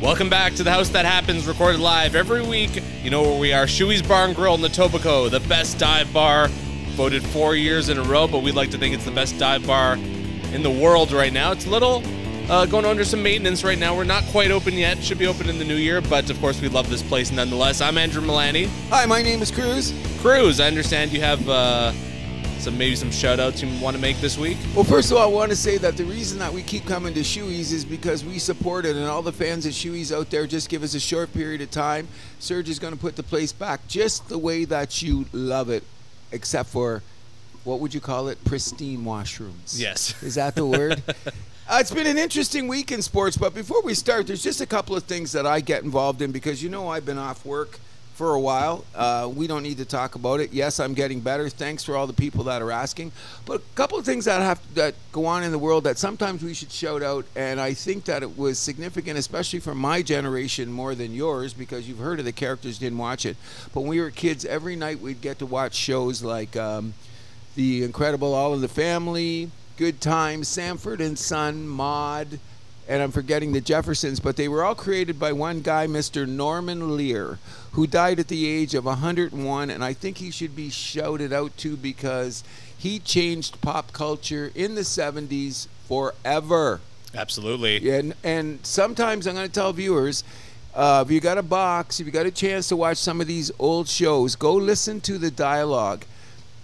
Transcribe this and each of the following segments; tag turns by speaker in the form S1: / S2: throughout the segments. S1: Welcome back to the House That Happens, recorded live every week. You know where we are Shuey's Bar and Grill in Tobico, the best dive bar, voted four years in a row, but we'd like to think it's the best dive bar in the world right now. It's a little uh, going under some maintenance right now. We're not quite open yet, should be open in the new year, but of course we love this place nonetheless. I'm Andrew Milani.
S2: Hi, my name is Cruz.
S1: Cruz, I understand you have uh, some maybe some shout outs you want to make this week.
S2: Well, first of all, I want to say that the reason that we keep coming to Shoeys is because we support it, and all the fans at Shoeys out there just give us a short period of time. Serge is going to put the place back just the way that you love it, except for what would you call it? Pristine washrooms.
S1: Yes.
S2: Is that the word? Uh, it's been an interesting week in sports, but before we start, there's just a couple of things that I get involved in because you know I've been off work for a while. Uh, we don't need to talk about it. Yes, I'm getting better. Thanks for all the people that are asking. But a couple of things that have that go on in the world that sometimes we should shout out, and I think that it was significant, especially for my generation more than yours, because you've heard of the characters didn't watch it. But when we were kids, every night we'd get to watch shows like um, The Incredible All of the Family. Good Times, Sanford and Son, Maud, and I'm forgetting the Jeffersons, but they were all created by one guy, Mr. Norman Lear, who died at the age of 101, and I think he should be shouted out to because he changed pop culture in the 70s forever.
S1: Absolutely.
S2: And and sometimes I'm going to tell viewers, uh, if you got a box, if you got a chance to watch some of these old shows, go listen to the dialogue.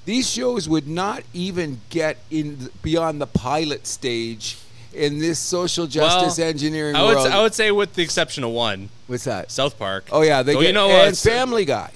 S2: These shows would not even get in beyond the pilot stage in this social justice
S1: Well,
S2: engineering
S1: I would,
S2: world.
S1: I would say, with the exception of one,
S2: What's that?
S1: South Park.
S2: Oh yeah, they
S1: Well,
S2: get
S1: you know
S2: and
S1: it's-
S2: Family Guy.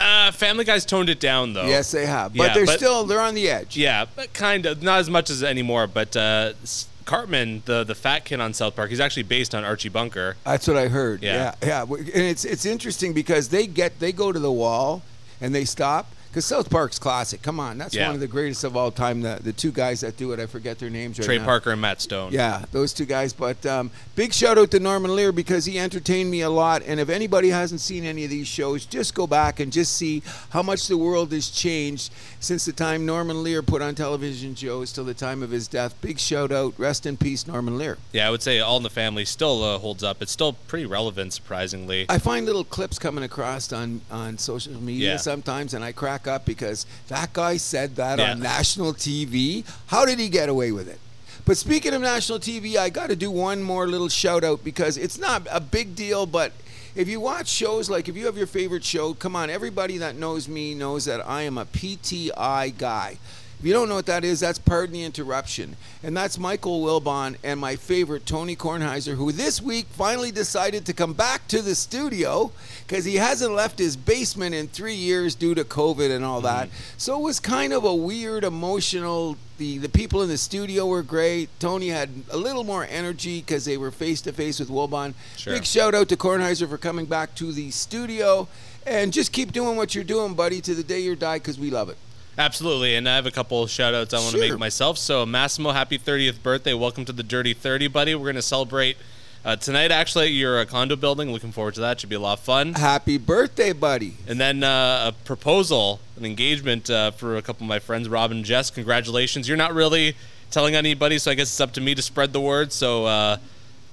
S1: Uh, Family Guy's toned it down though.
S2: Yes, they have, but
S1: Oh. Yeah,
S2: they're
S1: but-
S2: still they're on the edge.
S1: Yeah, but kind of not as much as anymore. But uh, S- Cartman, the the fat kid on South Park, he's actually based on Archie Bunker.
S2: That's what I heard.
S1: Yeah.
S2: Yeah. yeah, W And it's it's interesting because they get they go to the wall and they stop because South Park's classic. Come on, that's
S1: Yeah.
S2: one of the greatest of all time. The the two guys that do it, I forget their names right
S1: Trey
S2: now.
S1: Parker and Matt Stone.
S2: Yeah, those two guys. But um, big shout out to Norman Lear because he entertained me a lot. And if anybody hasn't seen any of these shows, just go back and just see how much the world has changed since the time Norman Lear put on television shows till the time of his death. Big shout out. Rest in peace, Norman Lear.
S1: yeah, I would say All in the Family still uh, holds up. It's still pretty relevant, surprisingly.
S2: I find little clips coming across on, on social media
S1: Yeah.
S2: sometimes, and I crack up because that guy said that
S1: Yeah.
S2: on national TV. How did he get away with it? But speaking of national TV, I got to do one more little shout out because it's not a big deal, but if you watch shows like if you have your favorite show, come on, everybody that knows me knows that I am a PTI guy. If you don't know what that is, that's Pardon the Interruption. And that's Michael Wilbon and my favorite, Tony Kornheiser, who this week finally decided to come back to the studio because he hasn't left his basement in three years due to COVID and all that.
S1: Mm-hmm.
S2: So it was kind of a weird, emotional. The, the people in the studio were great. Tony had a little more energy because they were face to face with Wilbon.
S1: Sure.
S2: Big shout out to Kornheiser for coming back to the studio. And just keep doing what you're doing, buddy, to the day you die because we love it.
S1: Absolutely, and I have a couple of shout outs I want to
S2: Sure.
S1: make myself. So, Massimo, happy 30th birthday. Welcome to the Dirty 30, buddy. We're going to celebrate uh, tonight, actually, at your uh, condo building. Looking forward to that. Should be a lot of fun.
S2: Happy birthday, buddy.
S1: And then uh, a proposal, an engagement uh, for a couple of my friends, Rob and Jess. Congratulations. You're not really telling anybody, so I guess it's up to me to spread the word. So, uh,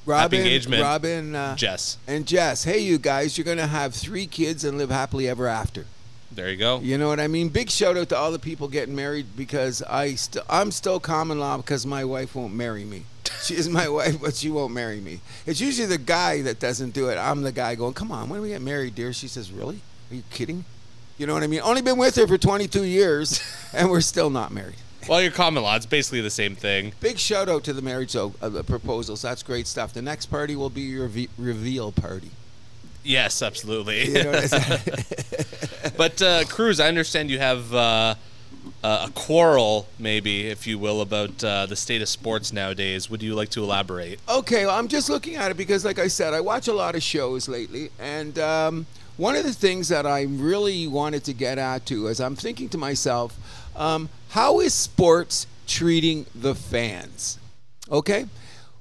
S2: Robin,
S1: engagement.
S2: Robin uh,
S1: Jess,
S2: and Jess. Hey, you guys, you're going to have three kids and live happily ever after.
S1: there you go.
S2: You know what I mean? Big shout out to all the people getting married because I st- I'm still common law because my wife won't marry me. She is my wife, but she won't marry me. It's usually the guy that doesn't do it. I'm the guy going, "Come on, when do we get married, dear?" She says, "Really? Are you kidding?" You know what I mean? Only been with her for 22 years, and we're still not married.
S1: Well, your common law, it's basically the same thing.
S2: Big shout out to the marriage so, uh, the proposals. That's great stuff. The next party will be your ve- reveal party.
S1: Yes, absolutely.
S2: You know what I'm saying?
S1: but, uh, Cruz, I understand you have uh, uh, a quarrel, maybe, if you will, about uh, the state of sports nowadays. Would you like to elaborate?
S2: okay, well, I'm just looking at it because, like I said, I watch a lot of shows lately, and um, one of the things that I really wanted to get at to is I'm thinking to myself, um, how is sports treating the fans? Okay.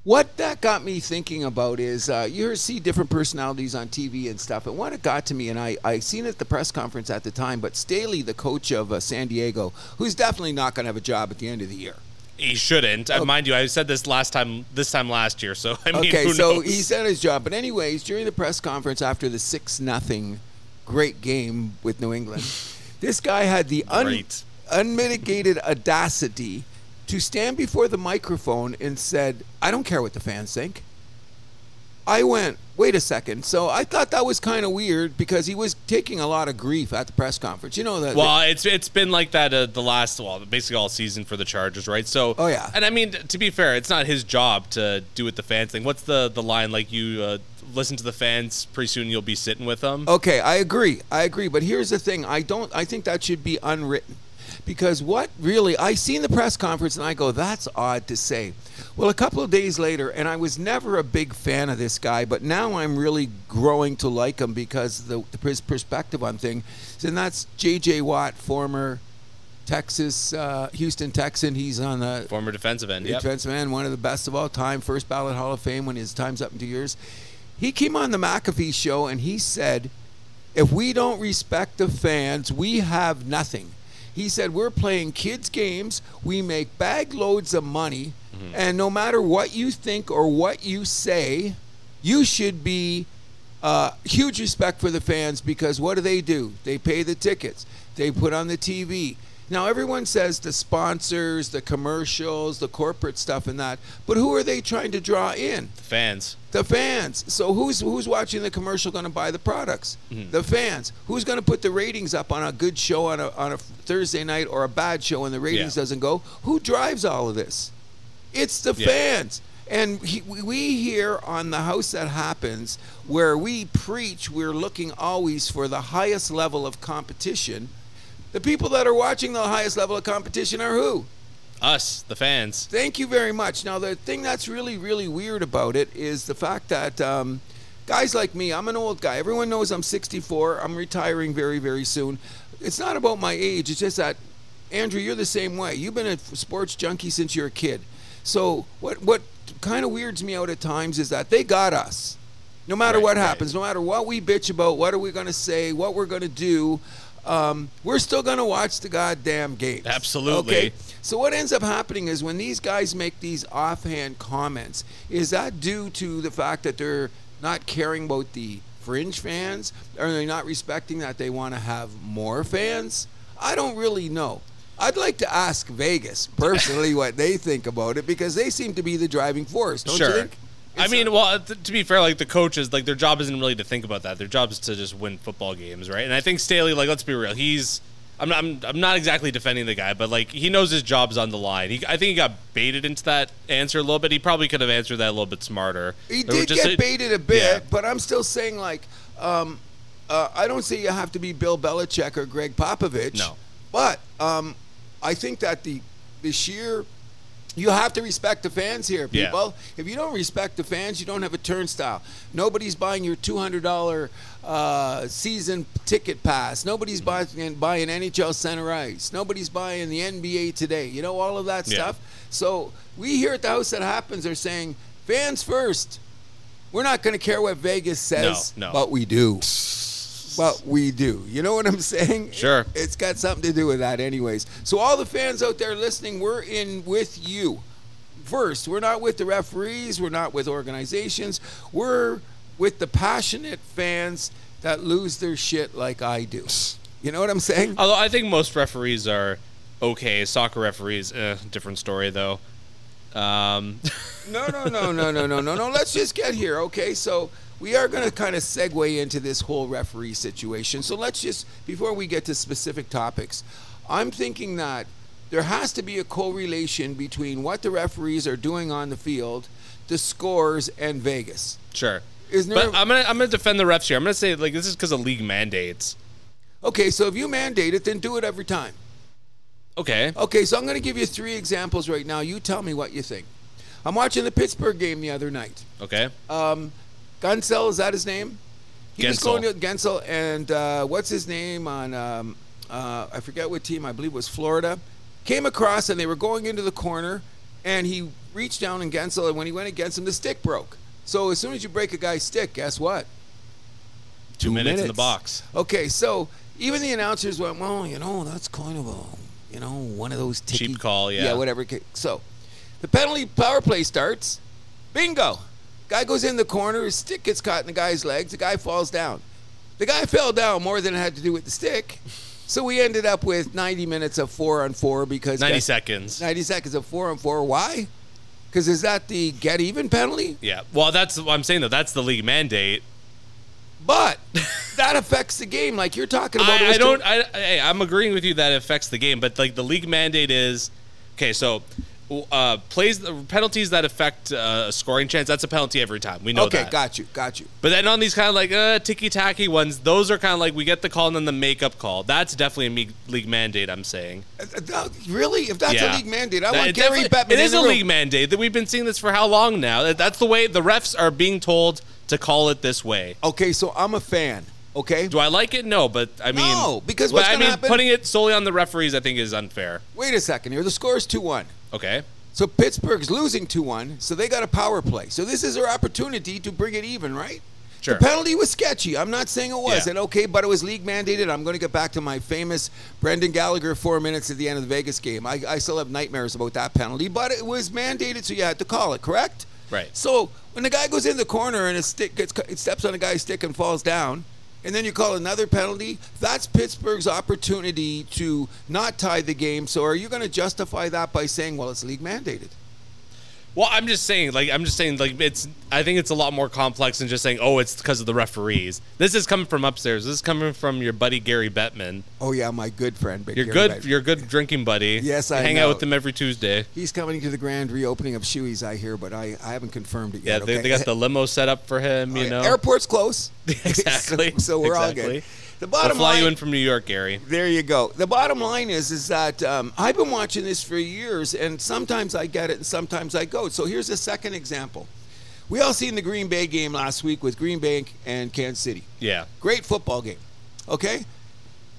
S2: What that got me thinking about is uh, you see different personalities on TV and stuff. And what it got to me, and I, I seen it at the press conference at the time, but Staley, the coach of uh, San Diego, who's definitely not going to have a job at the end of the year.
S1: he shouldn't. Uh, Mind you, I said this last time, this time last year. So I mean,
S2: Okay,
S1: who
S2: so
S1: knows?
S2: he's at his job. But anyways, during the press conference after the six nothing great game with New England, this guy had the un-
S1: Great.
S2: unmitigated audacity to stand before the microphone and said, "I don't care what the fans think." I went, "Wait a second. So I thought that was kind of weird because he was taking a lot of grief at the press conference. You know that
S1: Well, it's it's been like that uh, the last well, basically all season for the Chargers, right? So,
S2: Oh, yeah.
S1: and I mean to be fair, it's not his job to do what the fans think. What's the the line like? You uh, listen to the fans, pretty soon you'll be sitting with them.
S2: Okay, I agree. I agree. But here's the thing. I don't. I think that should be unwritten, because what really I seen the press conference and I go, that's odd to say. Well, a couple of days later, and I was never a big fan of this guy, but now I'm really growing to like him because the, the his perspective on things. And that's J.J. Watt, former Texas, uh, Houston Texan. He's on the
S1: Former defensive end, yep.
S2: defense man, one of the best of all time, first ballot Hall of Fame when his time's up in two years. He came on the McAfee show and he said, if we don't respect the fans, we have nothing. He said, we're playing kids' games, we make bag loads of money, and no matter what you think or what you say, you should be uh, huge respect for the fans because what do they do? They pay the tickets, they put on the TV. Now, everyone says the sponsors, the commercials, the corporate stuff, and that, but who are they trying to draw in?
S1: fans.
S2: The fans. So who's who's watching the commercial going to buy the products?
S1: Mm-hmm.
S2: The fans. Who's going to put the ratings up on a good show on a on a Thursday night or a bad show and the ratings
S1: Yeah.
S2: doesn't go? Who drives all of this? It's the
S1: Yeah.
S2: fans. And he, we- we here on the house that happens where we preach we're looking always for the highest level of competition. The people that are watching the highest level of competition are who?
S1: Us, the fans.
S2: Thank you very much. Now, the thing that's really, really weird about it is the fact that um, guys like me, I'm an old guy. Everyone knows I'm 64. I'm retiring very, very soon. It's not about my age, it's just that, Andrew, you're the same way. You've been a sports junkie since you're a kid. So, what, what kind of weirds me out at times is that they got us. No matter
S1: Right,
S2: what
S1: right.
S2: happens, no matter what we bitch about, what are we going to say, what we're going to do, um, we're still going to watch the goddamn games.
S1: Absolutely.
S2: Okay? So what ends up happening is when these guys make these offhand comments, is that due to the fact that they're not caring about the fringe fans? Are they not respecting that they want to have more fans? I don't really know. I'd like to ask Vegas personally what they think about it because they seem to be the driving force, don't you
S1: sure.
S2: think?
S1: I
S2: It's
S1: mean,
S2: a-
S1: well, th- to be fair, like the coaches, like their job isn't really to think about that. Their job is to just win football games, right? And I think Staley, like, let's be real, he's. I'm not, I'm, I'm not exactly defending the guy, but like he knows his job's on the line. He, I think he got baited into that answer a little bit. He probably could have answered that a little bit smarter.
S2: He
S1: There were
S2: did
S1: just
S2: get
S1: a-
S2: baited a bit,
S1: Yeah.
S2: but I'm still saying like, um, uh, I don't say you have to be Bill Belichick or Greg Popovich.
S1: No.
S2: but um, I think that the the sheer you have to respect the fans here,
S1: Yeah.
S2: people. If you don't respect the fans, you don't have a turnstile. Nobody's buying your two hundred dollar uh, season ticket pass. Nobody's
S1: Mm-hmm.
S2: buying buying NHL Center Ice. Nobody's buying the NBA today. You know all of that
S1: Yeah.
S2: stuff. So we here at the house that happens are saying fans first. We're not going to care what Vegas says,
S1: No, no.
S2: but we do. But we do. You know what I'm saying?
S1: Sure.
S2: It's got something to do with that, anyways. So, all the fans out there listening, we're in with you. First, we're not with the referees, we're not with organizations, we're with the passionate fans that lose their shit like I do. You know what I'm saying?
S1: Although I think most referees are okay. Soccer referees, eh, different story though. Um,
S2: No, no, no, no, no, no, no, no. Let's just get here, okay? So we are going to kind of segue into this whole referee situation. So let's just, before we get to specific topics, I'm thinking that there has to be a correlation between what the referees are doing on the field, the scores, and Vegas.
S1: sure.
S2: Isn't there-
S1: but I'm gonna I'm gonna defend the refs here. I'm gonna say like this is because of league mandates.
S2: Okay, so if you mandate it, then do it every time.
S1: Okay.
S2: Okay, so I'm going to give you three examples right now. You tell me what you think. I'm watching the Pittsburgh game the other night.
S1: Okay.
S2: um, Gunsel, is that his name? He was
S1: Gensel.
S2: going to Gensel, and uh, what's his name on, um, uh, I forget what team, I believe it was Florida, came across and they were going into the corner, and he reached down and Gensel, and when he went against him, the stick broke. So as soon as you break a guy's stick, guess what?
S1: Two minutes in the box.
S2: Okay, so even the announcers went, well, you know, that's kind of a you know, one of those ticky,
S1: Cheap call, yeah.
S2: yeah, whatever. kick. So, the penalty power play starts. Bingo! Guy goes in the corner. His stick gets caught in the guy's legs. The guy falls down. The guy fell down more than it had to do with the stick. So we ended up with 90 minutes of four on four because
S1: 90
S2: guess-
S1: seconds.
S2: 90 seconds of four on four. Why? Because is that the get even penalty?
S1: Yeah. Well, that's what I'm saying though. That's the league mandate.
S2: But that affects the game, like you're talking about. It
S1: I,
S2: was
S1: I don't.
S2: to-
S1: I, hey, I'm agreeing with you that it affects the game, but like the league mandate is okay. So uh, plays penalties that affect uh, a scoring chance. That's a penalty every time. We know
S2: okay,
S1: that.
S2: got you, got you.
S1: But then on these kind of like uh, ticky tacky ones, those are kind of like we get the call and then the makeup call. That's definitely a me- league mandate. I'm saying.
S2: Uh, uh, Really? If that's
S1: yeah.
S2: a league mandate, I
S1: That-
S2: want
S1: it
S2: Gary
S1: definitely-
S2: Bettman.
S1: It is
S2: in
S1: a
S2: the room.
S1: league mandate that we've been seeing this for how long now? That- That's the way the refs are being told to call it this way.
S2: Okay, so I'm a fan. Okay,
S1: Do I like it? No, but I mean,
S2: No, because
S1: but
S2: what's
S1: I
S2: gonna
S1: mean,
S2: happen-
S1: putting it solely on the referees, I think, is unfair.
S2: wait a second here. The score is two one.
S1: Okay,
S2: So Pittsburgh's losing two one. So they got a power play. So this is their opportunity to bring it even, right?
S1: Sure.
S2: The penalty was sketchy. I'm not saying it was,
S1: Yeah.
S2: and okay, but it was league mandated. I'm going to get back to my famous Brendan Gallagher four minutes at the end of the Vegas game. I, I still have nightmares about that penalty, but it was mandated, so you had to call it, correct?
S1: Right.
S2: So when the guy goes in the corner and his stick gets, it steps on a guy's stick and falls down, and then you call another penalty, that's Pittsburgh's opportunity to not tie the game. So are you going to justify that by saying, well, it's league mandated?
S1: well, I'm just saying, like, I'm just saying, like, it's. I think it's a lot more complex than just saying, oh, it's because of the referees. This is coming from upstairs. This is coming from your buddy Gary Bettman.
S2: Oh yeah, my good friend. Big
S1: Your
S2: Gary
S1: good,
S2: Bettman.
S1: your good drinking buddy.
S2: Yes,
S1: You
S2: I
S1: hang out
S2: know.
S1: with them every Tuesday.
S2: He's coming to the grand reopening of Shoeys, I hear, but I, I haven't confirmed it
S1: Yeah,
S2: yet.
S1: they,
S2: okay?
S1: they got the limo set up for him.
S2: Oh,
S1: You
S2: yeah,
S1: know,
S2: airport's close.
S1: Exactly,
S2: so, so we're all
S1: exactly.
S2: good. The
S1: We'll
S2: bottom
S1: fly
S2: line.
S1: you in from New York, Gary.
S2: There you go. The bottom line is, is that um, I've been watching this for years, and sometimes I get it, and sometimes I go. So here's a second example. We all seen the Green Bay game last week with Green Bay and Kansas City.
S1: Yeah,
S2: Great football game. Okay?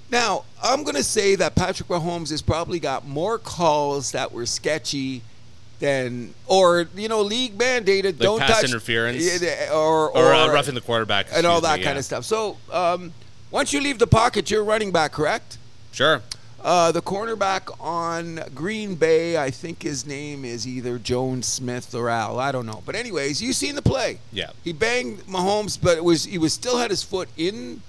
S2: Now, I'm going to say that Patrick Mahomes has probably got more calls that were sketchy than, or, you know, league mandated, don't
S1: pass
S2: touch.
S1: interference?
S2: Yeah, Or,
S1: or, uh, roughing the quarterback
S2: And all
S1: excuse
S2: that
S1: me,
S2: kind
S1: yeah.
S2: of stuff. So, um, once you leave the pocket, you're running back, correct?
S1: Sure.
S2: Uh, the cornerback on Green Bay, I think his name is either Jones Smith or Al. I don't know. But anyways, you seen the play.
S1: Yeah.
S2: He banged Mahomes, but it was he was still had his foot in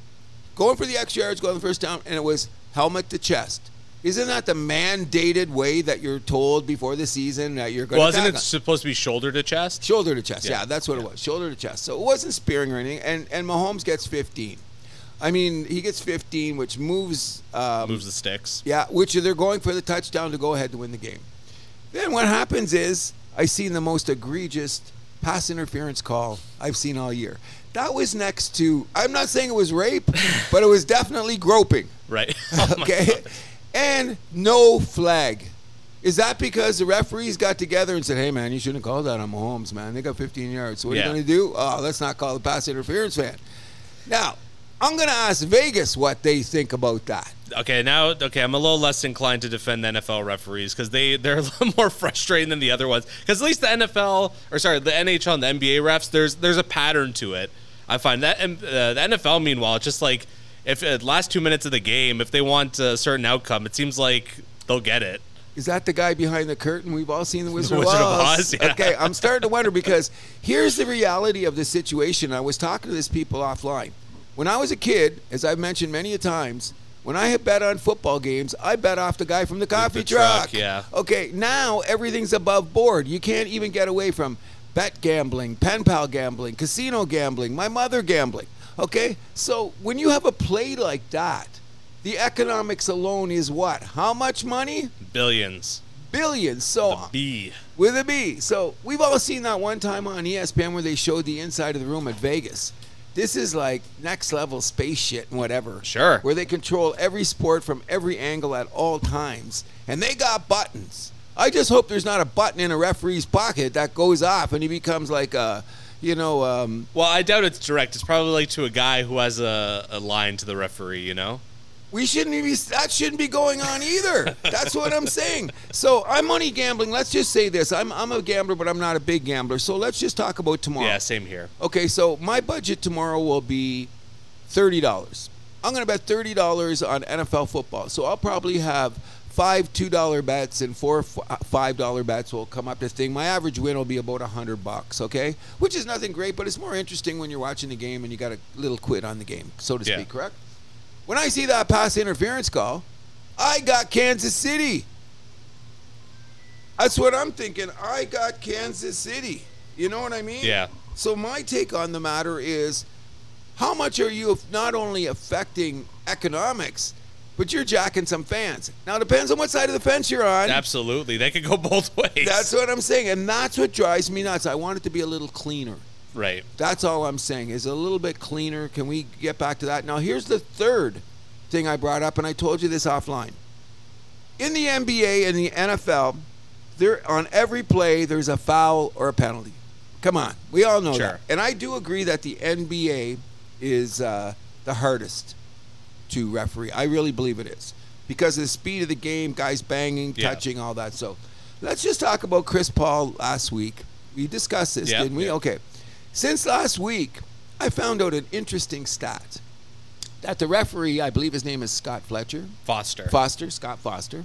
S2: going for the extra yards, going for the first down, and it was helmet to chest. Isn't that the mandated way that you're told before the season that you're going
S1: Well,
S2: to
S1: isn't it supposed to be shoulder to chest?
S2: Shoulder to chest.
S1: Yeah.
S2: Yeah, that's what it was. Shoulder to chest. So it wasn't spearing or anything. And and Mahomes gets 15. I mean, he gets 15, which moves um,
S1: Moves the sticks.
S2: yeah, which they're going for the touchdown to go ahead to win the game. Then what happens is I seen the most egregious pass interference call I've seen all year. That was next to I'm not saying it was rape, but it was definitely groping.
S1: Right. Oh my
S2: okay.
S1: God.
S2: And no flag. Is that because the referees got together and said, "Hey, man, you shouldn't call that on Mahomes, man. They got 15 yards. So what
S1: Yeah.
S2: are you going to do? Oh, let's not call the pass interference fan." Now, I'm going to ask Vegas what they think about that.
S1: Okay, now okay, I'm a little less inclined to defend the NFL referees because they they're a little more frustrating than the other ones. Because at least the NFL or sorry, the NHL and the NBA refs, there's there's a pattern to it. I find that and uh, the NFL, meanwhile, it's just like if uh, last two minutes of the game, if they want a certain outcome, it seems like they'll get it.
S2: Is that the guy behind the curtain? We've all seen the Wizard,
S1: Wizard
S2: of
S1: of
S2: Oz.
S1: Oz, yeah.
S2: Okay, I'm starting to wonder because here's the reality of the situation. I was talking to these people offline. When I was a kid, as I've mentioned many a times, when I had bet on football games, I bet off the guy from the coffee
S1: truck, yeah.
S2: Okay, now everything's above board. You can't even get away from bet gambling, pen pal gambling, casino gambling, my mother gambling. Okay, so when you have a play like that, the economics alone is what? How much money?
S1: Billions,
S2: billions. So
S1: B.
S2: with a B. So we've all seen that one time on E ESPN where they showed the inside of the room at Vegas. This is like next level space shit and whatever.
S1: Sure.
S2: Where they control every sport from every angle at all times, and they got buttons. I just hope there's not a button in a referee's pocket that goes off and he becomes like a, you know, um,
S1: Well, I doubt it's direct. It's probably like to a guy who has a, a line to the referee, you know.
S2: We shouldn't be. That shouldn't be going on either. That's what I'm saying. So I'm money gambling. Let's just say this. I'm I'm a gambler, but I'm not a big gambler. So let's just talk about tomorrow.
S1: Yeah, same here.
S2: Okay. So my budget tomorrow will be thirty dollars. I'm going to bet thirty dollars on NFL football. So I'll probably have five two dollar bets and four f- five dollar bets will come up to thing. My average win will be about a hundred bucks, okay? Which is nothing great, but it's more interesting when you're watching the game and you got a little quid on the game, so to
S1: Yeah.
S2: speak. Correct? When I see that pass interference call, I got Kansas City. That's what I'm thinking. I got Kansas City. You know what I mean?
S1: Yeah.
S2: So my take on the matter is how much are you not only affecting economics, but you're jacking some fans. Now it depends on what side of the fence you're on.
S1: Absolutely. They could go both ways.
S2: That's what I'm saying. And that's what drives me nuts. I want it to be a little cleaner.
S1: right.
S2: That's all I'm saying is a little bit cleaner. Can we get back to that? Now, here's the third thing I brought up, and I told you this offline. In the NBA and the NFL, there on every play there's a foul or a penalty. Come on, we all know
S1: Sure.
S2: that. And I do agree that the NBA is uh, the hardest to referee. I really believe it is because of the speed of the game, guys banging,
S1: Yeah.
S2: touching, all that. So, let's just talk about Chris Paul last week. We discussed this,
S1: Yeah,
S2: didn't we?
S1: yeah.
S2: Okay. Since last week, I found out an interesting stat that the referee, I believe his name is Scott Fletcher,
S1: Foster.
S2: Foster, Scott Foster,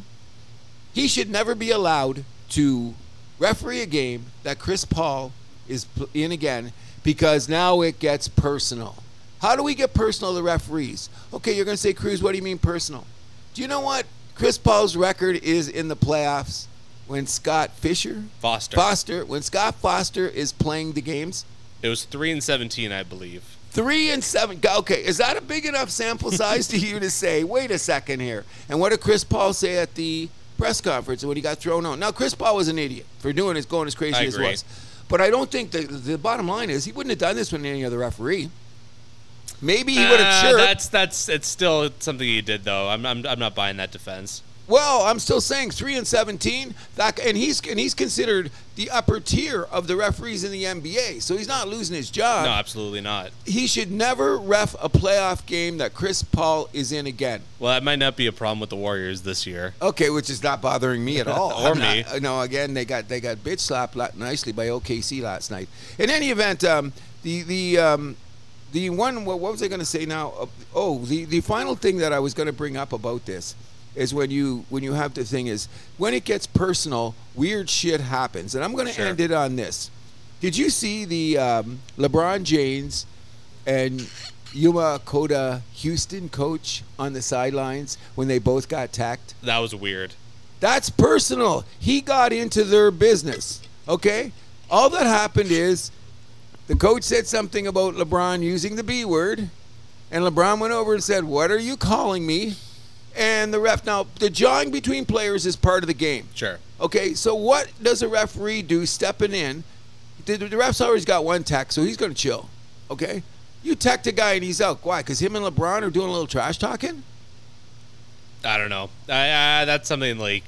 S2: he should never be allowed to referee a game that Chris Paul is pl- in again because now it gets personal. How do we get personal to referees? Okay, you're going to say, Cruz, what do you mean personal? Do you know what Chris Paul's record is in the playoffs when Scott Fisher,
S1: Foster.
S2: Foster, when Scott Foster is playing the games?
S1: It was 3 and 17, I believe.
S2: Three and seven. Go- Okay, is that a big enough sample size to you to say, wait a second here? And what did Chris Paul say at the press conference when he got thrown out? Now, Chris Paul was an idiot for doing as going as crazy
S1: I
S2: as
S1: agree.
S2: was. But I don't think the, the bottom line is he wouldn't have done this with any other referee. Maybe he would have
S1: Ah,
S2: chirped.
S1: That's that's it's still something he did though. I'm I'm, I'm not buying that defense.
S2: Well, I'm still saying three and seventeen. That and he's and he's considered the upper tier of the referees in the NBA, so he's not losing his job.
S1: No, absolutely not.
S2: He should never ref a playoff game that Chris Paul is in again.
S1: Well, that might not be a problem with the Warriors this year.
S2: Okay, which is not bothering me at all.
S1: Or
S2: I'm not- uh,
S1: me.
S2: no, again, they got they got bitch slapped la- nicely by OKC last night. In any event, um, the the um, the one what, what was I going to say now? Uh, oh, the the final thing that I was going to bring up about this is when you when you have the thing is when it gets personal, weird shit happens, and I'm going to
S1: Sure.
S2: end it on this. Did you see the um, LeBron James and Yuma Koda Houston coach on the sidelines when they both got tacked?
S1: That was weird.
S2: That's personal. He got into their business. Okay? All that happened is the coach said something about LeBron using the B word, and LeBron went over and said, What are you calling me? And the ref now the jawing between players is part of the game.
S1: Sure.
S2: Okay, so what does a referee do stepping in? The, the ref's already got one tech, so he's going to chill. Okay? You tech the guy and he's out. Why? Because him and LeBron are doing a little trash talking?
S1: I don't know. I, uh, that's something like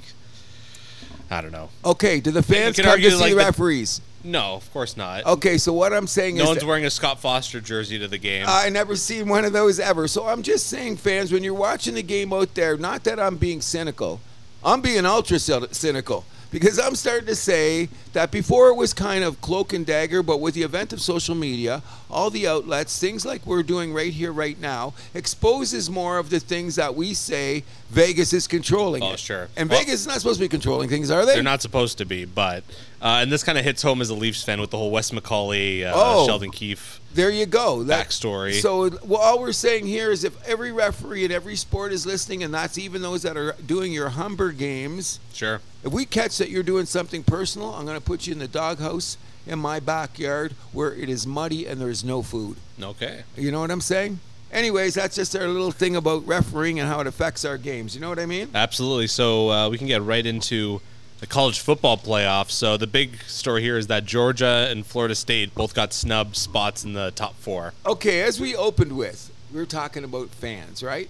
S1: I don't know.
S2: Okay, do the fans
S1: could
S2: come
S1: argue
S2: to see
S1: like
S2: the
S1: the-
S2: referees?
S1: No, of course not.
S2: Okay, so what I'm saying
S1: no
S2: Oh, is
S1: one's
S2: that Uh,
S1: wearing a Scott Foster jersey to the game.
S2: I never seen one of those ever. So I'm just saying, fans, when you're watching the game out there, not that I'm being cynical, I'm being ultra cy- cynical because I'm starting to say that before it was kind of cloak and dagger, but with the event of social media, all the outlets, things like we're doing right here, right now, exposes more of the things that we say Vegas is controlling.
S1: Oh,
S2: it.
S1: sure.
S2: And
S1: Well-
S2: Vegas is not supposed to be controlling things, are they?
S1: They're not supposed to be, but uh, and this kind of hits home as a Leafs fan with the whole Wes McCauley, uh,
S2: Oh.
S1: Sheldon Keefe.
S2: There you go.
S1: Backstory.
S2: So well, all we're saying here is if every referee in every sport is listening, and that's even those that are doing your Humber games,
S1: Sure.
S2: if we catch that you're doing something personal, I'm going to put you in the doghouse in my backyard where it is muddy and there is no food.
S1: Okay.
S2: You know what I'm saying? Anyways, that's just our little thing about refereeing and how it affects our games. You know what I mean?
S1: Absolutely. So uh, we can get right into the college football playoffs. So the big story here is that Georgia and Florida State both got snub spots in the top four.
S2: Okay, as we opened with, we were talking about fans, right?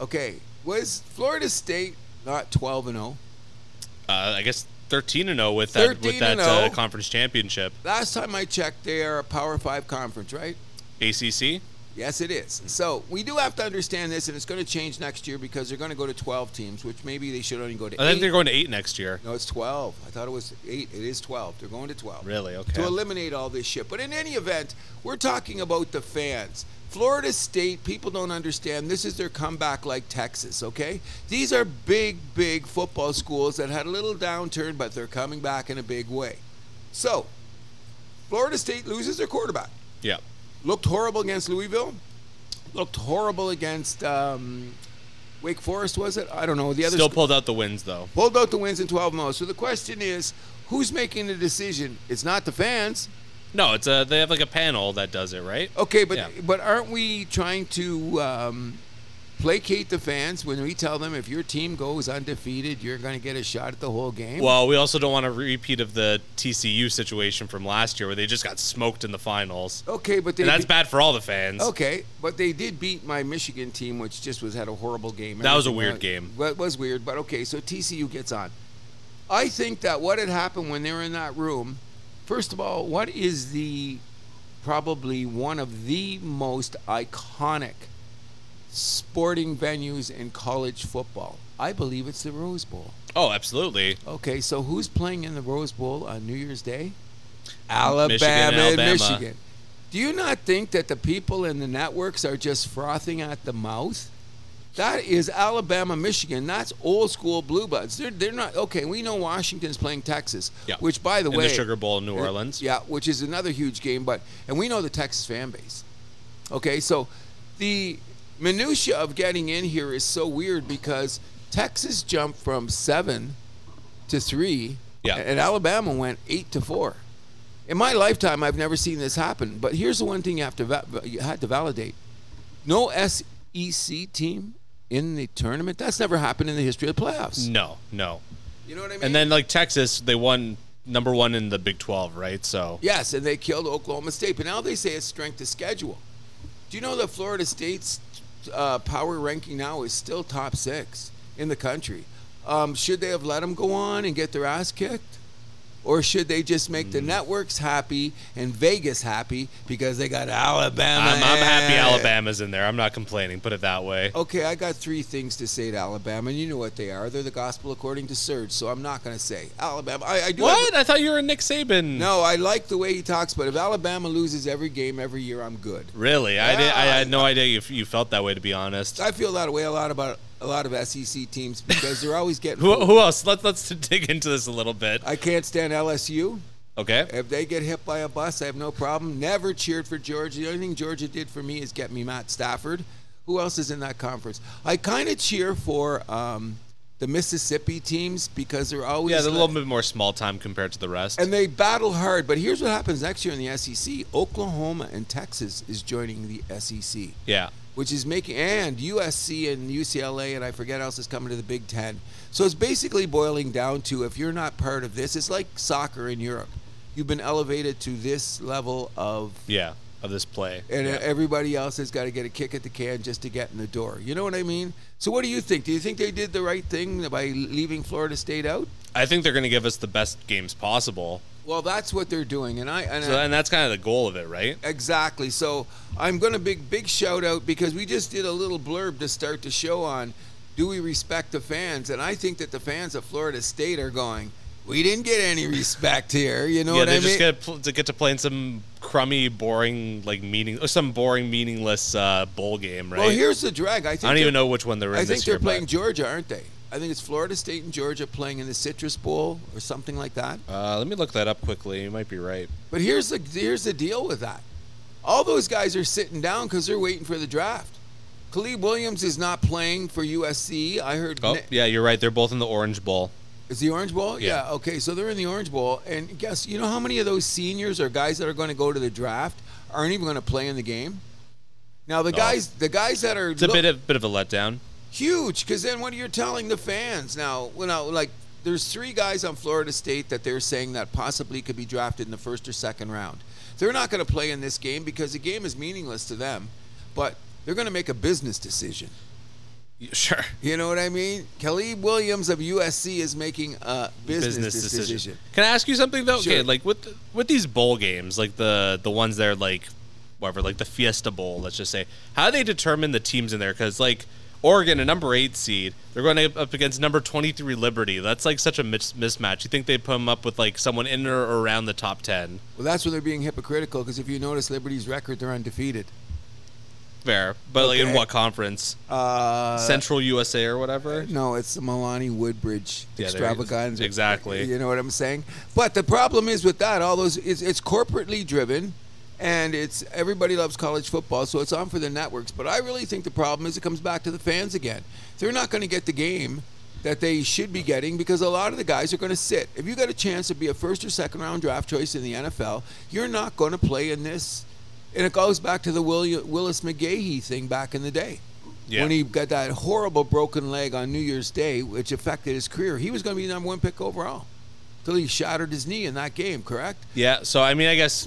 S2: Okay, was Florida State not 12 and oh? 0?
S1: Uh, I guess thirteen and zero with that with
S2: 13
S1: that
S2: and oh.
S1: uh,
S2: 0.
S1: conference championship.
S2: Last time I checked, they are a Power Five conference, right?
S1: ACC.
S2: Yes, it is. So we do have to understand this, and it's going to change next year because they're going to go to 12 teams, which maybe they should only go to
S1: I think
S2: eight.
S1: they're going to eight next year.
S2: No, it's 12. I thought it was 8. It is 12. They're going to 12.
S1: Really? Okay.
S2: To eliminate all this shit. But in any event, we're talking about the fans. Florida State, people don't understand. This is their comeback like Texas, okay? These are big, big football schools that had a little downturn, but they're coming back in a big way. So, Florida State loses their quarterback.
S1: yeah.
S2: Looked horrible against Louisville. Looked horrible against um, Wake Forest, was it? I don't know. The other
S1: Still
S2: sc-
S1: pulled out the wins though.
S2: pulled out the wins in 12 mils. So the question is, who's making the decision? It's not the fans.
S1: No, it's a they have like a panel that does it, right?
S2: Okay, but
S1: Yeah.
S2: but aren't we trying to um, placate the fans when we tell them if your team goes undefeated, you're going to get a shot at the whole game?
S1: Well, we also don't want a repeat of the TCU situation from last year where they just got smoked in the finals.
S2: okay, but they
S1: And that's
S2: be-
S1: bad for all the fans.
S2: Okay, but they did beat my Michigan team, which just was had a horrible game.
S1: That was a
S2: Everything
S1: weird
S2: else-
S1: game.
S2: Well, it was weird, but okay. So TCU gets on. I think that what had happened when they were in that room, first of all, what is the probably one of the most iconic sporting venues in college football? I believe it's the Rose Bowl.
S1: Oh, absolutely.
S2: Okay, so who's playing in the Rose Bowl on New Year's Day? Alabama and
S1: Alabama.
S2: Michigan. Do you not think that the people in the networks are just frothing at the mouth? That is Alabama, Michigan. That's old school bluebuds. They're, they're not okay. We know Washington's playing Texas,
S1: Yeah.
S2: which by the
S1: In
S2: way,
S1: the Sugar Bowl in New Orleans.
S2: Eh, yeah, which is another huge game. But and we know the Texas fan base. Okay, so the minutia of getting in here is so weird because Texas jumped from seven to three,
S1: Yeah.
S2: and Alabama went eight to four. In my lifetime, I've never seen this happen. But here's the one thing you have to va- you had to validate: no SEC team in the tournament. That's never happened in the history of the playoffs.
S1: No, no.
S2: You know what I mean?
S1: Mm. And then like Texas, they won number one in the Big Twelve, right? So
S2: Yes, and they killed Oklahoma State. But now they say it's strength of schedule. Do you know that Florida State's uh, power ranking now is still top six in the country? Um, should they have let them go on and get their ass kicked? Or should they just make
S1: Hmm.
S2: the networks happy and Vegas happy because they got Alabama?
S1: I'm, I'm happy
S2: and-
S1: Alabama's in there. I'm not complaining. Put it that way.
S2: Okay, I got three things to say to Alabama, and you know what they are. They're the gospel according to Surge, so I'm not going to say Alabama. I, I do have-
S1: What? I thought you were a Nick Saban.
S2: no, I like the way he talks, but if Alabama loses every game every year, I'm good.
S1: Really? I did. I
S2: Yeah,
S1: had no idea you, you felt that way. To be honest.
S2: I feel that way a lot about a lot of SEC teams because they're always getting.
S1: Who, who else? Let's let's dig into this a little bit.
S2: I can't stand LSU.
S1: Okay.
S2: If they get hit by a bus, I have no problem. Never cheered for Georgia. The only thing Georgia did for me is get me Matt Stafford. Who else is in that conference? I kind of cheer for um, the Mississippi teams because they're always
S1: Yeah, they're a little
S2: like-
S1: bit more small time compared to the rest.
S2: and they battle hard. But here's what happens next year in the SEC: Oklahoma and Texas is joining the E SEC.
S1: yeah.
S2: which is making and USC and UCLA and I forget else is coming to the Big Ten. So it's basically boiling down to if you're not part of this, it's like soccer in Europe. You've been elevated to this level of,
S1: Yeah. Of this play.
S2: and uh,
S1: Yeah.
S2: everybody else has got to get a kick at the can just to get in the door. You know what I mean? So what do you think? Do you think they did the right thing by leaving Florida State out?
S1: I think they're going to give us the best games possible.
S2: Well, that's what they're doing, and I and uh,
S1: So,
S2: I,
S1: and that's kind of the goal of it, right?
S2: Exactly. So I'm going to big big shout out because we just did a little blurb to start the show on. Do we respect the fans? And I think that the fans of Florida State are going. We didn't get any respect here. You know
S1: yeah,
S2: what
S1: they
S2: I mean?
S1: just get to, pl- to get to play in some crummy, boring, like meaning or some boring, meaningless uh, bowl game, right?
S2: Well, here's the drag. I think
S1: I don't
S2: they're-
S1: even know which one they're in
S2: I
S1: this
S2: think they're
S1: year,
S2: playing
S1: but-
S2: Georgia, aren't they? I think it's Florida State and Georgia playing in the Citrus Bowl or something like that.
S1: Uh, let me look that up quickly. You might be right.
S2: But here's the here's the deal with that. All those guys are sitting down because they're waiting for the draft. Khalid Williams is not playing for USC. I heard.
S1: Oh,
S2: Na-
S1: yeah, you're right. They're both in the Orange Bowl.
S2: Is the Orange Bowl?
S1: Yeah.
S2: Okay, so they're in the Orange Bowl, and guess you know how many of those seniors or guys that are going to go to the draft aren't even going to play in the game. Now the guys, the guys that are
S1: It's a
S2: look-
S1: bit of bit of a letdown.
S2: huge, because then what are you telling the fans now? Well, now like there's three guys on Florida State that they're saying that possibly could be drafted in the first or second round. They're not going to play in this game because the game is meaningless to them, but they're going to make a business decision.
S1: Y- Sure.
S2: You know what I mean? Khalid Williams of USC is making a business, decision.
S1: Can I ask you something though?
S2: Sure.
S1: Okay, like with with these bowl games, like the the ones that are like whatever, like the Fiesta Bowl, let's just say, how do they determine the teams in there? Because like Oregon, a number eight seed, they're going up against number twenty three Liberty. That's like such a mis- mismatch. You think they put them up with like someone in or around the top ten?
S2: Well, that's where they're being hypocritical because if you notice Liberty's record, they're undefeated.
S1: Fair, but like in
S2: Okay.
S1: what conference?
S2: Uh,
S1: Central USA or whatever.
S2: No, it's the Milani Woodbridge
S1: Yeah, there it is.
S2: extravaganza.
S1: Exactly.
S2: You know what I'm saying? But the problem is with that, all those it's, it's corporately driven, and it's everybody loves college football, so it's on for the networks. But I really think the problem is it comes back to the fans again. They're not going to get the game that they should be getting because a lot of the guys are going to sit. If you got a chance to be a first or second round draft choice in the NFL, you're not going to play in this. And it goes back to the Willi- Willis McGahee thing back in the day
S1: Yeah.
S2: when he got that horrible broken leg on New Year's Day, which affected his career. He was going to be number one pick overall until he shattered his knee in that game. Correct?
S1: Yeah. So I mean, I guess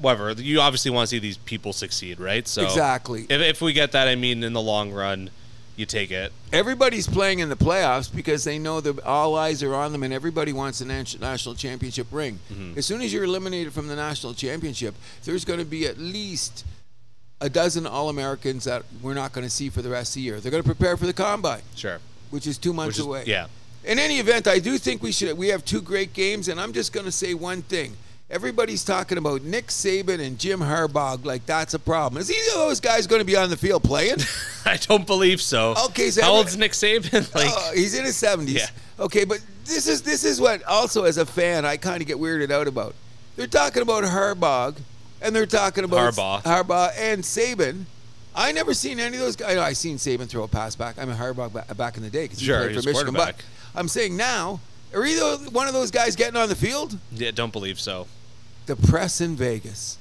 S1: whatever. You obviously want to see these people succeed, right? So
S2: Exactly.
S1: If, if we get that, I mean, in the long run, you take it.
S2: Everybody's playing in the playoffs because they know the all eyes are on them, and everybody wants a nat- national championship ring.
S1: Mm-hmm.
S2: As soon as you're eliminated from the national championship, there's going to be at least a dozen All Americans that we're not going to see for the rest of the year. They're going to prepare for the combine,
S1: Sure.
S2: which is two months
S1: Which is-
S2: away.
S1: yeah.
S2: In any event, I do think we should. We have two great games, and I'm just going to say one thing. Everybody's talking about Nick Saban and Jim Harbaugh like that's a problem. Is either of those guys going to be on the field playing?
S1: I don't believe so.
S2: Okay, so
S1: how
S2: every-
S1: old's Nick Saban? like,
S2: Oh, he's in his 70s.
S1: Yeah.
S2: Okay, but this is this is what also as a fan I kind of get weirded out about. They're talking about Harbaugh, and they're talking about
S1: Harbaugh.
S2: Harbaugh and Saban. I never seen any of those guys. I seen Saban throw a pass back. I mean Harbaugh ba- back in the day because he
S1: Sure,
S2: played
S1: he
S2: for
S1: was
S2: Michigan. But
S1: quarterback.
S2: I'm saying now, are either one of those guys getting on the field?
S1: yeah, don't believe so.
S2: The press in Vegas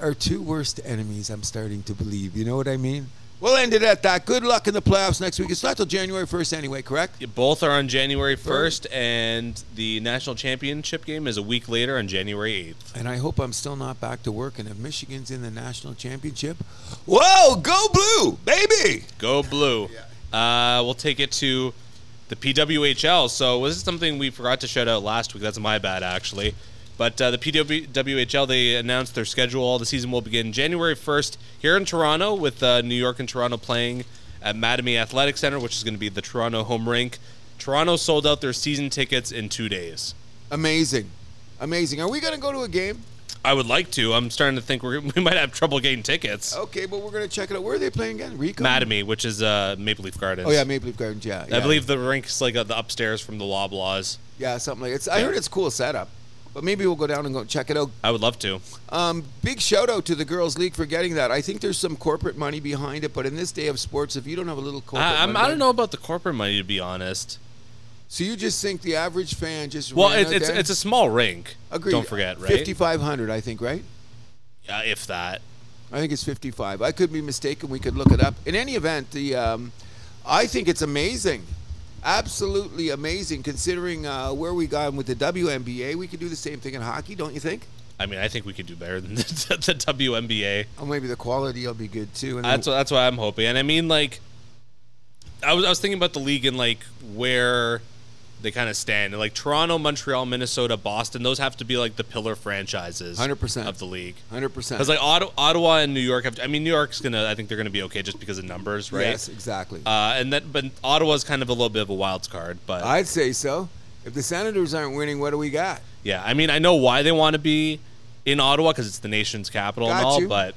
S2: are two worst enemies, I'm starting to believe. You know what I mean? We'll end it at that. Good luck in the playoffs next week. It's not till January 1st anyway, correct?
S1: Both are on January 1st, and the national championship game is a week later on January 8th.
S2: And I hope I'm still not back to work. And if Michigan's in the national championship, whoa, go blue, baby!
S1: Go blue. uh, we'll take it to the PWHL. So this is something we forgot to shout out last week. That's my bad, actually. But uh, the PWHL, they announced their schedule. The season will begin January 1st here in Toronto with uh, New York and Toronto playing at Mattamy Athletic Center, which is going to be the Toronto home rink. Toronto sold out their season tickets in two days.
S2: Amazing, amazing. Are we gonna go to a game?
S1: I would like to. I'm starting to think we're, we might have trouble getting tickets.
S2: Okay, but we're gonna check it out. Where are they playing again? Rico.
S1: Mattamy, which is uh, Maple Leaf Gardens.
S2: Oh yeah, Maple Leaf Gardens. Yeah,
S1: I
S2: yeah.
S1: believe the rink's like uh, the upstairs from the Loblaws.
S2: Yeah, something like it's. I
S1: Yeah.
S2: heard it's cool setup, but maybe we'll go down and go check it out.
S1: I would love to.
S2: Um, big shout out to the girls' league for getting that. I think there's some corporate money behind it, but in this day of sports, if you don't have a little corporate,
S1: I, I'm,
S2: money-
S1: I don't know about the corporate money to be honest.
S2: So you just think the average fan just
S1: Well,
S2: ran
S1: it,
S2: out
S1: it's
S2: there?
S1: it's a small rink.
S2: Agreed.
S1: Don't forget, right?
S2: 5,500, I think, right?
S1: Yeah, if that.
S2: I think it's 55. I could be mistaken. We could look it up. In any event, the um, I think it's amazing, absolutely amazing. Considering uh, where we got with the WNBA, we could do the same thing in hockey, don't you think?
S1: I mean, I think we could do better than the, the WNBA.
S2: Or maybe the quality will be good too. And
S1: That's what, that's what I'm hoping. And I mean, like, I was I was thinking about the league and like where they kind of stand. And, like Toronto, Montreal, Minnesota, Boston. Those have to be like the pillar franchises,
S2: 100%.
S1: of the league.
S2: hundred percent.
S1: Because like Ottawa, Ottawa and New York have. I mean, New York's gonna. I think they're gonna be okay just because of numbers, right?
S2: Yes, exactly.
S1: Uh, and that, but Ottawa's kind of a little bit of a wild card. But
S2: I'd say so. If the Senators aren't winning, what do we got?
S1: Yeah, I mean, I know why they want to be in Ottawa because it's the nation's capital and
S2: Got
S1: all,
S2: you.
S1: but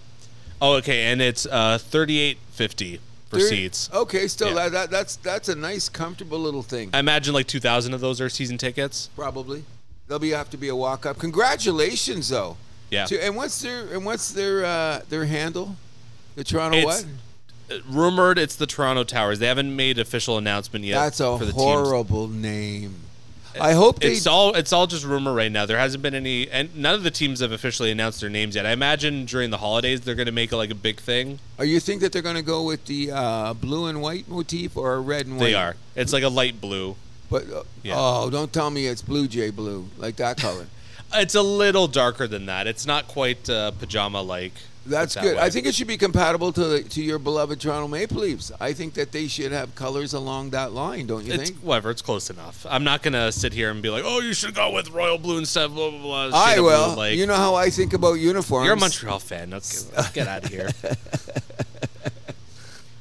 S1: oh, okay, and it's uh, thirty-eight fifty for
S2: They're-
S1: seats.
S2: Okay, still
S1: Yeah.
S2: that, that that's that's a nice, comfortable little thing.
S1: I imagine like two thousand of those are season tickets.
S2: Probably. There'll be have to be a walk up. Congratulations though.
S1: Yeah.
S2: To, and what's their and what's their uh, their handle? The Toronto
S1: It's-
S2: what?
S1: Uh, Rumored it's the Toronto Towers. They haven't made official announcement yet.
S2: That's a
S1: for the Teams.
S2: horrible name. I hope they
S1: It's all it's all just rumor right now. There hasn't been any, and none of the teams have officially announced their names yet. I imagine during the holidays they're going to make it like a big thing.
S2: Are you think that they're going to go with the uh, blue and white motif or a red and white?
S1: They are. It's like a light blue.
S2: But uh,
S1: Yeah.
S2: oh, don't tell me it's blue jay blue like that color.
S1: It's a little darker than that. It's not quite uh, pajama like.
S2: That's good. I think it should be compatible to the, to your beloved Toronto Maple Leafs. I think that they should have colors along that line, don't you
S1: It's
S2: think?
S1: whatever. It's close enough. I'm not gonna sit here and be like, "Oh, you should go with royal blue instead." of Blah blah blah. shade
S2: I
S1: of
S2: will.
S1: Blue. Like,
S2: you know how I think about uniforms.
S1: you're a Montreal fan. Let's get, let's get out of here.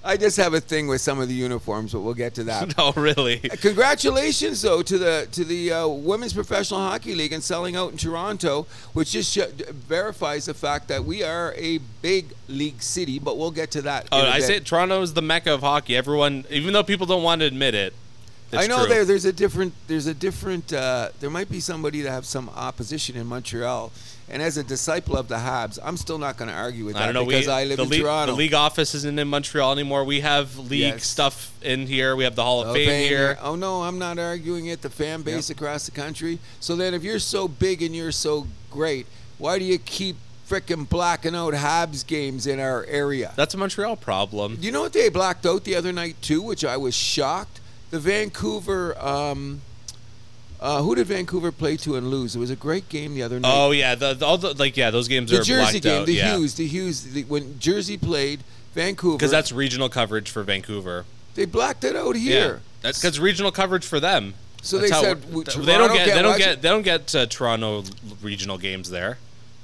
S2: I just have a thing with some of the uniforms, but we'll get to that.
S1: no, really. Oh,
S2: Congratulations, though, to the to the uh, women's professional hockey league and selling out in Toronto, which just sh- verifies the fact that we are a big league city. But we'll get to that.
S1: Oh,
S2: in a
S1: I
S2: bit.
S1: say Toronto is the mecca of hockey. Everyone, even though people don't want to admit it, it's
S2: I know
S1: true.
S2: there there's a different there's a different uh, there might be somebody that have some opposition in Montreal, and as a disciple of the Habs, I'm still not going to argue with that
S1: I don't know
S2: because
S1: we,
S2: I live
S1: the
S2: in
S1: league,
S2: Toronto.
S1: The league office isn't in Montreal anymore. We have league
S2: Yes.
S1: stuff in here. We have the Hall of
S2: Oh,
S1: Fame
S2: Vayner.
S1: here.
S2: Oh no, I'm not arguing it. The fan base across the country. So then, if you're so big and you're so great, why do you keep freaking blacking out Habs games in our area?
S1: That's a Montreal problem.
S2: You know what they blacked out the other night too, which I was shocked. The Vancouver, um, uh, who did Vancouver play to and lose? It was a great game the other night.
S1: Oh yeah, the, the- all the like yeah, those games
S2: the
S1: are
S2: Jersey
S1: blacked
S2: game,
S1: out.
S2: the
S1: yeah,
S2: Hughes, the Hughes. The, when Jersey played Vancouver,
S1: because that's regional coverage for Vancouver.
S2: they blacked it out
S1: Yeah.
S2: here.
S1: that's because regional coverage for them.
S2: So
S1: That's
S2: they
S1: how
S2: said,
S1: it-
S2: "W-
S1: they don't
S2: Toronto
S1: get
S2: can't
S1: they don't
S2: watch
S1: get
S2: it?"
S1: they don't get uh, Toronto l- regional games there.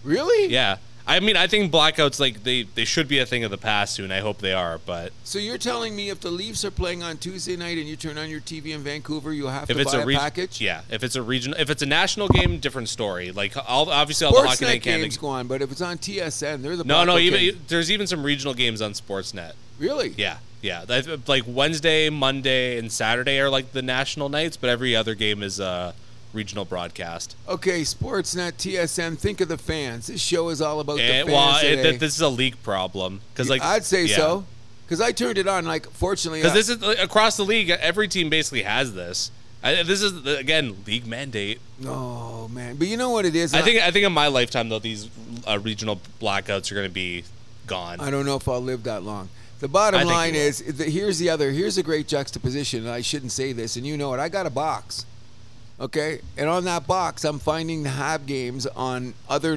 S2: really.
S1: Yeah, I mean I think blackouts like they they should be a thing of the past soon. I hope they are, but
S2: So you're telling me if the Leafs are playing on Tuesday night and you turn on your TV in Vancouver, you have
S1: if
S2: to
S1: it's
S2: buy
S1: a,
S2: a,
S1: reg-
S2: package?
S1: yeah, if it's a regional, if it's a national game, different story. Like all, obviously all the hockey
S2: Sportsnet
S1: night Canada-
S2: games go on, but if it's on TSN, they're the
S1: No, no,
S2: blackout
S1: even
S2: games.
S1: there's even some regional games on Sportsnet.
S2: really.
S1: Yeah, yeah, That- like Wednesday, Monday, and Saturday are like the national nights, but every other game is a regional broadcast.
S2: Okay, Sportsnet, TSN. Think of the fans. This show is all about
S1: And-
S2: the fans
S1: Eh, well, it,
S2: today.
S1: th- this is a league problem because like
S2: I'd say
S1: yeah.
S2: so, because I turned it on. Like, fortunately,
S1: Because
S2: I-
S1: this is like, across the league, every team basically has this. I, this is again league mandate.
S2: oh man, but you know what it is.
S1: I think I think in my lifetime though, these uh, regional blackouts are going to be gone.
S2: I don't know if I'll live that long. The
S1: I
S2: bottom
S1: think you
S2: line
S1: will.
S2: is the, here's the other here's a great juxtaposition. And I shouldn't say this, and you know it. I got a box, okay, and on that box, I'm finding the Hab games on other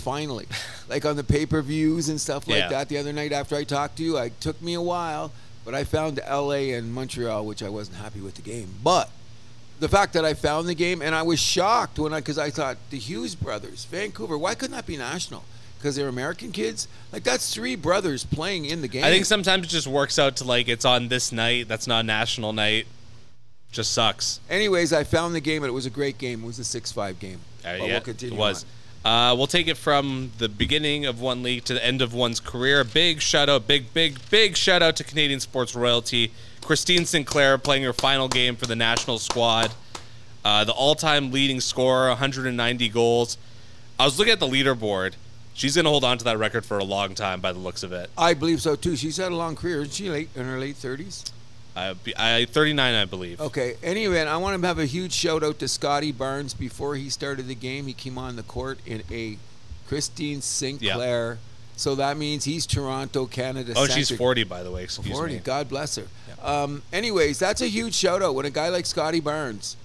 S2: Finally, like on the pay per views and stuff like
S1: Yeah.
S2: that. The other night after I talked to you, I took me a while, but I found L.A. and Montreal, which I wasn't happy with the game, but the fact that I found the game, and I was shocked when I because I thought the Hughes brothers, Vancouver, why couldn't that be national? Because they're American kids. Like that's three brothers playing in the game.
S1: I think sometimes it just works out to like it's on this night. That's not national night. Just sucks.
S2: Anyways, I found the game, and it was a great game. It was a six-five game.
S1: Uh,
S2: But
S1: yeah,
S2: we'll continue.
S1: it was.
S2: on.
S1: Uh, we'll take it from the beginning of one league to the end of one's career. Big shout out, big, big, big shout out to Canadian sports royalty. Christine Sinclair playing her final game for the national squad. Uh, the all time leading scorer, 190 goals. I was looking at the leaderboard. She's going to hold on to that record for a long time by the looks of it.
S2: I believe so too. She's had a long career. Isn't she late in her late thirties?
S1: I, I, 39, I believe.
S2: Okay. Anyway, and I want to have a huge shout out to Scotty Barnes. Before he started the game, he came on the court in a Christine Sinclair. So that means he's Toronto, Canada.
S1: Oh, and she's
S2: centric.
S1: 40, by the way. Excuse
S2: 40.
S1: me.
S2: God bless her. Um, anyways, that's a huge shout out when a guy like Scotty Barnes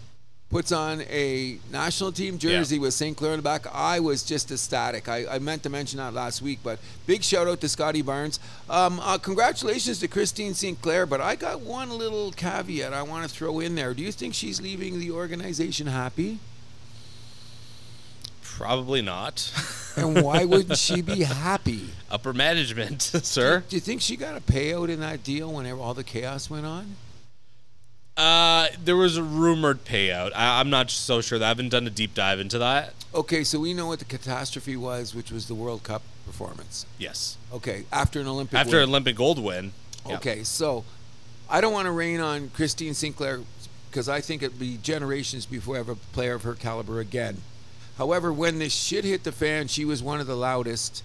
S2: puts on a national team jersey with St. Clair in the back. I was just ecstatic. I, I meant to mention that last week, but big shout out to Scotty Barnes. Um, uh, congratulations to Christine St. Clair, but I got one little caveat I want to throw in there. Do you think she's leaving the organization happy?
S1: Probably not.
S2: And why wouldn't she be happy?
S1: Upper management, sir.
S2: Do you think she got a payout in that deal whenever all the chaos went on?
S1: Uh, there was a rumored payout. I, I'm not so sure. That. I haven't done a deep dive into that.
S2: Okay, so we know what the catastrophe was, which was the World Cup performance.
S1: Yes,
S2: Okay, after an Olympic.
S1: after
S2: win.
S1: Olympic gold win. Yeah.
S2: Okay, so I don't want to rain on Christine Sinclair because I think it'd be generations before I have a player of her caliber again. However, when this shit hit the fan, she was one of the loudest.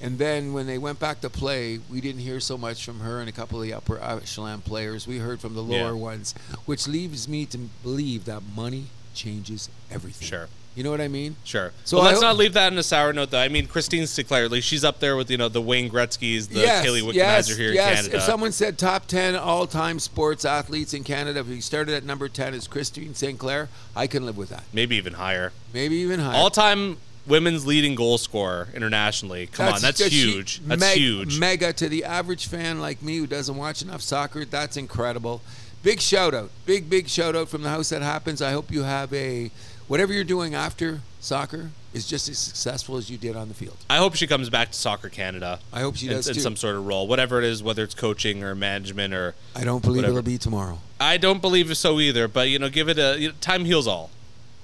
S2: And then when they went back to play, we didn't hear so much from her and a couple of the upper uh, echelon players. We heard from the lower
S1: Yeah.
S2: ones, which leaves me to believe that money changes everything.
S1: Sure.
S2: You You know what I mean?
S1: Sure.
S2: So
S1: So
S2: I
S1: let's
S2: hope-
S1: not leave that in a sour note, though. I mean, Christine Sinclairly, she's up there with you know the Wayne Gretzky's, the Kelly Wickenheiser here
S2: yes.
S1: in Canada.
S2: If someone said top 10 all time sports athletes in Canada, if he started at number 10 as Christine St. Clair, I can live with that.
S1: Maybe even higher.
S2: Maybe even higher.
S1: All-time women's leading goal scorer internationally. Come on, that's
S2: just
S1: huge. That's
S2: meg-
S1: huge.
S2: Mega to the average fan like me who doesn't watch enough soccer. That's incredible. Big shout out. Big, big shout out from the house that happens. I hope you have a whatever you're doing after soccer is just as successful as you did on the field.
S1: I hope she comes back to Soccer Canada.
S2: I hope she
S1: in,
S2: does
S1: in
S2: too.
S1: some sort of role, whatever it is, whether it's coaching or management or.
S2: I don't believe
S1: Whatever.
S2: it'll be tomorrow.
S1: I don't believe so either, but you know, give it a you know, time heals all.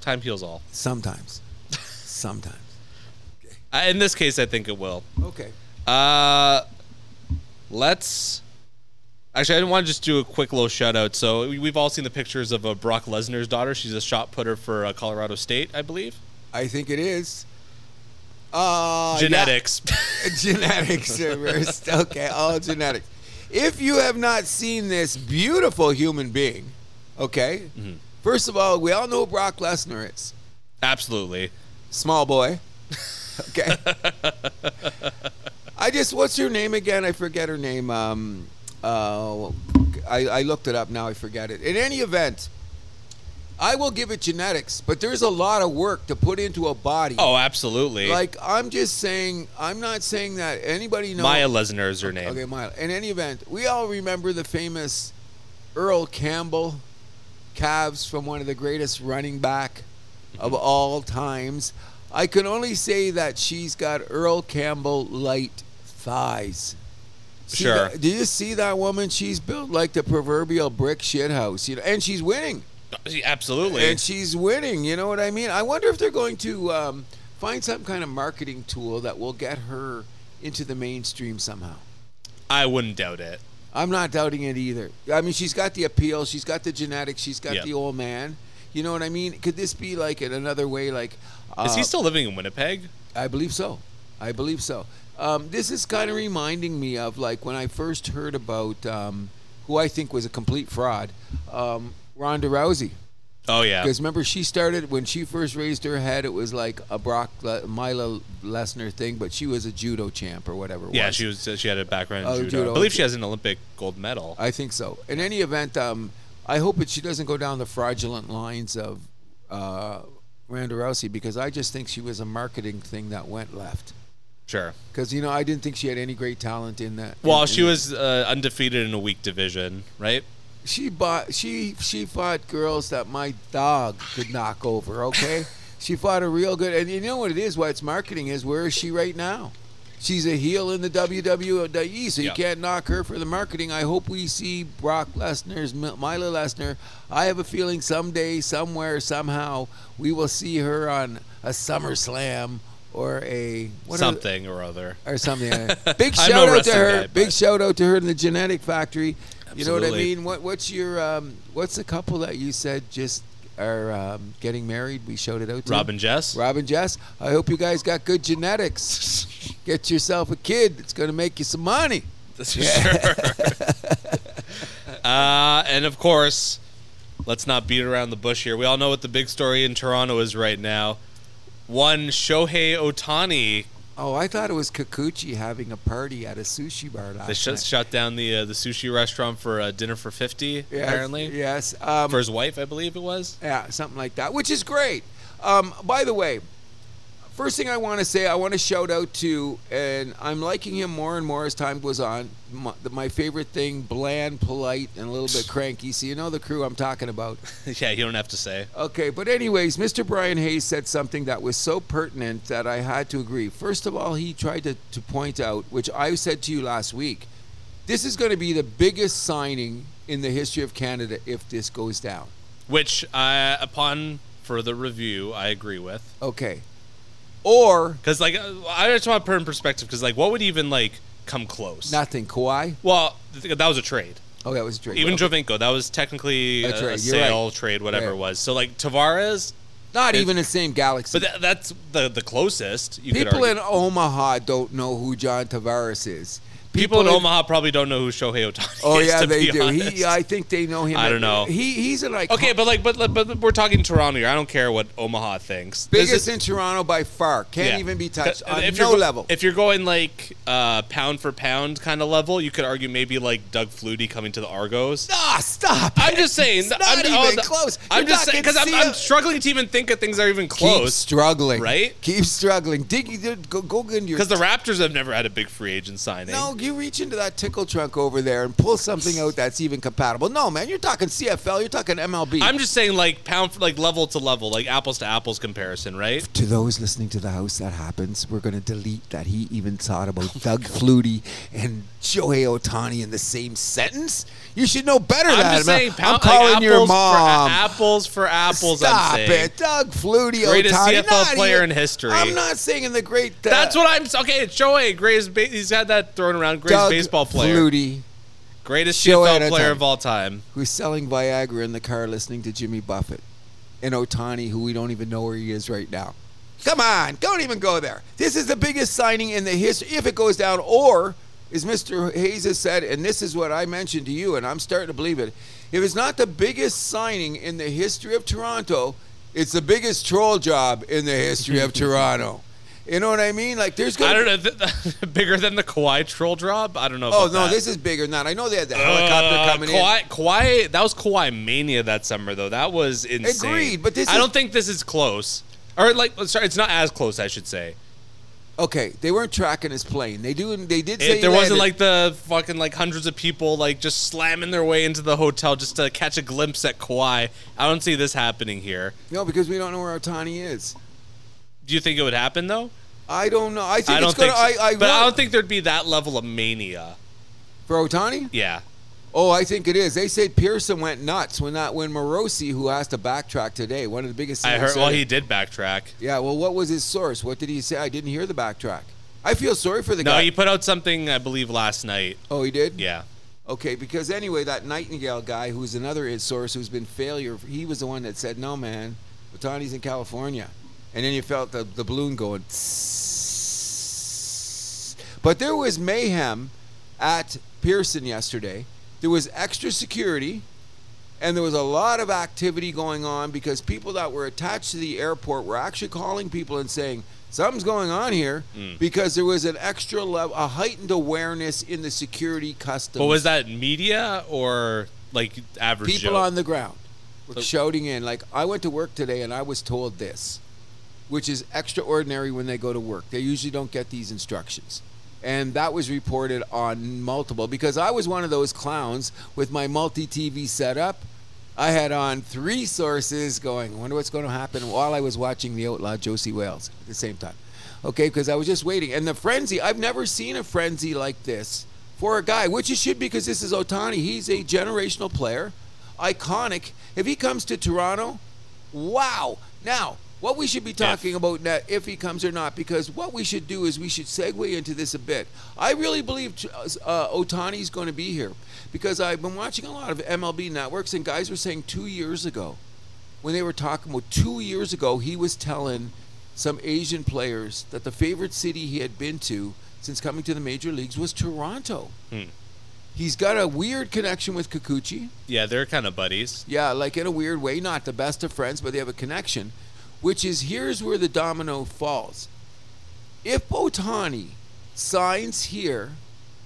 S1: Time heals all.
S2: Sometimes. Sometimes.
S1: I, in this case, I think it will.
S2: Okay.
S1: Uh, let's. Actually, I want to just do a quick little shout out. So we- we've all seen the pictures of uh, Brock Lesnar's daughter. She's a shot putter for uh, Colorado State, I believe.
S2: I think it is. Uh, yeah.
S1: Genetics.
S2: genetics are worst. Okay, all genetics. If you have not seen this beautiful human being, okay, first of all, we all know who Brock Lesnar is.
S1: Absolutely.
S2: Small boy. Okay. I just, what's her name again? I forget her name. Um, uh, I, I looked it up, now I forget it. In any event, I will give it genetics, but there's a lot of work to put into a body.
S1: Oh, absolutely.
S2: Like, I'm just saying, I'm not saying that anybody knows.
S1: Maya Lesnar is her name.
S2: Okay, Milo. In any event, we all remember the famous Earl Campbell calves from one of the greatest running back of
S1: Mm-hmm.
S2: all times. I can only say that she's got Earl Campbell light thighs. See
S1: Sure.
S2: that- do you see that woman? She's built like the proverbial brick shit house, you know, and she's winning.
S1: Absolutely.
S2: And she's winning. You know what I mean? I wonder if they're going to um, find some kind of marketing tool that will get her into the mainstream somehow.
S1: I wouldn't doubt it.
S2: I'm not doubting it either. I mean, she's got the appeal, she's got the genetics, she's got
S1: Yeah.
S2: the old man. You know what I mean? Could this be like in another way? Like, uh,
S1: Is he still living in Winnipeg?
S2: I believe so. I believe so. Um, this is kind of reminding me of like when I first heard about um, who I think was a complete fraud, um, Ronda Rousey.
S1: Oh yeah.
S2: Because remember, she started when she first raised her head. It was like a Brock Le- Mila Lesnar thing, but she was a judo champ or whatever. It
S1: Yeah,
S2: was.
S1: she was. She had a background in
S2: Oh,
S1: judo.
S2: judo.
S1: I believe she has an Olympic gold medal.
S2: I think so. In any event, um, I hope that she doesn't go down the fraudulent lines of uh, Ronda Rousey because I just think she was a marketing thing that went left.
S1: Sure.
S2: Because you know, I didn't think she had any great talent in that.
S1: Well,
S2: in-
S1: she
S2: in-
S1: was uh, undefeated in a weak division, right?
S2: She bought. She she fought girls that my dog could knock over. Okay, she fought a real good. And you know what it is? Why it's marketing is? Where is she right now? She's a heel in the WWE, so you
S1: Yeah.
S2: can't knock her for the marketing. I hope we see Brock Lesnar's M- Mila Lesnar. I have a feeling someday, somewhere, somehow, we will see her on a SummerSlam or a what are the-
S1: Something or other.
S2: or something. Uh, Big
S1: I'm
S2: shout
S1: no
S2: out to
S1: wrestling
S2: her.
S1: guy,
S2: Big
S1: but-
S2: shout out to her in the Genetic Factory. You know what I
S1: Absolutely.
S2: mean? What, what's your um, what's the couple that you said just are um, getting married? We showed it out to
S1: Rob and Jess.
S2: Rob and Jess. I hope you guys got good genetics. Get yourself a kid. It's gonna make you some money.
S1: That's for sure. uh, and of course, let's not beat around the bush here. We all know what the big story in Toronto is right now. One Shohei Otani
S2: Oh, I thought it was Kikuchi having a party at a sushi bar last
S1: they shut,
S2: night.
S1: shut down the uh, the sushi restaurant for uh, dinner for fifty
S2: Yes,
S1: apparently
S2: yes. Um,
S1: for his wife, I believe it was.
S2: Yeah, something like that, which is great. Um, by the way, first thing I want to say, I want to shout out to, and I'm liking him more and more as time goes on. My, my favorite thing: bland, polite, and a little bit cranky. So you know the crew I'm talking about.
S1: yeah, you don't have to say.
S2: Okay, but anyways, Mr. Brian Hayes said something that was so pertinent that I had to agree. First of all, he tried to, to point out, which I said to you last week, this is going to be the biggest signing in the history of Canada if this goes down.
S1: Which, uh, upon further review, I agree with.
S2: Okay. Or
S1: Because like uh, I just want to put in perspective. Because like what would even like come close?
S2: Nothing. Kawhi.
S1: well, th- that was a trade.
S2: Oh, that was a trade.
S1: Even Jovinko, that was technically
S2: A
S1: a,
S2: trade,
S1: a
S2: you're right.
S1: sale trade, whatever
S2: Right.
S1: it was. So like Tavares,
S2: not
S1: it-
S2: even the same galaxy.
S1: but tha- that's the the closest. You could
S2: People
S1: argue.
S2: in Omaha don't know who John Tavares is.
S1: People in
S2: have-
S1: Omaha probably don't know who Shohei Otani
S2: Oh
S1: is.
S2: yeah,
S1: to
S2: they
S1: be
S2: do.
S1: honest.
S2: He, I think they know him.
S1: I don't know.
S2: He he's an icon.
S1: okay, but like, but but we're talking Toronto here. I don't care what Omaha thinks. This is-
S2: biggest in Toronto by far. Can't
S1: yeah.
S2: even be touched
S1: Uh,
S2: on
S1: if you're
S2: no
S1: go-
S2: level.
S1: If you're going like uh, pound for pound kind of level, you could argue maybe like Doug Flutie coming to the Argos.
S2: Ah, stop.
S1: I'm just saying.
S2: It's not
S1: I'm,
S2: even
S1: the-
S2: close.
S1: I'm
S2: You're
S1: just
S2: not
S1: saying because
S2: gonna
S1: I'm,
S2: see
S1: I'm
S2: a-
S1: struggling to even think that things are even
S2: Keep
S1: close.
S2: struggling,
S1: right?
S2: Keep struggling. Dig, you- go go get into your.
S1: Because the Raptors have never had a big free agent signing.
S2: no, you reach into that tickle trunk over there and pull something out that's even compatible. No, man, you're talking CFL. You're talking MLB.
S1: I'm just saying like pound for like level to level, like apples to apples comparison, right?
S2: to those listening to the house that happens, we're going to delete that he even thought about Doug Flutie and Joey Otani in the same sentence. You should know better
S1: I'm
S2: than
S1: just
S2: that.
S1: saying,
S2: I'm
S1: pound,
S2: calling
S1: like,
S2: your
S1: apples
S2: mom.
S1: For, a- apples for apples.
S2: Stop
S1: I'm saying.
S2: it, Doug Flutie,
S1: Greatest
S2: Ohtani,
S1: CFL
S2: not
S1: player
S2: even-
S1: in history.
S2: I'm not saying the great. uh,
S1: That's what I'm. s- Okay, it's Shohei. Greatest. Ba- he's had that thrown around. Greatest
S2: Doug
S1: baseball player.
S2: Flutie,
S1: Greatest
S2: Shohei
S1: CFL player
S2: Ohtani.
S1: of all time.
S2: who's selling Viagra in the car, listening to Jimmy Buffett, and Otani, who we don't even know where he is right now. Come on, don't even go there. This is the biggest signing in the history, if it goes down, or as Mr. Hayes has said, and this is what I mentioned to you, and I'm starting to believe it. If it's not the biggest signing in the history of Toronto, it's the biggest troll job in the history of Toronto. You know what I mean? Like, there's going
S1: I
S2: to
S1: don't know. Th- bigger than the Kawhi troll drop? I don't know.
S2: Oh
S1: about
S2: no,
S1: that.
S2: this is bigger than that. I know they had the
S1: Uh,
S2: helicopter coming in.
S1: Kawhi, Kawhi, that was Kawhi mania that summer though. That was insane.
S2: Agreed, but this
S1: I
S2: is-
S1: don't think this is close. Or like, sorry, it's not as close. I should say.
S2: Okay, they weren't tracking his plane. They do. They did say
S1: If
S2: he
S1: there wasn't
S2: landed.
S1: like the fucking like hundreds of people like just slamming their way into the hotel just to catch a glimpse at Kawhi, I don't see this happening here.
S2: no, because we don't know where Otani is.
S1: Do you think it would happen though?
S2: I don't know. I think
S1: I don't
S2: it's gonna.
S1: think. so.
S2: I, I,
S1: but I
S2: want-
S1: don't think there'd be that level of mania.
S2: for Otani.
S1: Yeah.
S2: Oh, I think it is. They say Pearson went nuts when that when Morosi, who has to backtrack today, one of the biggest.
S1: I
S2: singers
S1: heard. Well,
S2: said-
S1: he did backtrack.
S2: Yeah. Well, what was his source? What did he say? I didn't hear the backtrack. I feel sorry for the
S1: No,
S2: guy.
S1: he put out something I believe last night.
S2: oh, he did.
S1: Yeah.
S2: Okay, because anyway, that Nightingale guy, who's another id source who's been failure, he was the one that said, "No, man, Otani's in California," and then you felt the, the balloon going. tss. But there was mayhem at Pearson yesterday. There was extra security, and there was a lot of activity going on because people that were attached to the airport were actually calling people and saying something's going on here
S1: Mm.
S2: because there was an extra level, a heightened awareness in the security customs.
S1: But was that media or like average
S2: people
S1: Joe?
S2: on the ground were
S1: So-
S2: shouting in like i went to work today and i was told this which is extraordinary when they go to work they usually don't get these instructions and that was reported on multiple because i was one of those clowns with my multi-tv setup i had on three sources going I wonder what's going to happen while i was watching the outlaw josie wales at the same time okay because i was just waiting and the frenzy i've never seen a frenzy like this for a guy, which it should because this is Otani. He's a generational player, iconic. If he comes to Toronto, wow. Now, what we should be talking about now, if he comes or not, because what we should do is we should segue into this a bit. I really believe uh, Otani's going to be here because I've been watching a lot of MLB networks, and guys were saying two years ago, when they were talking about two years ago, he was telling some Asian players that the favorite city he had been to since coming to the major leagues was Toronto. He's got a weird connection with Kikuchi.
S1: Yeah, they're kind of buddies.
S2: Yeah, like in a weird way, not the best of friends, but they have a connection, which is here's where the domino falls. If Botani signs here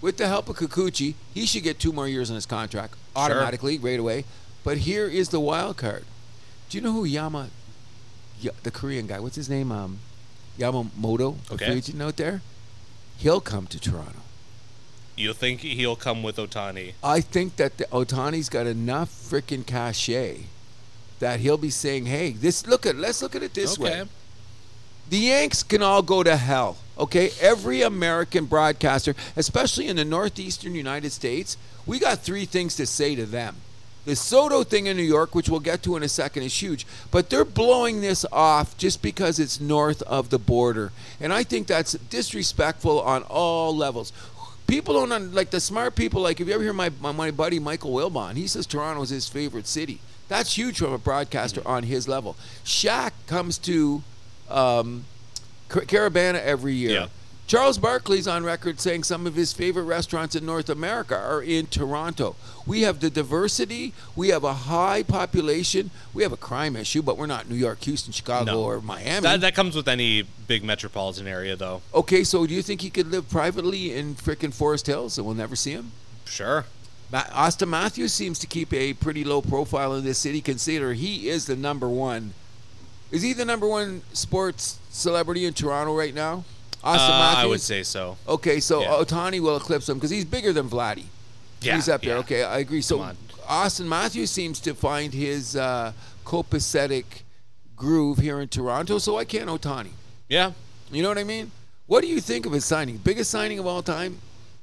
S2: with the help of Kikuchi, he should get two more years on his contract automatically right away. But here is the wild card. Do you know who Yama, Ya- the Korean guy, what's his name? Um, Yamamoto, a
S1: Okay.
S2: free agent out there? He'll come to Toronto.
S1: You'll think he'll come with Otani.
S2: I think that the, Otani's got enough freaking cachet that he'll be saying, "Hey, this look at let's look at it this way." The Yanks can all go to hell. Okay, every American broadcaster, especially in the northeastern United States, we got three things to say to them. The Soto thing in New York, which we'll get to in a second, is huge, but they're blowing this off just because it's north of the border, and I think that's disrespectful on all levels. People don't un- like the smart people. Like if you ever hear my my, my buddy Michael Wilbon, he says Toronto's his favorite city. That's huge from a broadcaster on his level. Shaq comes to um, Car- Caravana every year.
S1: Yeah.
S2: Charles Barkley's on record saying some of his favorite restaurants in North America are in Toronto. We have the diversity, we have a high population, we have a crime issue, but we're not New York, Houston, Chicago,
S1: No.
S2: or Miami.
S1: That, that comes with any big metropolitan area, though.
S2: okay, so do you think he could live privately in frickin' Forest Hills and we'll never see him?
S1: Sure.
S2: Ma- Austin Matthews seems to keep a pretty low profile in this city. Consider he is the number one. Is he the number one sports celebrity in Toronto right now? Austin
S1: Uh,
S2: Matthews.
S1: I would say so.
S2: Okay, so uh,
S1: Yeah.
S2: Otani will eclipse him because he's bigger than Vladdy.
S1: Yeah,
S2: he's up there.
S1: yeah.
S2: Okay, I agree.
S1: Come
S2: So
S1: on.
S2: Austin Matthews seems to find his uh, copacetic groove here in Toronto. So why can't Otani?
S1: Yeah.
S2: You know what I mean? What do you think of his signing? Biggest signing of all time.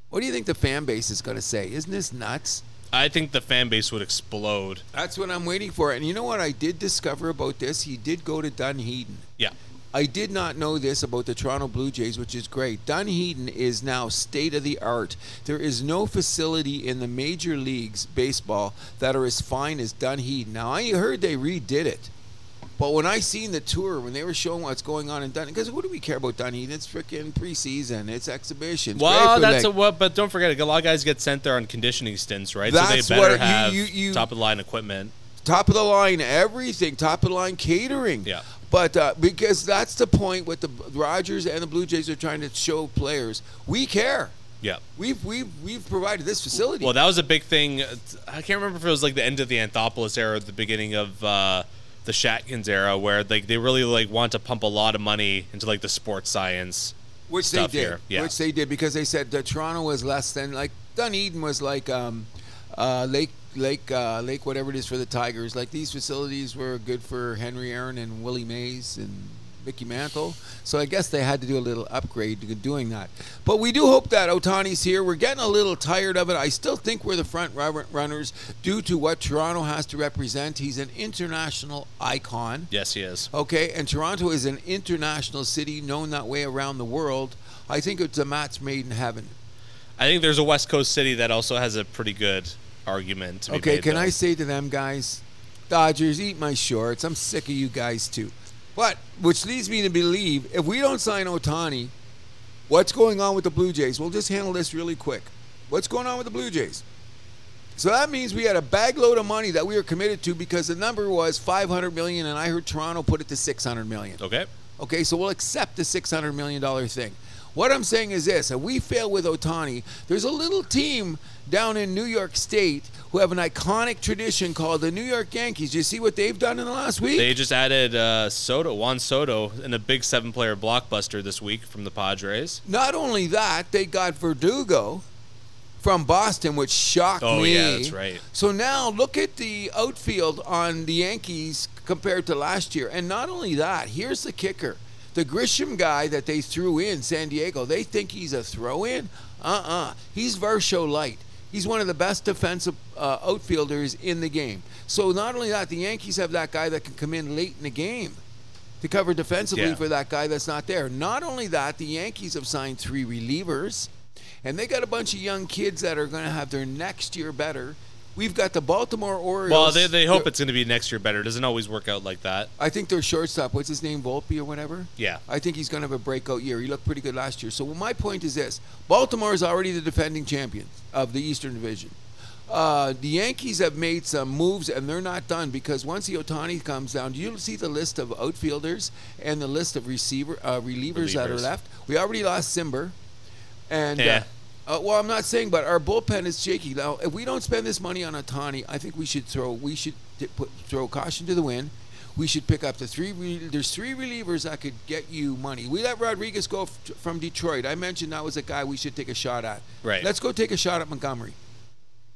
S2: What do you think the fan base is going to say? Isn't this nuts?
S1: I think the fan base would explode.
S2: That's what I'm waiting for. And you know what I did discover about this? He did go to Dunedin.
S1: Yeah.
S2: I did not know this about the Toronto Blue Jays, which is great. Dunedin is now state of the art. There is no facility in the major leagues baseball that are as fine as Dunedin. Now I heard they redid it, but when I seen the tour when they were showing what's going on in Dunedin, because what do we care about Dunedin? It's freaking preseason. It's exhibition. It's great
S1: Well,
S2: for
S1: that's
S2: leg-
S1: a what, but don't forget, a lot of guys get sent there on conditioning stints, right?
S2: That's
S1: so they better
S2: what- you-
S1: have
S2: you- you-
S1: top of the line equipment.
S2: top of the line everything top of the line catering
S1: Yeah.
S2: but uh, because that's the point what the rogers and the blue jays are trying to show players we care
S1: Yeah.
S2: we've we've we've provided this facility
S1: Well, that was a big thing. I can't remember if it was like the end of the Anthopoulos era, or the beginning of uh, the Shatkins era, where like they really like want to pump a lot of money into like the sports science.
S2: which they did
S1: stuff here, yeah.
S2: which they did because they said that toronto was less than like dunedin was like um uh lake lake uh lake whatever it is for the tigers like these facilities were good for henry aaron and willie mays and Mickey Mantle. So I guess they had to do a little upgrade to doing that. But we do hope that Otani's here. We're getting a little tired of it. I still think we're the front rubber- runners due to what Toronto has to represent. He's an international icon.
S1: Yes, he is.
S2: Okay, and Toronto is an international city known that way around the world. I think it's a match made in heaven.
S1: I think there's a West Coast city that also has a pretty good argument. To be
S2: Okay,
S1: made,
S2: can
S1: though.
S2: I say to them guys, Dodgers, eat my shorts. I'm sick of you guys too. But which leads me to believe if we don't sign Otani, what's going on with the Blue Jays? We'll just handle this really quick. What's going on with the Blue Jays? So that means we had a bagload of money that we were committed to because the number was 500 million, and I heard Toronto put it to 600 million.
S1: Okay.
S2: Okay, so we'll accept the $600 million thing. What I'm saying is this if we fail with Otani, there's a little team down in New York State who have an iconic tradition called the New York Yankees. You see what they've done in the last week?
S1: They just added uh, Soto, Juan Soto, in a big seven-player blockbuster this week from the Padres.
S2: Not only that, they got Verdugo from Boston, which shocked
S1: Oh,
S2: me.
S1: yeah, that's right.
S2: So now look at the outfield on the Yankees compared to last year. And not only that, here's the kicker. The Grisham guy that they threw in San Diego, they think he's a throw in? Uh uh He's Versho Light. He's one of the best defensive uh, outfielders in the game. So not only that, the Yankees have that guy that can come in late in the game to cover defensively
S1: Yeah.
S2: for that guy that's not there. Not only that, the Yankees have signed three relievers, and they got a bunch of young kids that are going to have their next year better. We've got the Baltimore Orioles.
S1: Well, they, they hope
S2: They're-
S1: it's going to be next year better. It doesn't always work out like that.
S2: I think their shortstop, what's his name, Volpe or whatever.
S1: Yeah.
S2: I think he's going to have a breakout year. He looked pretty good last year. So my point is this: Baltimore is already the defending champion of the Eastern Division. Uh, the Yankees have made some moves, and they're not done because once the Otani comes down, do you see the list of outfielders and the list of receiver uh, relievers, that are
S1: Relievers.
S2: left? We already lost Simber, and.
S1: Yeah.
S2: Uh, uh, well, I'm not saying, but our bullpen is shaky. Now, if we don't spend this money on Otani, I think we should throw we should t- put, throw caution to the wind. We should pick up the three. Re- there's three relievers that could get you money. We let Rodriguez go f- from Detroit. I mentioned that was a guy we should take a shot at.
S1: Right.
S2: Let's go take a shot at Montgomery,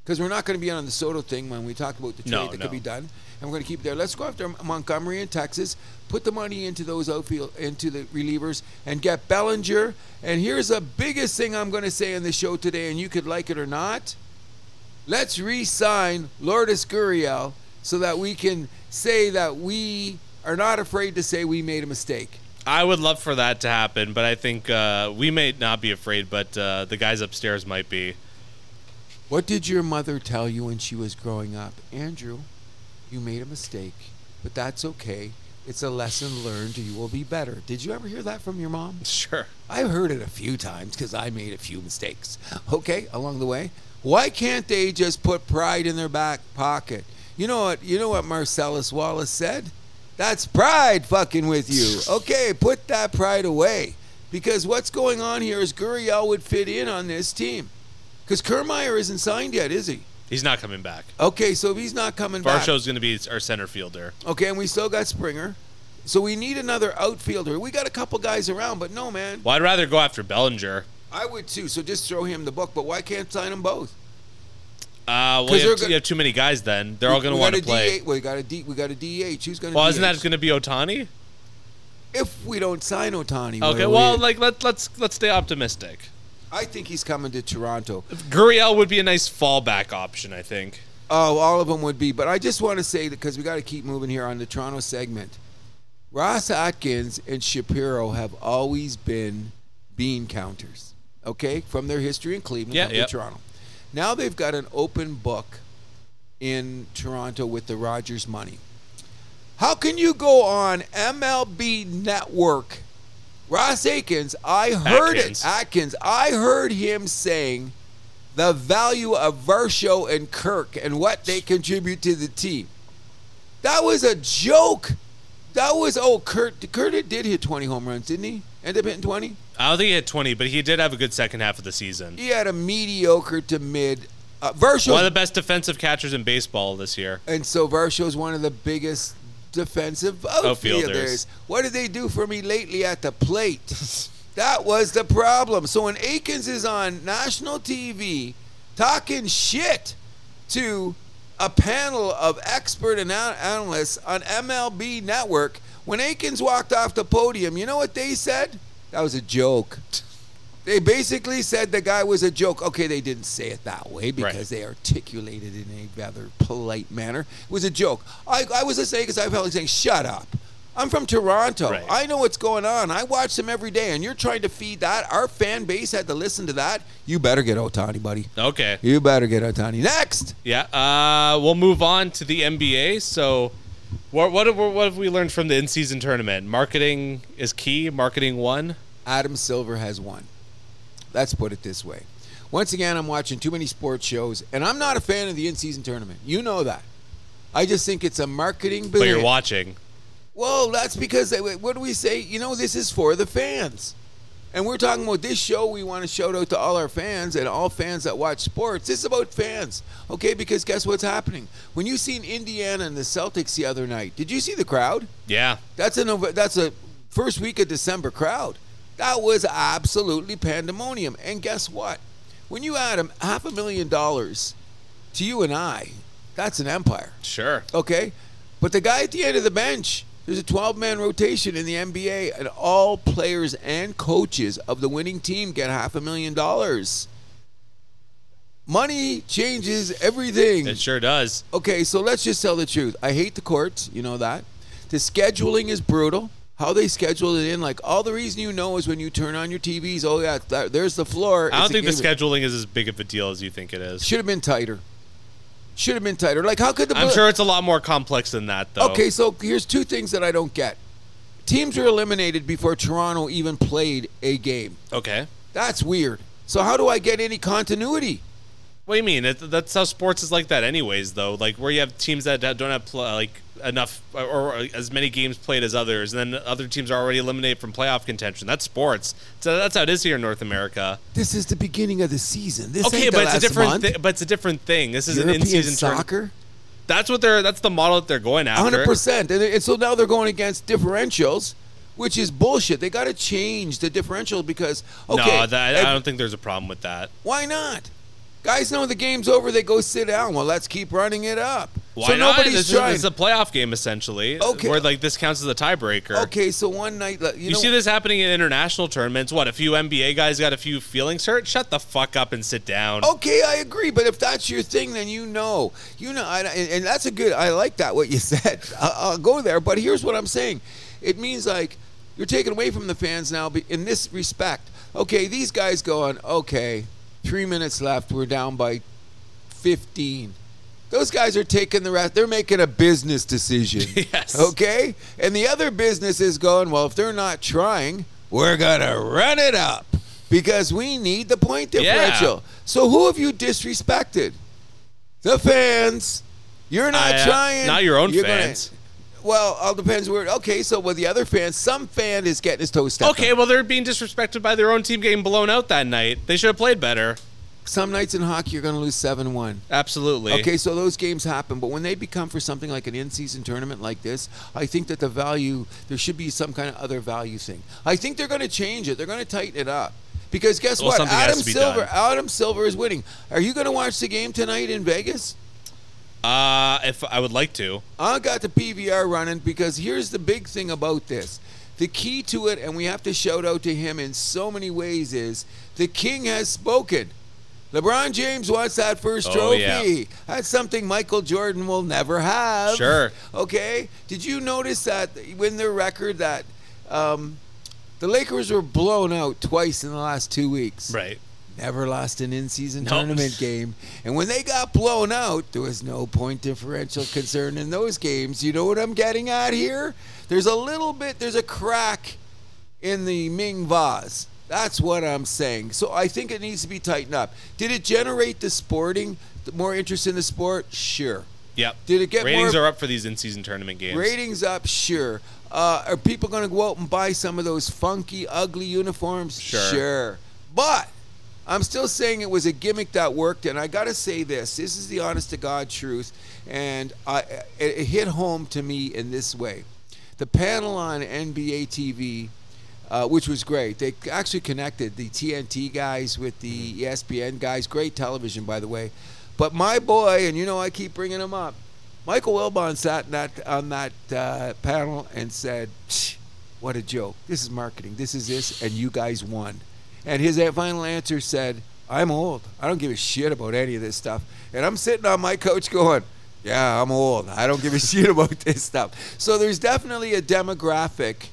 S2: because we're not going to be on the Soto thing when we talk about the trade
S1: No,
S2: that
S1: no.
S2: could be done. And we're going to keep there. Let's go after Montgomery in Texas. Put the money into those outfield, into the relievers, and get Bellinger. And here's the biggest thing I'm going to say in the show today, and you could like it or not. Let's re-sign Lourdes Gurriel so that we can say that we are not afraid to say we made a mistake.
S1: I would love for that to happen, but I think uh, we may not be afraid, but uh, the guys upstairs might be.
S2: What did your mother tell you when she was growing up? Andrew, you made a mistake, but that's okay. It's a lesson learned. You will be better. Did you ever hear that from your mom?
S1: Sure.
S2: I've heard it a few times because I made a few mistakes. Okay, along the way. Why can't they just put pride in their back pocket? You know what? You know what Marcellus Wallace said? That's pride fucking with you. Okay, put that pride away. Because what's going on here is Gurriel would fit in on this team. Because Kermeyer isn't signed yet, is he?
S1: He's not coming back.
S2: Okay, so if he's not coming back.
S1: Barshow's going to be our center fielder.
S2: Okay, and we still got Springer. So we need another outfielder. We got a couple guys around, but no, man.
S1: Well, I'd rather go after Bellinger.
S2: I would too. So just throw him the book. But why can't sign them both?
S1: Uh, well,
S2: 'Cause
S1: you
S2: they're
S1: have,
S2: go-
S1: you have too many guys. Then they're all going to
S2: We
S1: want
S2: got
S1: to
S2: a
S1: play.
S2: DH. Well, we got a D. We got a DH. Who's going to?
S1: Well, isn't that going to be Otani?
S2: if we don't sign Otani?
S1: Okay. Well, like let let's let's stay optimistic.
S2: I think he's coming to Toronto.
S1: Gurriel would be a nice fallback option, I think.
S2: Oh, all of them would be. But I just want to say that because we got to keep moving here on the Toronto segment. Ross Atkins and Shapiro have always been bean counters, okay, from their history in Cleveland,
S1: Yeah,
S2: come to
S1: yeah.
S2: Toronto. Now they've got an open book in Toronto with the Rogers money. How can you go on MLB Network? Ross Atkins, I heard
S1: Atkins.
S2: it. Atkins, I heard him saying the value of Varsho and Kirk and what they contribute to the team. That was a joke. That was oh Kurt. Kurt did hit 20 home runs, didn't he? End up hitting 20.
S1: I don't think he hit 20, but he did have a good second half of the season.
S2: He had a mediocre to mid. Uh, Varsho
S1: One of the best defensive catchers in baseball this year.
S2: And so Varsho's one of the biggest defensive outfielders.
S1: Outfielders.
S2: What did they do for me lately at the plate? that was the problem. So when Akins is on national TV talking shit to a panel of expert and an- analysts on MLB Network, when Akins walked off the podium, you know what they said? That was a joke. They basically said the guy was a joke. Okay, they didn't say it that way because they articulated it in a rather polite manner. It was a joke. I, I was listening because I felt like saying, shut up. I'm from Toronto.
S1: Right.
S2: I know what's going on. I watch them every day, and you're trying to feed that. Our fan base had to listen to that. You better get Otani, buddy.
S1: Okay.
S2: You better get Otani. Next.
S1: Yeah. Uh, we'll move on to the NBA. So, what what have, what have we learned from the in-season tournament? Marketing is key. Marketing one.
S2: Adam Silver has won. Let's put it this way. Once again, I'm watching too many sports shows, and I'm not a fan of the in-season tournament. You know that. I just think it's a marketing.
S1: But you're watching.
S2: Well, that's because they, what do we say? You know, this is for the fans, and we're talking about this show. We want to shout out to all our fans and all fans that watch sports. This is about fans, okay? Because guess what's happening? When you seen Indiana and the Celtics the other night, did you see the crowd?
S1: Yeah.
S2: That's a Nov- that's a first week of December crowd. That was absolutely pandemonium. And guess what? When you add a half a million dollars to you and I, that's an empire.
S1: Sure.
S2: Okay, but the guy at the end of the bench. There's a 12-man rotation in the NBA, and all players and coaches of the winning team get half a million dollars. Money changes everything.
S1: It sure does.
S2: Okay, so let's just tell the truth. I hate the courts, you know that. The scheduling is brutal. How they schedule it in, like all the reason you know is when you turn on your TVs. Oh yeah, that, there's the floor.
S1: I don't think the scheduling is as big of a deal as you think it is.
S2: should have been tighter. Should have been tighter. Like how could the
S1: I'm
S2: Blu-
S1: sure it's a lot more complex than that, though.
S2: Okay, so here's two things that I don't get. Teams were eliminated before Toronto even played a game.
S1: Okay.
S2: That's weird. So how do I get any continuity?
S1: What do you mean? That- That's how sports is like that, anyways. Though, like where you have teams that don't have pl- like enough or, or as many games played as others, and then other teams are already eliminated from playoff contention. That's sports. So that's how it is here in North America.
S2: This is the beginning of the season. This
S1: okay,
S2: ain't the
S1: but it's a
S2: last
S1: different.
S2: month.
S1: Thi- but it's a different thing. This is
S2: European
S1: an in-season tournament.
S2: soccer.
S1: That's what they're. That's the model that they're going after.
S2: hundred percent. And, and so now they're going against differentials, which is bullshit. They got to change the differential because okay,
S1: no, that,
S2: ev-
S1: I don't think there's a problem with that.
S2: why not? Guys know the game's over. They go sit down. Well, let's keep running it up.
S1: Why
S2: so
S1: not?
S2: nobody's
S1: This is,
S2: trying.
S1: this is a playoff game essentially.
S2: Okay.
S1: Where like this counts as a tiebreaker.
S2: okay, so one night like, you,
S1: You
S2: know,
S1: see this happening in international tournaments. What, a few NBA guys got a few feelings hurt? Shut the fuck up and sit down.
S2: Okay, I agree, but if that's your thing, then you know, you know, I, and, and that's a good. I like that what you said. I'll, I'll go there, but here's what I'm saying: it means like you're taken away from the fans now be- in this respect. Okay, these guys going, okay, three minutes left, we're down by 15. Those guys are taking the rest. They're making a business decision.
S1: Yes.
S2: Okay? And the other business is going, well, if they're not trying, we're going to run it up because we need the point differential. So who have you disrespected? The fans. You're not
S1: I, uh,
S2: trying.
S1: not your own
S2: You're gonna-
S1: fans.
S2: well, all depends where. Okay, so with the other fans, some fan is getting his toes stepped on.
S1: Okay, well they're being disrespected by their own team getting blown out that night. They should have played better.
S2: Some nights in hockey, you're going to lose 7 1.
S1: Absolutely.
S2: Okay, so those games happen, but when they become for something like an in-season tournament like this, I think that the value there should be some kind of other value thing. I think they're going to change it. They're going to tighten it up because guess
S1: Well,
S2: what?
S1: something has
S2: Adam
S1: to be
S2: Silver,
S1: done.
S2: Adam Silver is winning. Are you going to watch the game tonight in Vegas?
S1: Uh, if I would like to.
S2: I got the PVR running because here's the big thing about this. The key to it, and we have to shout out to him in so many ways, is the king has spoken. LeBron James wants that first
S1: Oh,
S2: trophy.
S1: yeah.
S2: That's something Michael Jordan will never have.
S1: Sure.
S2: Okay. Did you notice that when their record that um, the Lakers were blown out twice in the last two weeks?
S1: Right.
S2: Never lost an in-season
S1: No.
S2: tournament game, and when they got blown out, there was no point differential concern in those games. You know what I'm getting at here? There's a little bit, there's a crack in the Ming vase. That's what I'm saying. So I think it needs to be tightened up. Did it generate the sporting the more interest in the sport? Sure.
S1: Yep.
S2: Did it get
S1: ratings
S2: more-
S1: are up for these in-season tournament games?
S2: Ratings up, sure. Uh, are people going to go out and buy some of those funky, ugly uniforms?
S1: Sure.
S2: Sure. But I'm still saying it was a gimmick that worked, and I got to say this: this is the honest to God truth, and I, it, it hit home to me in this way. The panel on NBA TV. Uh, which was great. They actually connected the TNT guys with the E ESPN guys. Great television, by the way. But my boy, and you know I keep bringing him up, Michael Wilbon sat in that, on that uh, panel and said, "Psh, "What a joke! This is marketing. This is this, and you guys won." And his final answer said, "I'm old. I don't give a shit about any of this stuff." And I'm sitting on my couch going, "Yeah, I'm old. I don't give a shit about this stuff." So there's definitely a demographic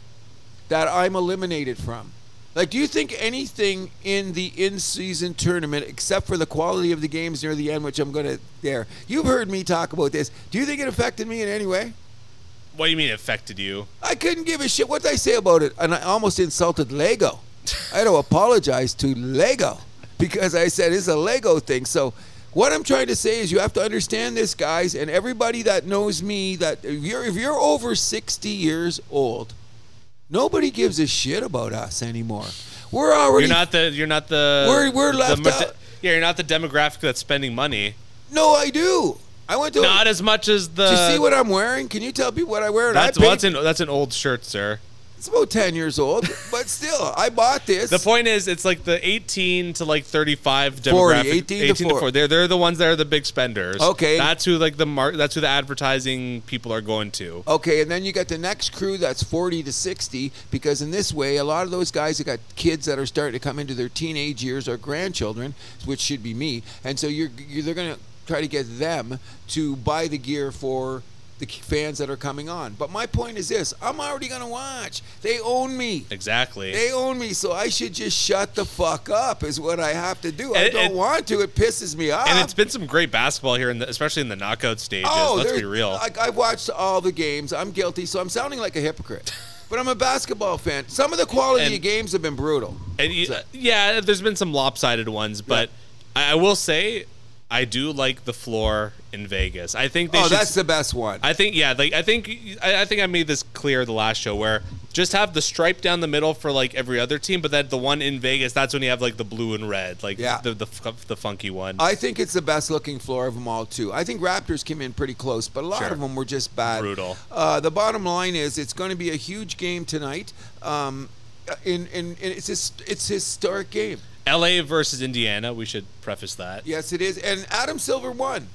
S2: that I'm eliminated from. Like, do you think anything in the in-season tournament, except for the quality of the games near the end, which I'm gonna there? You've heard me talk about this. Do you think it affected me in any way?
S1: What do you mean it affected you?
S2: I couldn't give a shit what did I say about it, and I almost insulted Lego. I had to apologize to Lego because I said it's a Lego thing. So, what I'm trying to say is you have to understand this, guys, and everybody that knows me. That if you're if you're over 60 years old, nobody gives a shit about us anymore. We're already
S1: You're not the. You're not the.
S2: We're- we're
S1: the
S2: left
S1: mer-
S2: out.
S1: Yeah, you're not the demographic that's spending money.
S2: no, I do. I went to.
S1: Not as much as the.
S2: do you see what I'm wearing? Can you tell people what I wear? And I
S1: that's
S2: paid-
S1: well, that's an that's an old shirt, sir.
S2: It's about 10 years old, but still, I bought this.
S1: The point is, it's like the 18 to like 35 demographic.
S2: 40, 18 to 40.
S1: They're they're the ones that are the big spenders.
S2: Okay.
S1: That's who like the mar- That's who the advertising people are going to.
S2: Okay, and then you got the next crew that's 40 to 60, because in this way, a lot of those guys that got kids that are starting to come into their teenage years or grandchildren, which should be me, and so you're, you're they're going to try to get them to buy the gear for the k- fans that are coming on. But my point is this I'm already going to watch. They own me.
S1: Exactly.
S2: They own me, so I should just shut the fuck up, is what I have to do. I
S1: And-
S2: don't
S1: and-
S2: want to. It pisses me off.
S1: and it's been some great basketball here, in the, especially in the knockout stages. Let's
S2: there's-
S1: be real.
S2: Like I've watched all the games. I'm guilty, so I'm sounding like a hypocrite. But I'm a basketball fan. Some of the quality
S1: And-
S2: of games have been brutal.
S1: And you,
S2: So-
S1: yeah, there's been some lopsided ones, but I I will say I do like the floor in Vegas. I think they
S2: Oh,
S1: should.
S2: that's the best one.
S1: I think yeah, like I think I, I think I made this clear the last show where just have the stripe down the middle for like every other team, but that the one in Vegas, that's when you have like the blue and red, like
S2: Yeah. Uh,
S1: the, the f- the funky one.
S2: I think it's the best looking floor of them all too. I think Raptors came in pretty close, but a lot
S1: Sure.
S2: of them were just bad.
S1: Brutal.
S2: Uh, the bottom line is it's going to be a huge game tonight. Um, in, in, in it's his, it's a historic game.
S1: L.A. versus Indiana. We should preface that.
S2: Yes, it is. And Adam Silver won.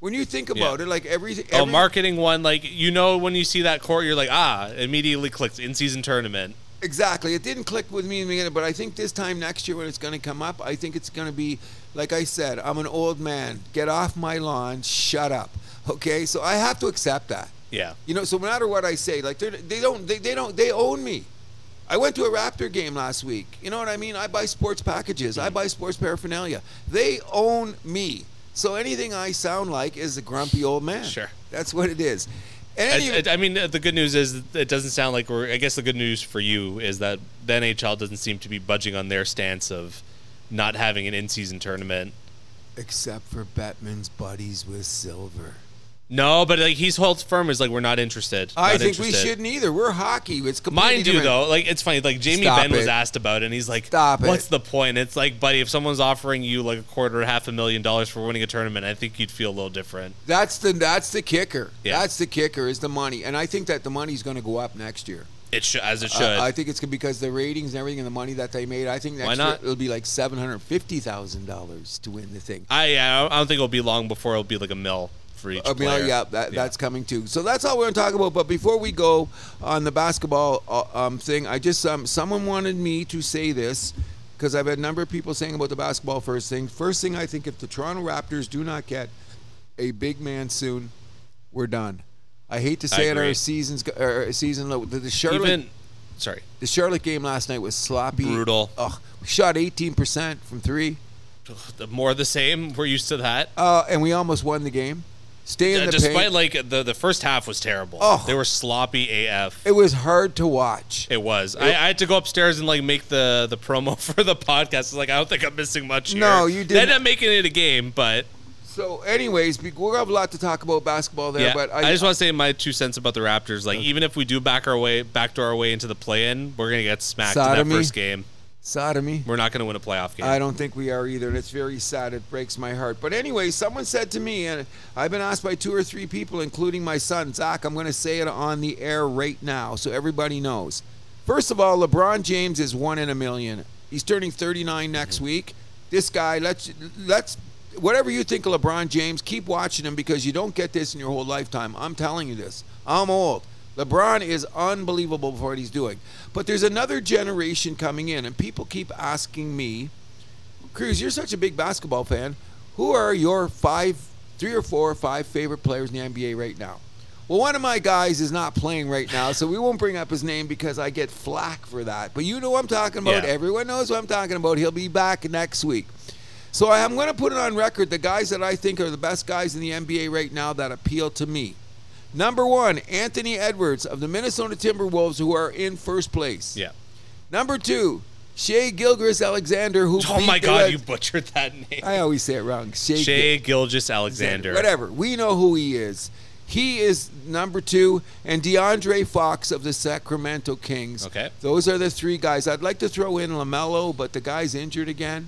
S2: When you think about it, like everything.
S1: Oh,
S2: every-
S1: marketing one, like you know when you see that court, you're like ah, immediately clicked in season tournament.
S2: Exactly. It didn't click with me in the beginning, but I think this time next year when it's going to come up, I think it's going to be, like I said, I'm an old man. Get off my lawn. Shut up. Okay? So I have to accept that.
S1: Yeah.
S2: You know, so no matter what I say, like they're, they don't, they, they don't, they own me. I went to a Raptor game last week. You know what I mean? I buy sports packages. I buy sports paraphernalia. They own me. So anything I sound like is a grumpy old man.
S1: Sure.
S2: That's what it is.
S1: I,
S2: And anyway,
S1: I- I mean, the good news is it doesn't sound like we're. I guess the good news for you is that the NHL doesn't seem to be budging on their stance of not having an in-season tournament.
S2: except for Batman's buddies with silver.
S1: No, but like he's holds firm. Is like we're not interested.
S2: I
S1: Not
S2: think we
S1: interested.
S2: shouldn't either. We're hockey. It's completely
S1: Mind you,
S2: different.
S1: though, like it's funny. Like Jamie
S2: Stop
S1: Ben was
S2: it.
S1: asked about it, and he's like,
S2: Stop it.
S1: "What's the point?" It's like, buddy, if someone's offering you like a quarter, or half a million dollars for winning a tournament, I think you'd feel a little different.
S2: That's the that's the kicker.
S1: Yeah.
S2: That's the kicker is the money, and I think that the money's going to go up next year. Uh,
S1: It should, as it should.
S2: I, I think it's because the ratings and everything and the money that they made. I think next
S1: Why not?
S2: year it'll be like seven hundred fifty thousand dollars to win the thing.
S1: I, yeah, I don't- I don't think it'll be long before it'll be like a mill for each
S2: I mean,
S1: player.
S2: yeah, that, that's coming too. So that's all we're going to talk about. But before we go on the basketball uh, um, thing, I just um, someone wanted me to say this because I've had a number of people saying about the basketball first thing. First thing I think, if the Toronto Raptors do not get a big man soon, we're done. I hate to say it,
S1: agree.
S2: our season's go- our season low. The, the Charlotte
S1: even sorry,
S2: the Charlotte game last night was sloppy,
S1: Brutal.
S2: Ugh, we shot eighteen percent from three,
S1: the more of the same. We're used to that.
S2: uh, and we almost won the game. Stay in
S1: Uh,
S2: the
S1: Despite
S2: paint.
S1: like the the first half was terrible.
S2: Oh.
S1: They were sloppy AF.
S2: it was hard to watch.
S1: It was. I, I had to go upstairs and like make the the promo for the podcast. It's like I don't think I'm missing much. Here.
S2: No, you
S1: They
S2: didn't.
S1: ended up making it a game, but
S2: So, anyways, we will have a lot to talk about basketball there,
S1: yeah.
S2: but
S1: I, just want to say my two cents about the Raptors. Like even if we do back our way back to our way into the play-in, we're gonna get smacked in
S2: Sodomy.
S1: that first game.
S2: sodomy.
S1: We're not gonna win a playoff game.
S2: I don't think we are either, and it's very sad. It breaks my heart. But anyway, someone said to me, and I've been asked by two or three people, including my son Zach. I'm going to say it on the air right now, so everybody knows. First of all, LeBron James is one in a million. He's turning 39 next week. This guy, let's let's whatever you think of LeBron James, keep watching him because you don't get this in your whole lifetime. I'm telling you this. I'm old. LeBron is unbelievable for what he's doing. But there's another generation coming in, and people keep asking me, Cruz, you're such a big basketball fan. Who are your five, three or four, or five favorite players in the NBA right now? Well, one of my guys is not playing right now, so we won't bring up his name because I get flack for that. But you know what I'm talking about.
S1: Yeah.
S2: Everyone knows what I'm talking about. He'll be back next week. So I am going to put it on record the guys that I think are the best guys in the NBA right now that appeal to me. Number one, Anthony Edwards of the Minnesota Timberwolves, who are in first place.
S1: yeah.
S2: Number two, Shea Gilgris Alexander, who
S1: Oh
S2: beat
S1: my
S2: the
S1: God,
S2: Reds-
S1: you butchered that name.
S2: I always say it wrong. Shea,
S1: Shea Gilgis Alexander.
S2: Whatever. We know who he is. He is number two, and DeAndre Fox of the Sacramento Kings.
S1: Okay.
S2: Those are the three guys. I'd like to throw in LaMelo, but the guy's injured again.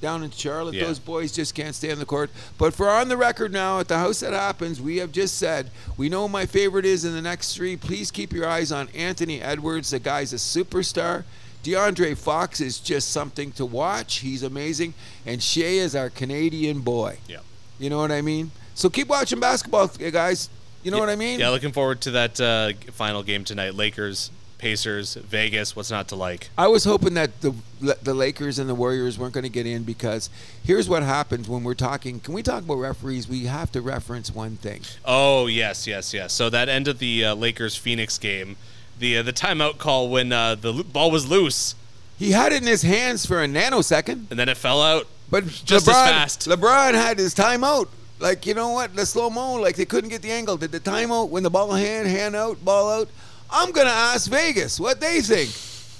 S2: Down in Charlotte,
S1: Yeah.
S2: those boys just can't stay on the court. But for on the record now, at the house that happens, we have just said we know who my favorite is in the next three. Please keep your eyes on Anthony Edwards. The guy's a superstar. DeAndre Fox is just something to watch. He's amazing. And Shea is our Canadian boy.
S1: Yeah.
S2: You know what I mean? So keep watching basketball, eh, guys. You know what I mean?
S1: Yeah, looking forward to that uh, final game tonight. Lakers, Pacers, Vegas. What's not to like?
S2: I was hoping that the the Lakers and the Warriors weren't going to get in because here's what happens when we're talking. Can we talk about referees? We have to reference one thing.
S1: Oh yes, yes, yes. So that end of the uh, Lakers Phoenix game, the uh, the timeout call when uh, the lo- ball was loose
S2: He had it in his hands for a nanosecond,
S1: and then it fell out.
S2: but
S1: Just as
S2: LeBron,
S1: fast.
S2: LeBron had his timeout. Like you know what? The slow mo. Like they couldn't get the angle. Did the timeout when the ball hand hand out ball out? I'm gonna ask Vegas what they think.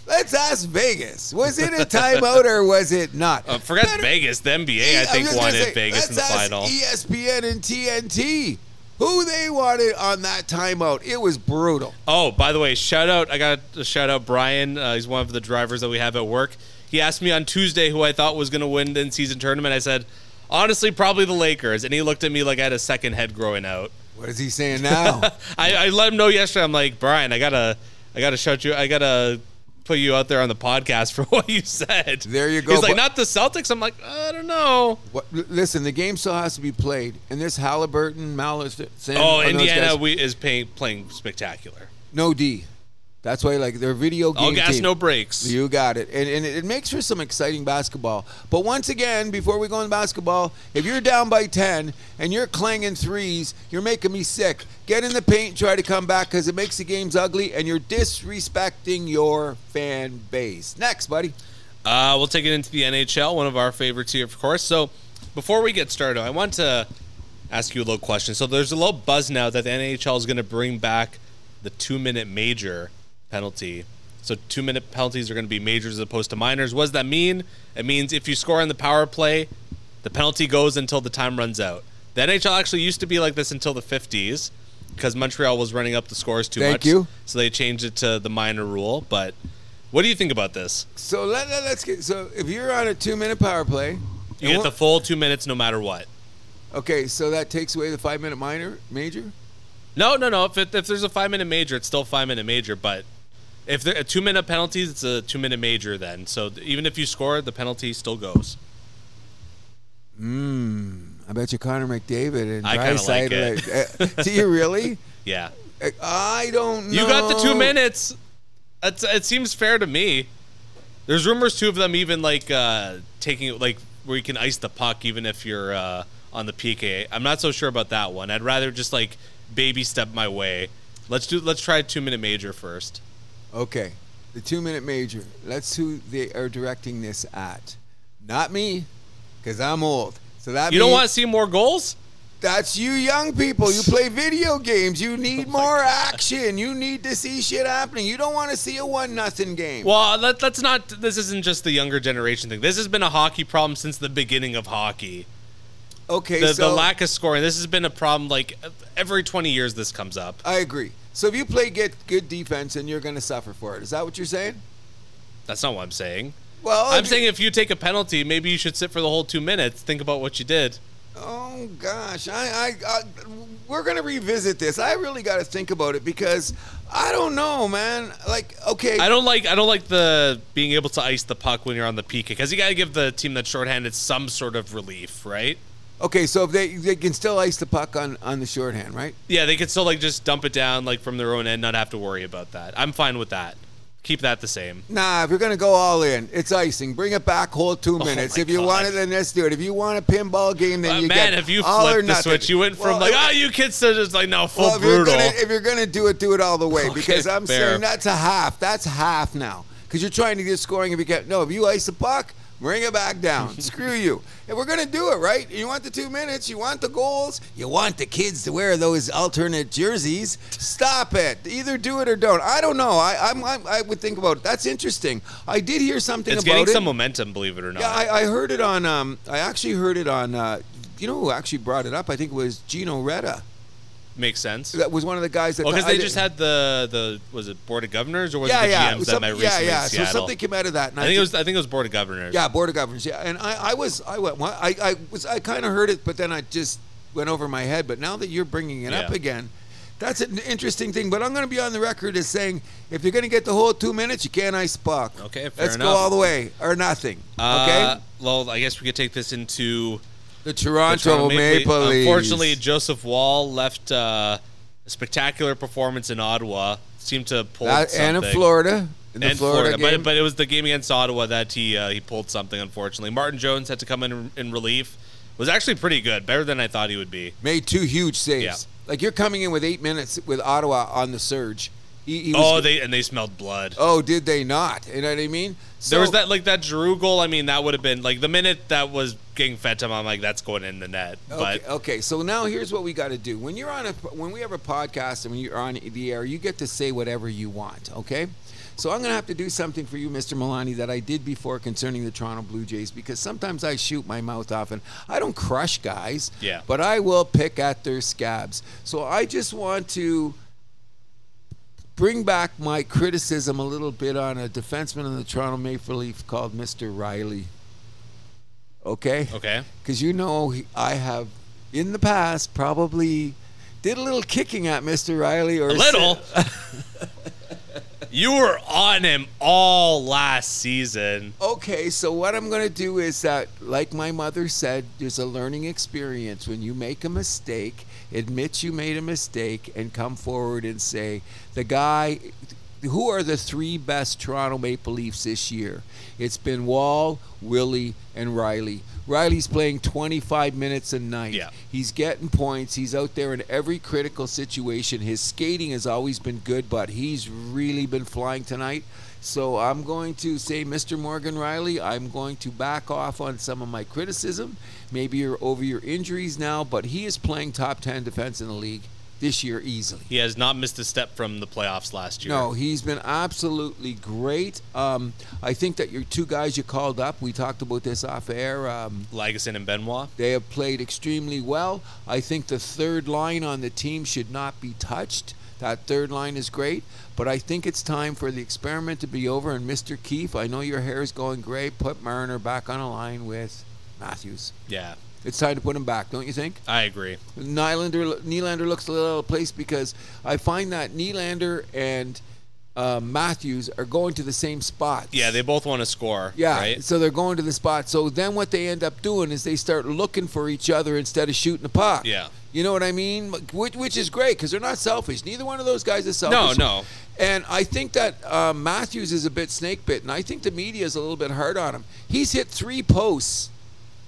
S2: Let's ask Vegas. Was it a timeout or was it not?
S1: Uh, forgot
S2: Better-
S1: Vegas. The NBA,
S2: Yeah,
S1: I
S2: E- I'm
S1: think,
S2: just gonna
S1: wanted
S2: say, e-
S1: Vegas in the
S2: let's ask
S1: final.
S2: ESPN and TNT, who they wanted on that timeout. It was brutal.
S1: Oh, by the way, shout out! I got to shout out Brian. Uh, he's one of the drivers that we have at work. He asked me on Tuesday who I thought was going to win the in-season tournament. I said, honestly, probably the Lakers, and he looked at me like I had a second head growing out.
S2: What is he saying now?
S1: I, I let him know yesterday. I'm like, Brian, I gotta, I gotta shout you. I gotta put you out there on the podcast for what you said.
S2: There you go,
S1: He's like,
S2: but-
S1: not the Celtics. I'm like, I don't know.
S2: what, l- listen, the game still has to be played, and this Halliburton, Mallerson.
S1: Oh,
S2: and those
S1: Indiana
S2: guys,
S1: we, is paying, playing spectacular.
S2: no D. That's why, like, they're video game.
S1: All gas,
S2: team.
S1: no breaks.
S2: You got it. And, and it it makes for some exciting basketball. But once again, before we go in basketball, if you're down by 10 and you're clanging threes, you're making me sick. Get in the paint, try to come back because it makes the games ugly and you're disrespecting your fan base. Next, buddy.
S1: Uh, we'll take it into the NHL, one of our favorites here, of course. So, Before we get started, I want to ask you a little question. So there's a little buzz now that the NHL is going to bring back the two minute major penalty. So two minute penalties are going to be majors as opposed to minors. What does that mean? It means if you score on the power play, the penalty goes until the time runs out. The NHL actually used to be like this until the 50s because Montreal was running up the scores too
S2: Thank
S1: much.
S2: you.
S1: So they changed it to the minor rule. But what do you think about this?
S2: So let, let, us get. So if you're on a two minute power play,
S1: You
S2: and
S1: get the
S2: what-
S1: full two minutes no matter what.
S2: okay. So that takes away the five minute minor major.
S1: No, no, no. If, it, if there's a five minute major, it's still five minute major. But if there are two minute penalties, it's a two minute major then. So th- even if you score, the penalty still goes.
S2: Hmm, I bet you Connor McDavid and
S1: I kinda like
S2: Draisaitl- uh, do you really?
S1: Yeah.
S2: Uh, I don't. know.
S1: You got the two minutes. It's, it seems fair to me. There's rumors too of them even like uh, taking it like where you can ice the puck even if you're uh, on the PK. I'm not so sure about that one. I'd rather just like baby step my way. Let's do. Let's try a two minute major first.
S2: Okay, the two minute major. Let's who they are directing this at. Not me, because I'm old. So that
S1: You don't
S2: means-
S1: want to see more goals?
S2: That's you young people. You play video games. You
S1: Oh
S2: need more action. You need to see shit happening. You don't want to see a one nothing game.
S1: Well, let, let's not. This isn't just the younger generation thing. This has been a hockey problem since the beginning of hockey.
S2: okay,
S1: The,
S2: so
S1: the lack of scoring. This has been a problem. Like every twenty years, this comes up.
S2: I agree. So if you play get good defense, and you're going to suffer for it. Is that what you're saying?
S1: That's not what I'm saying.
S2: Well,
S1: I'm
S2: if you-
S1: saying if you take a penalty, maybe you should sit for the whole two minutes. Think about what you did.
S2: Oh gosh, I, I, I we're gonna revisit this. I really got to think about it because I don't know, man. Like, okay,
S1: I don't like. I don't like the being able to ice the puck when you're on the PK because you got to give the team that's shorthanded some sort of relief, right?
S2: okay. So if they they can still ice the puck on on the shorthand, right?
S1: Yeah, they could still like just dump it down like from their own end, not have to worry about that. I'm fine with that. Keep that the same.
S2: Nah, if you're gonna go all in, it's icing. Bring it back whole two
S1: Oh my
S2: minutes. if you
S1: God.
S2: want it, then let's do it. If you want a pinball game, then
S1: Uh,
S2: you
S1: man,
S2: get
S1: if you
S2: all or
S1: flipped the
S2: nothing.
S1: switch, you went from
S2: Well,
S1: like,
S2: if-
S1: oh, you kids are just like, no, full
S2: well, if you're,
S1: Oh, brutal.
S2: gonna, if you're gonna do it, do it all the way.
S1: Okay,
S2: because I'm
S1: fair.
S2: saying that's a half. That's half now. Because you're trying to get scoring. If you get no, if you ice the puck, bring it back down. Screw you. If we're gonna do it right, you want the two minutes, you want the goals, you want the kids to wear those alternate jerseys. Stop it. Either do it or don't. I don't know. I I'm, I'm, I would think about it. That's interesting. I did hear something
S1: it's
S2: about
S1: getting
S2: it.
S1: some momentum, believe it or not.
S2: Yeah, I, I heard it on. Um, I actually heard it on. Uh, you know who actually brought it up? I think it was Gino Retta.
S1: Makes sense.
S2: That was one of the guys that.
S1: Well, because
S2: I
S1: they
S2: did-
S1: just had the the was it board of governors or was
S2: yeah,
S1: it the
S2: yeah,
S1: GMs that
S2: some-
S1: met
S2: yeah,
S1: recently
S2: yeah.
S1: in
S2: So
S1: Seattle?
S2: something came out of that. And
S1: I think it was I think it was board of governors.
S2: Yeah, board of governors. Yeah, and I, I was, I went, well, I, I was, I kind of heard it, but then I just went over my head. But now that you're bringing it up
S1: Yeah.
S2: again, that's an interesting thing. But I'm going to be on the record as saying, if you're going to get the whole two minutes, you can't ice buck.
S1: Okay, fair
S2: Let's go
S1: enough.
S2: all the way or nothing.
S1: Uh,
S2: okay.
S1: Well, I guess we could take this into the
S2: The Toronto,
S1: Toronto
S2: Maple, Leafs.
S1: Unfortunately, Joseph Wall left uh, a spectacular performance in Ottawa. Seemed to pull
S2: That- and in
S1: something.
S2: Florida, in the
S1: and
S2: Florida,
S1: Florida,
S2: game.
S1: but, but it was the game against Ottawa that he uh, he pulled something. Unfortunately, Martin Jones had to come in in relief. Was actually pretty good, better than I thought he would be.
S2: made two huge saves.
S1: Yeah.
S2: Like you're coming in with eight minutes with Ottawa on the surge. He, he was,
S1: Oh, they and they smelled blood.
S2: Oh, did they not? You know what I mean? So,
S1: there was that like that Giroux goal. I mean, that would have been like the minute that was getting fed to him. I'm like, that's going in the net. But
S2: Okay, okay, so now here's what we got to do. When you're on a, when we have a podcast and when you're on the air, you get to say whatever you want. Okay, so I'm gonna have to do something for you, Mr. Milani, that I did before concerning the Toronto Blue Jays because sometimes I shoot my mouth off and I don't crush guys.
S1: Yeah.
S2: But I will pick at their scabs. So I just want to bring back my criticism a little bit on a defenseman in the Toronto Maple Leaf called Mr. Riley. Okay.
S1: okay,
S2: Because you know, he- I have in the past probably did a little kicking at Mr. Riley or
S1: a little. you were on him all last season.
S2: Okay, so what I'm going to do is that, like my mother said, there's a learning experience. When you make a mistake, admit you made a mistake and come forward and say, the guy. who are the three best Toronto Maple Leafs this year? It's been Wall, Willie, and Riley. Riley's playing 25 minutes a night.
S1: Yeah.
S2: He's getting points. He's out there in every critical situation. His skating has always been good, but he's really been flying tonight. So I'm going to say, Mr. Morgan Riley, I'm going to back off on some of my criticism. Maybe you're over your injuries now, but he is playing top 10 defense in the league this year easily.
S1: He has not missed a step from the playoffs last year.
S2: No, he's been absolutely great. Um, I think that your two guys you called up, we talked about this off air. Um,
S1: Lagesson and Benoit.
S2: they have played extremely well. I think the third line on the team should not be touched. That third line is great, but I think it's time for the experiment to be over. And Mr. Keefe, I know your hair is going gray. Put Mariner back on a line with Matthews.
S1: Yeah,
S2: It's time to put him back, don't you think?
S1: I agree.
S2: Nylander, Nylander looks a little out of place because I find that Nylander and uh, Matthews are going to the same spots.
S1: Yeah, they both want to score.
S2: Yeah,
S1: right?
S2: so they're going to the spot. So then what they end up doing is they start looking for each other instead of shooting the puck.
S1: Yeah.
S2: You know what I mean? Which, which is great because they're not selfish. Neither one of those guys is
S1: No,
S2: selfish.
S1: no.
S2: And I think that uh, Matthews is a bit snake bitten. I think the media is a little bit hard on him. He's hit three posts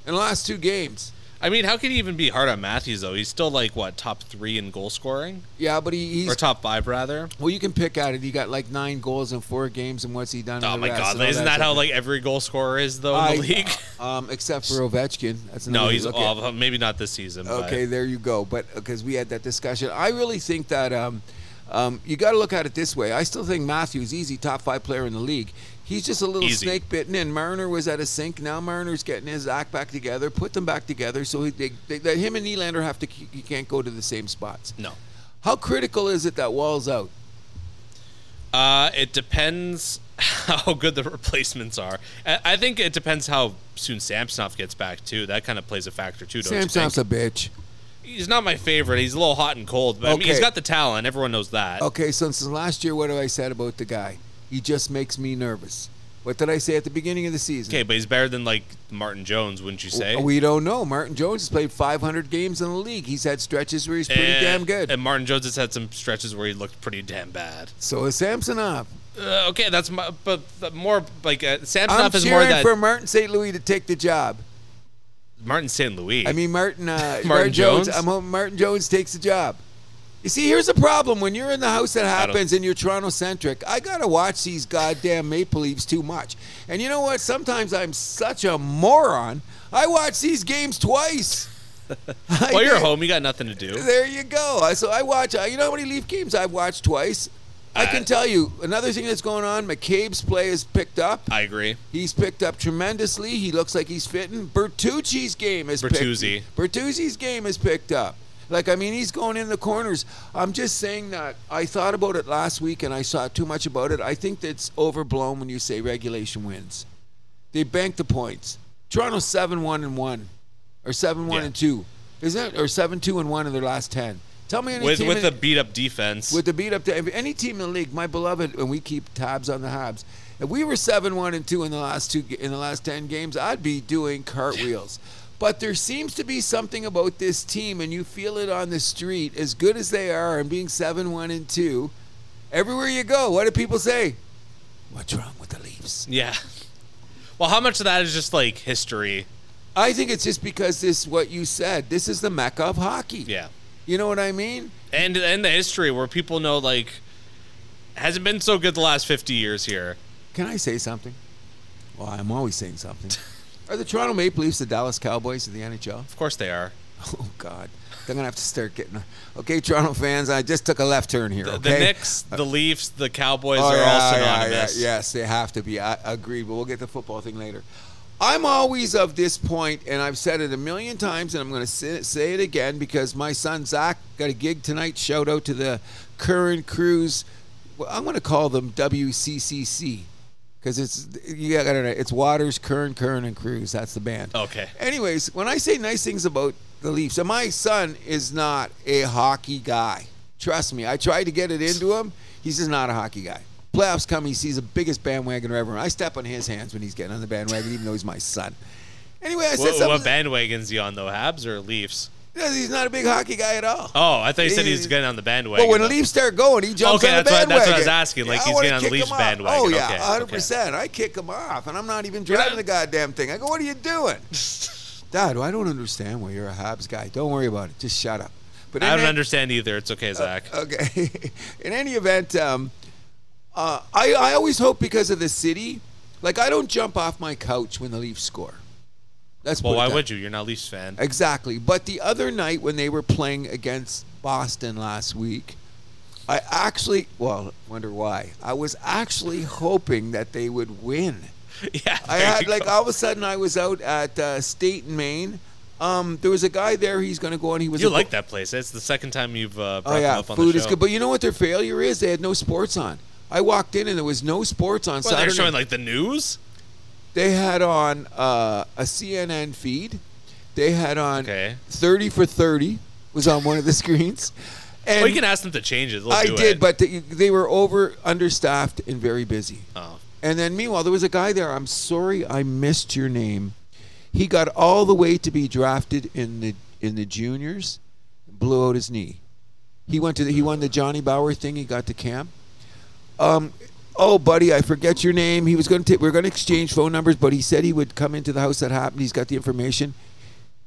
S2: in the last two games.
S1: I mean, how can he even be hard on Matthews though? He's still like what top three in goal scoring
S2: Yeah, but he, he's
S1: or top five rather.
S2: Well, you can pick at it. He got like nine goals in four games, and what's he done? in
S1: Oh
S2: the
S1: my
S2: rest
S1: God!
S2: and all
S1: Isn't that how
S2: stuff.
S1: like every goal scorer is though in the
S2: I-
S1: league?
S2: Um, except for Ovechkin. That's another
S1: no, he's
S2: look at.
S1: oh, maybe not this season. but-
S2: Okay, there you go. But because we had that discussion, I really think that um, um, you got to look at it this way. I still think Matthews easy top five player in the league. He's just a little
S1: Easy.
S2: snake bitten, and Marner was at a sink. Now Marner's getting his act back together, put them back together. So he, they, they, that him and Nylander have to. He can't go to the same spots.
S1: No.
S2: How critical is it that Wall's out?
S1: Uh, it depends how good the replacements are. I I think it depends how soon Samsonov gets back too. That kind of plays a factor too. Don't you
S2: Samson's
S1: think?
S2: a bitch.
S1: he's not my favorite. He's a little hot and cold, but I mean, he's
S2: Okay.
S1: got the talent. Everyone knows that.
S2: Okay, so since last year, what have I said about the guy? He just makes me nervous. What did I say at the beginning of the season?
S1: Okay, but he's better than like Martin Jones, wouldn't you say?
S2: We don't know. Martin Jones has played 500 games in the league. He's had stretches where he's pretty
S1: And-
S2: damn good.
S1: Eh, And Martin Jones has had some stretches where he looked pretty damn bad.
S2: so is Samsonov.
S1: Uh, okay, that's my, but, but more like uh,
S2: I'm
S1: Samsonov is
S2: cheering
S1: more that
S2: for Martin St. Louis to take the job.
S1: Martin St. Louis.
S2: I mean, Martin uh, Martin,
S1: Jones?
S2: Jones. I'm hoping Martin Jones takes the job. You see, here's the problem. When you're in the house that
S1: don't-
S2: happens and you're Toronto centric, I gotta watch these goddamn Maple Leafs too much. And you know what? Sometimes I'm such a moron. I watch these games twice. I
S1: well, you're
S2: did.
S1: home. You got nothing to do.
S2: There you go. I- So I watch. I- You know how many Leaf games I've watched twice? I
S1: Uh,
S2: can tell you another thing that's going on. McCabe's play is picked up.
S1: I agree.
S2: He's picked up tremendously. He looks like he's fitting. Bertucci's game is
S1: Bertuzzi.
S2: Picked, Bertuzzi's game is picked up. Like I mean, he's going in the corners. I'm just saying that I thought about it last week and I saw too much about it. I think that's overblown when you say regulation wins. They bank the points. Toronto seven one and one, or seven one
S1: Yeah.
S2: and two, isn't it? Or seven two and one in their last ten. Tell me any
S1: With
S2: team
S1: with
S2: in-
S1: the beat up defense.
S2: with the beat up to any team in the league, my beloved, and we keep tabs on the Habs. If we were seven one and two in the last two in the last ten games, I'd be doing cartwheels. But there seems to be something about this team, and you feel it on the street. As good as they are, and being seven one and two, everywhere you go, what do people say? What's wrong with the Leafs?
S1: yeah. Well, how much of that is just like history?
S2: I think it's just because this what you said. This is the mecca of hockey.
S1: Yeah.
S2: you know what I mean.
S1: and and the history where people know like hasn't been so good the last 50 years here.
S2: Can I say something? Well, I'm always saying something. Are the Toronto Maple Leafs the Dallas Cowboys of the NHL?
S1: Of course they are.
S2: Oh God, they're gonna have to start getting. Okay, Toronto fans, I just took a left turn here.
S1: The,
S2: Okay?
S1: the Knicks, the Leafs, the Cowboys
S2: Oh,
S1: are all
S2: yeah, yeah,
S1: synonymous.
S2: yeah, yes, they have to be. I agree, but we'll get the football thing later. I'm always of this point, and I've said it a million times, and I'm going to say say it again because my son Zach got a gig tonight. Shout out to the Curran Crews. Well, I'm going to call them WCCC because it's you got to know it's Waters, Curran, Curran, and Crews. That's the band.
S1: Okay.
S2: Anyways, when I say nice things about the Leafs, and my son is not a hockey guy. Trust me, I tried to get it into him. He's just not a hockey guy. Playoffs come, he sees the biggest bandwagoner ever. I step on his hands when he's getting on the bandwagon, even though he's my son. Anyway, I said
S1: What,
S2: something.
S1: what bandwagon's he on though? Habs or Leafs?
S2: He's not a big hockey guy at all.
S1: Oh, I thought you said he was getting on the bandwagon.
S2: But when
S1: though.
S2: Leafs start going, he jumps
S1: Okay,
S2: on
S1: that's
S2: the
S1: what-
S2: bandwagon.
S1: that's what I was asking, like,
S2: I
S1: he's
S2: wanna
S1: getting on the
S2: kick
S1: Leafs
S2: him off.
S1: bandwagon.
S2: Oh yeah,
S1: Okay, okay.
S2: 100%. I kick him off, and I'm not even
S1: not-
S2: driving the goddamn thing. I go, what are you doing? Dad, I don't understand why you're a Habs guy. Don't worry about it. Just shut up. But
S1: I
S2: in
S1: don't
S2: that-
S1: understand either. It's
S2: Uh,
S1: okay, Zach.
S2: Okay. In any event, um, uh, I, I always hope because of the city, like I don't jump off my couch when the Leafs score. That's
S1: well, why would you? You're not a Leafs fan.
S2: exactly. But the other night when they were playing against Boston last week, I actually well wonder why I was actually hoping that they would win.
S1: yeah.
S2: I
S1: there
S2: had
S1: you
S2: like
S1: go.
S2: all of a sudden I was out at uh, State in Maine. Um, there was a guy there. He's going to go and he was
S1: you
S2: a
S1: like that place. It's the second time you've uh, brought
S2: Oh yeah,
S1: them up on
S2: food
S1: the show.
S2: is good, but you know what their failure is? They had no sports on. I walked in and there was no sports on
S1: Well, they're
S2: Saturday.
S1: showing like the news.
S2: they had on uh, a CNN feed. They had on
S1: Okay.
S2: thirty for thirty was on one of the screens. And
S1: well, you can ask them to change it. They'll
S2: I
S1: do
S2: did,
S1: it.
S2: but they, they were over understaffed and very busy.
S1: Oh.
S2: And then meanwhile, there was a guy there. I'm sorry, I missed your name. He got all the way to be drafted in the in the juniors, blew out his knee. He went to the, he won the Johnny Bauer thing. He got to camp. Um, oh, buddy, I forget your name. He was going to we are going to exchange phone numbers, but he said he would come into the house that happened. He's got the information.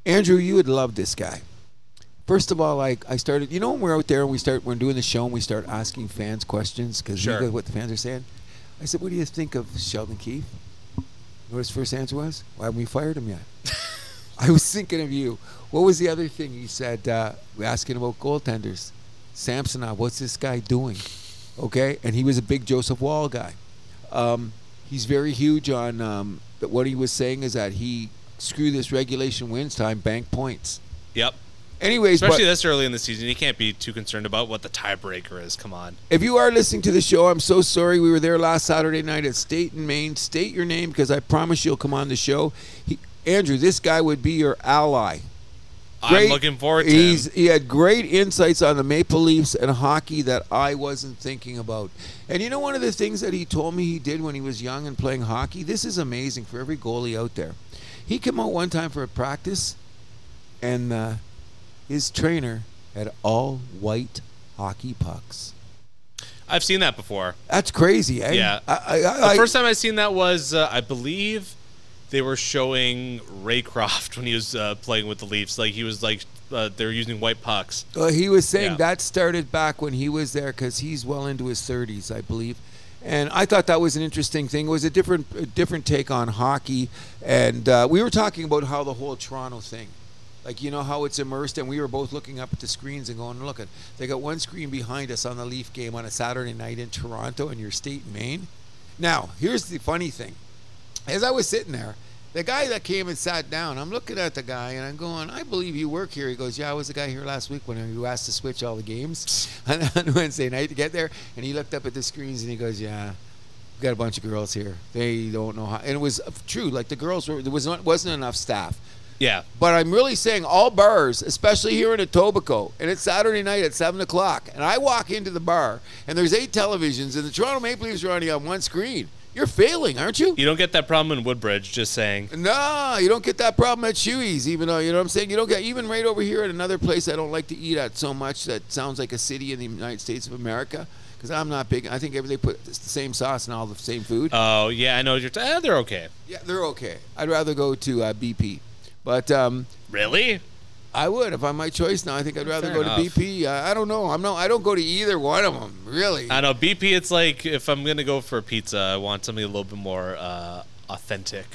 S2: Andrew, you would love this guy. First of all, like I started, you know, when we're out there and we start, we're doing the show and we start asking fans questions because
S1: Sure.
S2: we know what the fans are saying. I said, "What do you think of Sheldon Keefe?" You know what his first answer was? Why haven't we fired him yet? I was thinking of you. What was the other thing he said? Uh, we asking about goaltenders. Samsonov, what's this guy doing? Okay, and he was a big Joseph Wall guy. Um, he's very huge on um, but what he was saying is that he screw this regulation wins time bank points.
S1: Yep.
S2: Anyways, but
S1: Especially this early in the season, you can't be too concerned about what the tiebreaker is. Come on.
S2: if you are listening to the show, I'm so sorry we were there last Saturday night at State in Maine. State your name because I promise you'll come on the show. He, Andrew, this guy would be your ally.
S1: I'm
S2: Great-
S1: looking forward to
S2: he's,
S1: him.
S2: He had great insights on the Maple Leafs and hockey that I wasn't thinking about. And you know, one of the things that he told me he did when he was young and playing hockey, this is amazing for every goalie out there. He came out one time for a practice, and uh, his trainer had all white hockey pucks.
S1: I've seen that before.
S2: That's crazy, eh?
S1: Yeah.
S2: I, I, I,
S1: The
S2: I-
S1: first time I seen that was, uh, I believe, they were showing Raycroft when he was uh, playing with the Leafs. Like he was like uh, they were using white pucks.
S2: Well, Uh, he was saying
S1: Yeah.
S2: that started back when he was there because he's well into his 30s, I believe. And I thought that was an interesting thing. It was a different, a different take on hockey, and uh, we were talking about how the whole Toronto thing, like you know how it's immersed, and we were both looking up at the screens and going, "Look, they got one screen behind us on the Leaf game on a Saturday night in Toronto in your state, Maine." Now, here's the funny thing: as I was sitting there, the guy that came and sat down, I'm looking at the guy and I'm going, I believe you work here. He goes, Yeah, I was the guy here last week when you asked to switch all the games on, on Wednesday night to get there. And he looked up at the screens and he goes, Yeah, we got a bunch of girls here. They don't know how. And it was uh, true. Like the girls were, there was not, wasn't enough staff.
S1: Yeah.
S2: But I'm really saying all bars, especially here in Etobicoke, and it's Saturday night at seven o'clock, and I walk into the bar and there's eight televisions, and the Toronto Maple Leafs are only on one screen. You're failing, aren't you?
S1: You don't get that problem in Woodbridge. Just saying.
S2: No, you don't get that problem at Chewy's, even though you know what I'm saying. You don't get even right over here at another place I don't like to eat at so much that sounds like a city in the United States of America. Because I'm not big. I think every- they put the same sauce in all the same food.
S1: Oh yeah, I know what you're. T- eh, they're okay.
S2: yeah, they're okay. I'd rather go to uh, BP, but um,
S1: Really?
S2: I would if I had my choice now. I think I'd rather
S1: Fair
S2: go
S1: enough.
S2: to BP. Uh, I don't know. I'm no. I don't go to either one of them really.
S1: I know BP. It's like if I'm gonna go for a pizza, I want something a little bit more uh, authentic.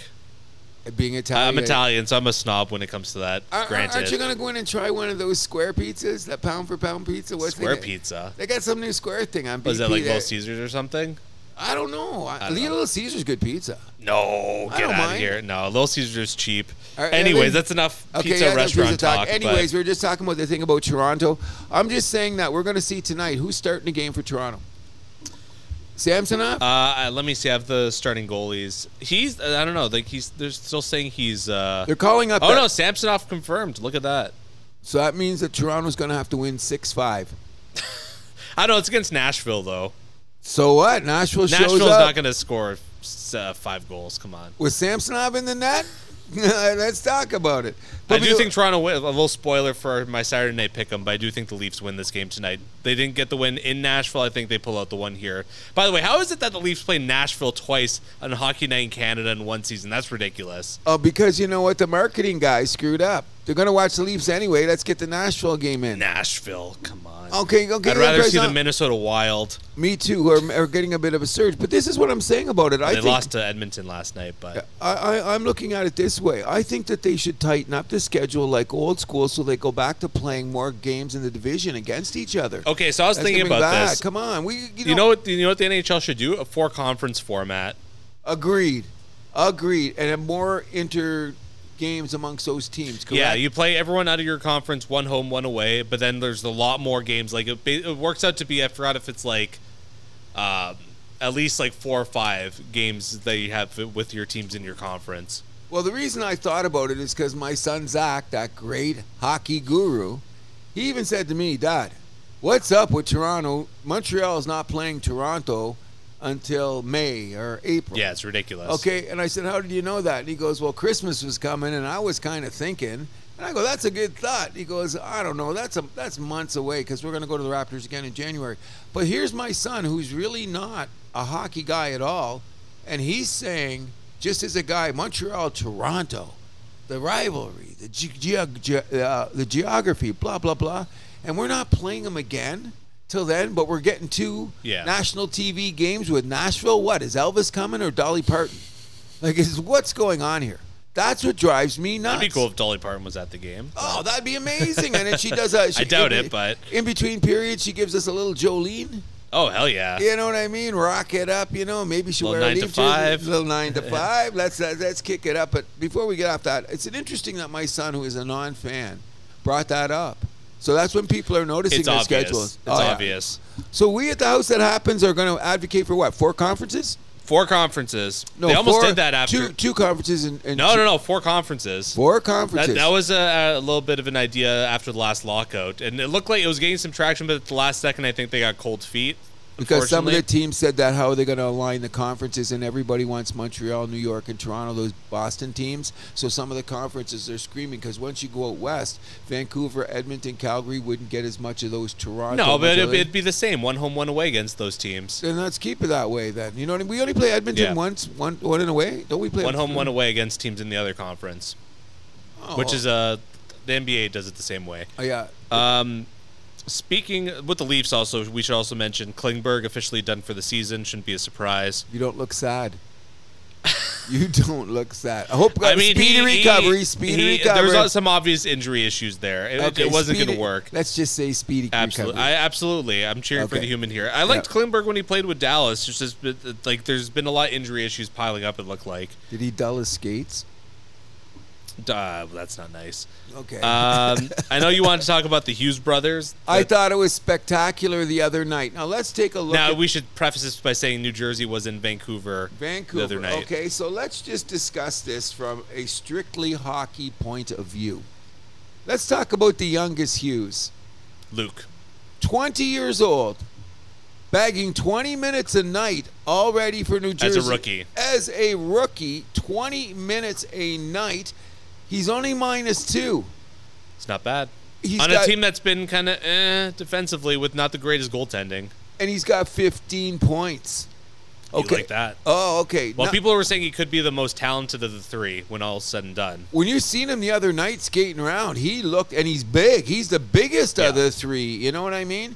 S2: Being Italian.
S1: I'm Italian, so I'm a snob when it comes to that.
S2: Aren't-
S1: granted,
S2: Aren't you gonna go in and try one of those square pizzas? That pound for pound pizza. What's
S1: square
S2: it?
S1: pizza.
S2: They got some new square thing on BP.
S1: Was that like
S2: there.
S1: Little Caesars or something?
S2: I don't know. I,
S1: I don't know.
S2: Little Caesar's good pizza.
S1: No,
S2: I
S1: get
S2: don't
S1: out of
S2: mind.
S1: here. No, Little Caesars cheap.
S2: All right,
S1: Anyways,
S2: then-
S1: that's enough
S2: Okay,
S1: pizza
S2: yeah, that's
S1: restaurant
S2: pizza
S1: talk. but- uh,
S2: Anyways, we we're just talking about the thing about Toronto. I'm just saying that we're going to see tonight who's starting the game for Toronto. Samsonov.
S1: Uh, uh, let me see. I have the starting goalies. He's. uh, I don't know. Like he's. They're still saying he's. Uh,
S2: They're calling up.
S1: oh
S2: that-
S1: no, Samsonov confirmed. Look at that.
S2: So that means that Toronto's going to have to win six five.
S1: I know it's against Nashville though.
S2: So what? Nashville shows
S1: Nashville's
S2: up
S1: not going to score s- uh, five goals. Come on.
S2: with Samsonov in the net. Let's talk about it. But
S1: I do
S2: we-
S1: think Toronto win. A little spoiler for my Saturday night pick 'em, but I do think the Leafs win this game tonight. They didn't get the win in Nashville. I think they pull out the one here. By the way, how is it that the Leafs play Nashville twice on Hockey Night in Canada in one season? That's ridiculous.
S2: Oh, because you know what? The marketing guy screwed up. They're going to watch the Leafs anyway. Let's get the Nashville game in.
S1: Nashville, come on.
S2: Okay, okay.
S1: I'd rather
S2: that's
S1: see the
S2: not-
S1: Minnesota Wild.
S2: Me too. Who are, are getting a bit of a surge, but this is what I'm saying about it. I
S1: They
S2: think
S1: lost to Edmonton last night, but
S2: I, I, I'm looking at it this way. I think that they should tighten up the schedule like old school, so they go back to playing more games in the division against each other.
S1: okay. So I was
S2: That's
S1: thinking
S2: coming
S1: about
S2: back.
S1: this.
S2: Come on, we you know,
S1: You know what? You know what the NHL should do? A four conference format.
S2: agreed, agreed, and more inter games amongst those teams. Correct?
S1: Yeah, you play everyone out of your conference, one home, one away, but then there's a lot more games. Like it, ba- it works out to be, I forgot if it's like um, at least like four or five games that you have with your teams in your conference.
S2: Well, the reason I thought about it is because my son Zach, that great hockey guru, he even said to me, Dad, what's up with Toronto? Montreal is not playing Toronto until May or April.
S1: Yeah, it's ridiculous.
S2: Okay. And I said, How did you know that? And he goes, Well, Christmas was coming and I was kind of thinking. And I go, That's a good thought. He goes, I don't know. That's a that's months away because we're going to go to the Raptors again in January. But here's my son who's really not a hockey guy at all. And he's saying, just as a guy, Montreal, Toronto, the rivalry, the, ge- ge- ge- uh, the geography, blah, blah, blah. And we're not playing them again till then, but we're getting two
S1: Yeah.
S2: national TV games with Nashville. What is Elvis coming or Dolly Parton? Like, is what's going on here? That's what drives me nuts.
S1: It'd be cool if Dolly Parton was at the game.
S2: Oh, that'd be amazing! And then she does a. She,
S1: doubt
S2: in-
S1: it, but-
S2: in between periods, she gives us a little Jolene.
S1: Oh, hell yeah.
S2: You know what I mean? Rock it up, you know. Maybe she'll
S1: Little
S2: wear
S1: nine
S2: a
S1: to
S2: leaf jersey,
S1: five.
S2: little nine to five. Let's let's let's kick it up. But before we get off that, it's an interesting that my son, who is a non-fan, brought that up. So that's when people are noticing
S1: It's
S2: their
S1: obvious.
S2: schedules.
S1: It's
S2: Oh, yeah.
S1: obvious.
S2: So we at the house that happens are going to advocate for what? Four conferences?
S1: Four conferences. they almost
S2: four-
S1: did that after.
S2: two two conferences and, and
S1: no,
S2: two-
S1: no, no. Four conferences.
S2: four
S1: That,
S2: conferences.
S1: that was a, a little bit of an idea after the last lockout, and it looked like it was gaining some traction. But at the last second, I think they got cold feet.
S2: because some of
S1: unfortunately.
S2: the teams said that how are they going to align the conferences and everybody wants Montreal, New York, and Toronto, those Boston teams. So some of the conferences are screaming because once you go out west, Vancouver, Edmonton, Calgary wouldn't get as much of those Toronto.
S1: No, but it'd,
S2: Montreal-
S1: it'd be the same. One home, one away against those teams.
S2: then let's keep it that way. Then you know what I mean? we only play Edmonton
S1: Yeah.
S2: once, one one in a way. Don't we play
S1: One home, one away against teams in the other conference,
S2: Oh,
S1: which is uh, the NBA does it the same way.
S2: oh, yeah.
S1: Um, speaking with the Leafs, also we should also mention Klingberg officially done for the season. Shouldn't be a surprise.
S2: You don't look sad. you don't look sad. I hope.
S1: I mean,
S2: speedy
S1: he- he-
S2: recovery. speedy
S1: he-
S2: recovery.
S1: There was some obvious injury issues there. It,
S2: Okay,
S1: it wasn't going
S2: speedy-
S1: to work.
S2: Let's just say speedy
S1: Absolutely,
S2: recovery.
S1: I absolutely. I'm cheering for
S2: Okay.
S1: the human here. I liked
S2: Yeah.
S1: Klingberg when he played with Dallas. Just as, like there's been a lot of injury issues piling up. It looked like
S2: Did he dull his skates?
S1: uh, that's not nice.
S2: Okay.
S1: Um, I know you wanted to talk about the Hughes brothers.
S2: I
S1: but-
S2: thought it was spectacular the other night. Now let's take a look.
S1: now
S2: at
S1: we should preface this by saying New Jersey was in Vancouver,
S2: Vancouver.
S1: the other night.
S2: Okay, so let's just discuss this from a strictly hockey point of view. Let's talk about the youngest Hughes.
S1: Luke,
S2: 20 years old, bagging 20 minutes a night already for New
S1: As
S2: Jersey.
S1: a rookie.
S2: As a rookie, 20 minutes a night. He's only minus two.
S1: it's not bad.
S2: He's
S1: On
S2: got-
S1: a team that's been kind of eh, defensively with not the greatest goaltending.
S2: and he's got 15 points.
S1: You
S2: Okay.
S1: like that.
S2: Oh, okay.
S1: Well,
S2: Now,
S1: people were saying he could be the most talented of the three when all is said and done.
S2: when you seen him the other night skating around, he looked and he's big. He's the biggest of
S1: Yeah.
S2: the three. You know what I mean?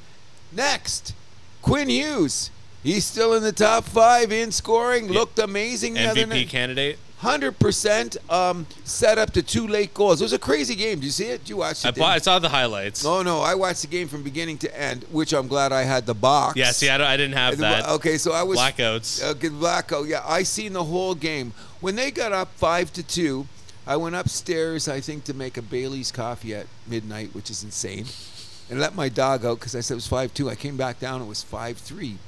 S2: Next, Quinn Hughes. He's still in the top five in scoring. Looked amazing the other
S1: MVP
S2: night.
S1: candidate.
S2: Hundred percent um, set up to two late goals. It was a crazy game. Did you see it? Did you watch it?
S1: I,
S2: didn't
S1: bought, I saw the highlights.
S2: you? No, no. I watched the game from beginning to end, which I'm glad I had the box.
S1: Yeah, see, I, don't- I didn't have that.
S2: Okay, so I was
S1: Blackouts.
S2: Uh, good Blacko, yeah, I seen the whole game. When they got up five to two, I went upstairs, I think, to make a Bailey's coffee at midnight, which is insane, and let my dog out because I said it was five two. I came back down, it was five three.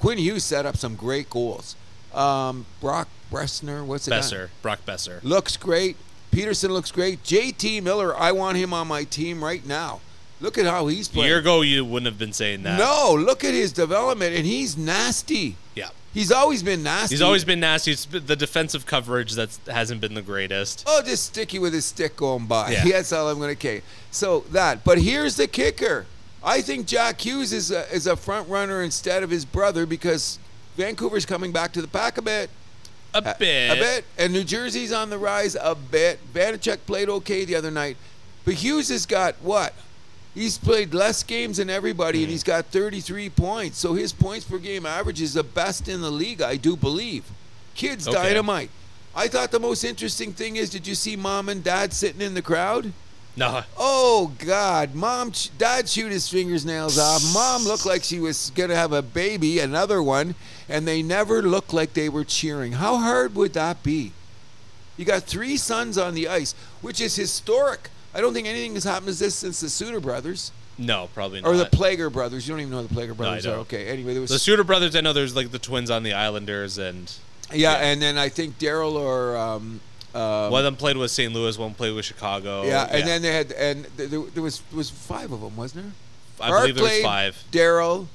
S2: Quinn Hughes set up some great goals. Um, Brock Bressner, what's it?
S1: Besser, Brock Besser.
S2: looks great. Peterson looks great. JT Miller, I want him on my team right now. Look at how he's
S1: A
S2: playing.
S1: year ago, you wouldn't have been saying that.
S2: no, look at his development, and he's nasty.
S1: Yeah.
S2: He's always been nasty.
S1: He's always been nasty. It's been the defensive coverage that hasn't been the greatest.
S2: Oh, just sticky with his stick going by.
S1: Yeah.
S2: That's all I'm going to say. So that. But here's the kicker. I think Jack Hughes is a, is a front runner instead of his brother because Vancouver's coming back to the pack a bit.
S1: A bit.
S2: A bit. And New Jersey's on the rise a bit. Vanacek played okay the other night. But Hughes has got what? He's played less games than everybody,
S1: Mm-hmm.
S2: and he's got 33 points. So his points per game average is the best in the league, I do believe. Kids
S1: Okay.
S2: dynamite. I thought the most interesting thing is did you see mom and dad sitting in the crowd?
S1: No.
S2: Oh God, mom, ch- dad chewed his fingernails off. Mom looked like she was gonna have a baby, another one, and they never looked like they were cheering. How hard would that be? You got three sons on the ice, which is historic. I don't think anything has happened as this since the Suter brothers
S1: No, probably not.
S2: or the Plager brothers. You don't even know who the Plager brothers are.
S1: don't.
S2: Okay, anyway, there was
S1: The Suter brothers, I know there's like the twins on the Islanders, and
S2: yeah, and then I think Daryl or um, uh,
S1: one of them played with St. Louis, one played with Chicago.
S2: yeah, and then they had and th- there, there was there was five of them, wasn't there?
S1: I believe there was
S2: Barclay,
S1: five.
S2: Daryl,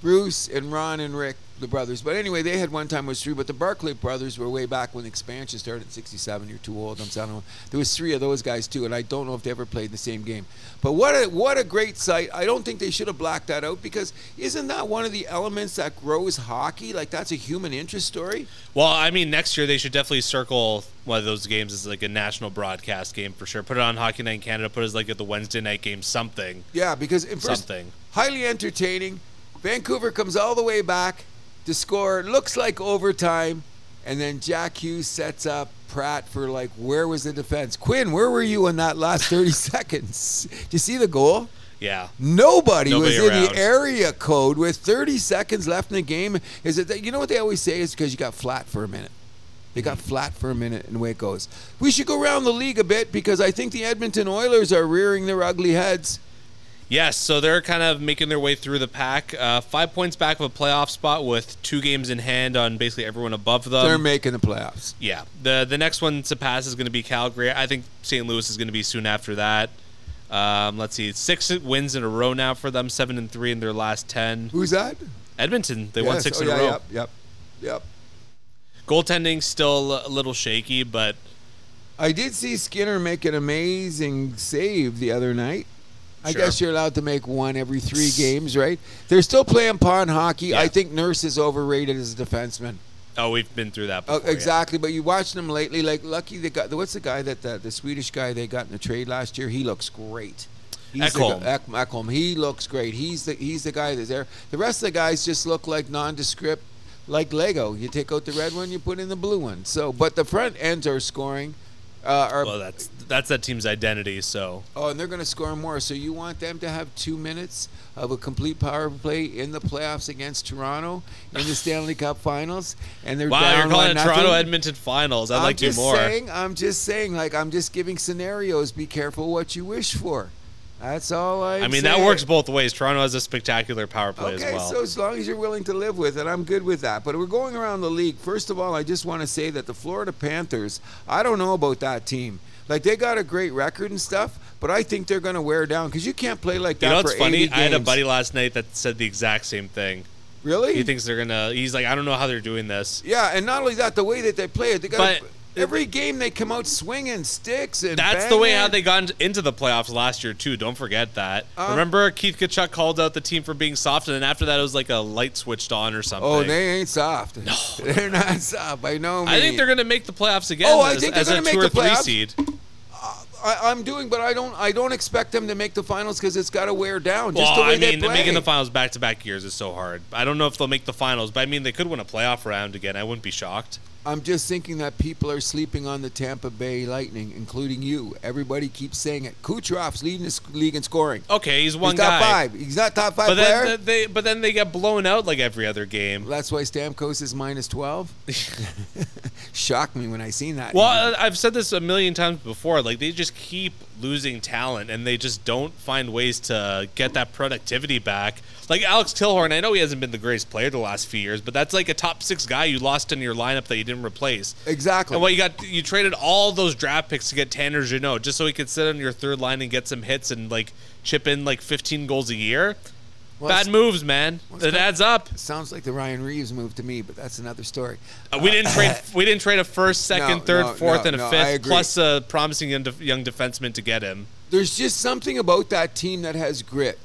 S2: Bruce, and Ron and Rick, the brothers. But anyway, they had one time was three. But the Barclay brothers were way back when expansion started in '67. You're too old. I'm sounding. old. There was three of those guys too, and I don't know if they ever played the same game. But what a what a great sight! I don't think they should have blacked that out because isn't that one of the elements that grows hockey? Like that's a human interest story.
S1: Well, I mean, next year they should definitely circle one of those games as like a national broadcast game for sure. Put it on Hockey Night in Canada. Put it as like at the Wednesday night game, something,
S2: Yeah, because in first,
S1: something.
S2: highly entertaining. Vancouver comes all the way back to score. Looks like overtime, and then Jack Hughes sets up Pratt for like, where was the defense? Quinn, where were you in that last 30 seconds? Did you see the goal?
S1: Yeah.
S2: Nobody,
S1: Nobody
S2: was in
S1: around.
S2: the area code with 30 seconds left in the game. Is it that you know what they always say is because you got flat for a minute. They got flat for a minute, and away it goes. We should go around the league a bit because I think the Edmonton Oilers are rearing their ugly heads.
S1: Yes, so they're kind of making their way through the pack. Uh, five points back of a playoff spot with two games in hand on basically everyone above them.
S2: They're making the playoffs.
S1: yeah, the the next one to pass is going to be Calgary. I think St. Louis is going to be soon after that. Um, let's see, six wins in a row now for them, seven and three in their last ten.
S2: Who's that?
S1: Edmonton, they won
S2: Yes.
S1: six
S2: Oh,
S1: in
S2: yeah,
S1: a row.
S2: Yep, yep, yep.
S1: Goaltending still a little shaky, but
S2: I did see Skinner make an amazing save the other night. I
S1: Sure.
S2: guess you're allowed to make one every three games, right? They're still playing pond hockey.
S1: Yeah.
S2: I think Nurse is overrated as a defenseman.
S1: oh, we've been through that.
S2: Oh,
S1: Before, yeah.
S2: exactly, but you watched them lately. Like lucky, they got what's the guy that uh, the, the Swedish guy they got in the trade last year? He looks great. He's the
S1: Ekholm.
S2: guy- Ek, Ekholm. He looks great. He's the he's the guy that's there. The rest of the guys just look like nondescript, like Lego. You take out the red one, you put in the blue one. So, but the front ends are scoring. Uh, are,
S1: Well, that's that's that team's identity. So
S2: Oh, and they're going to score more. So you want them to have two minutes of a complete power play in the playoffs against Toronto in the Stanley Cup Finals, and they're
S1: wow,
S2: down
S1: you're calling it
S2: one nothing?
S1: Toronto Edmonton finals. I
S2: I'm
S1: like you
S2: just
S1: more.
S2: Saying, I'm just saying, like I'm just giving scenarios. Be careful what you wish for. That's all I.
S1: I mean, that works both ways. Toronto has a spectacular power play
S2: Okay,
S1: as well.
S2: so as long as you're willing to live with it, I'm good with that. But we're going around the league. First of all, I just want to say that the Florida Panthers. I don't know about that team. Like they got a great record and stuff, but I think they're going to wear down because you can't play like that
S1: you know
S2: for
S1: what's funny?
S2: 80
S1: I had a
S2: games.
S1: buddy last night that said the exact same thing.
S2: Really?
S1: He thinks they're gonna. He's like, I don't know how they're doing this.
S2: yeah, and not only that, the way that they play it, they got
S1: But-
S2: every game they come out swinging sticks and
S1: That's the way
S2: banging.
S1: how they got into the playoffs last year too. Don't forget that.
S2: Um,
S1: Remember, Keith Kachuk called out the team for being soft, and then after that, it was like a light switched on or something.
S2: Oh, they ain't soft. No, they're not soft. I know.
S1: I think they're gonna make the playoffs again.
S2: Oh, I
S1: as,
S2: think they're
S1: as a
S2: gonna make
S1: two or
S2: the
S1: three
S2: playoffs.
S1: seed.
S2: I, I'm doing, but I don't. I don't expect them to make the finals because it's got to wear down. Just
S1: well,
S2: the way
S1: I mean,
S2: they play.
S1: making the finals back to back years is so hard. I don't know if they'll make the finals, but I mean, they could win a playoff round again. I wouldn't be shocked.
S2: I'm just thinking that people are sleeping on the Tampa Bay Lightning, including you. Everybody keeps saying it. Kucherov's leading the sc- league in scoring.
S1: Okay, he's one
S2: He's
S1: guy.
S2: top five. He's not top five
S1: But
S2: player.
S1: then they but then they get blown out like every other game.
S2: That's why Stamkos is minus twelve. Shocked me when I seen that.
S1: Well, I- I've said this a million times before. Like they just keep losing talent, and they just don't find ways to get that productivity back. Like Alex Tilhorn, I know he hasn't been the greatest player the last few years, but that's like a top six guy you lost in your lineup that you didn't replace.
S2: exactly.
S1: And what you got, you traded all those draft picks to get Tanner Janot just so he could sit on your third line and get some hits and like chip in like 15 goals a year.
S2: Well,
S1: Bad
S2: it's-
S1: moves, man.
S2: Well, it's
S1: It
S2: not-
S1: adds up.
S2: Sounds like the Ryan Reeves move to me, but that's another story.
S1: Uh, we didn't trade. We didn't trade a first, second,
S2: No,
S1: third,
S2: no,
S1: fourth,
S2: no,
S1: and a
S2: no, I
S1: fifth,
S2: agree.
S1: plus a promising young, def- young defenseman to get him.
S2: There's just something about that team that has grit.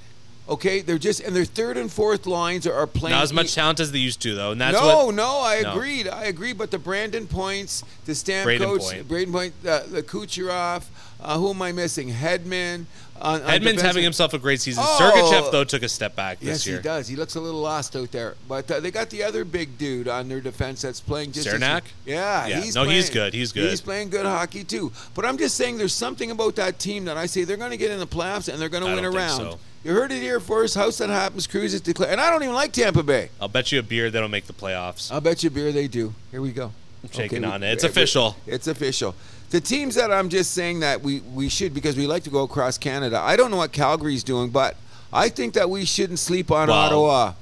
S2: Okay, they're just and their third and fourth lines are, are playing.
S1: Not as much
S2: e-
S1: talent as they used to, though, and that's
S2: no,
S1: what.
S2: no, I
S1: No.
S2: agreed. I agree. But the Brandon points, the Stamkos,
S1: Braden
S2: Braden
S1: Point.
S2: Point, uh, the Kucherov. Uh, who am I missing? Headman. On, on
S1: Edmonds
S2: defensive-
S1: having himself a great season.
S2: Oh.
S1: Sergachev though took a step back this
S2: Yes,
S1: year.
S2: he does. He looks a little lost out there. But uh, they got the other big dude on their defense that's playing just as-
S1: Cernak?
S2: yeah,
S1: Yeah.
S2: he's
S1: No, he's
S2: playing-
S1: good. He's good.
S2: He's playing good hockey too. But I'm just saying, there's something about that team that I say they're going to get in the playoffs and they're going to
S1: I
S2: win
S1: don't
S2: around.
S1: think so.
S2: You heard it here first. House that happens. Cruises declare. And I don't even like Tampa Bay.
S1: I'll bet you a beer they don't make the playoffs.
S2: I'll bet you beer they do. Here we go.
S1: I'm shaking
S2: we-
S1: on it. It's
S2: we-
S1: official.
S2: It's official. The teams that I'm just saying that we, we should because we like to go across Canada. I don't know what Calgary's doing, but I think that we shouldn't sleep on
S1: Wow.
S2: Ottawa.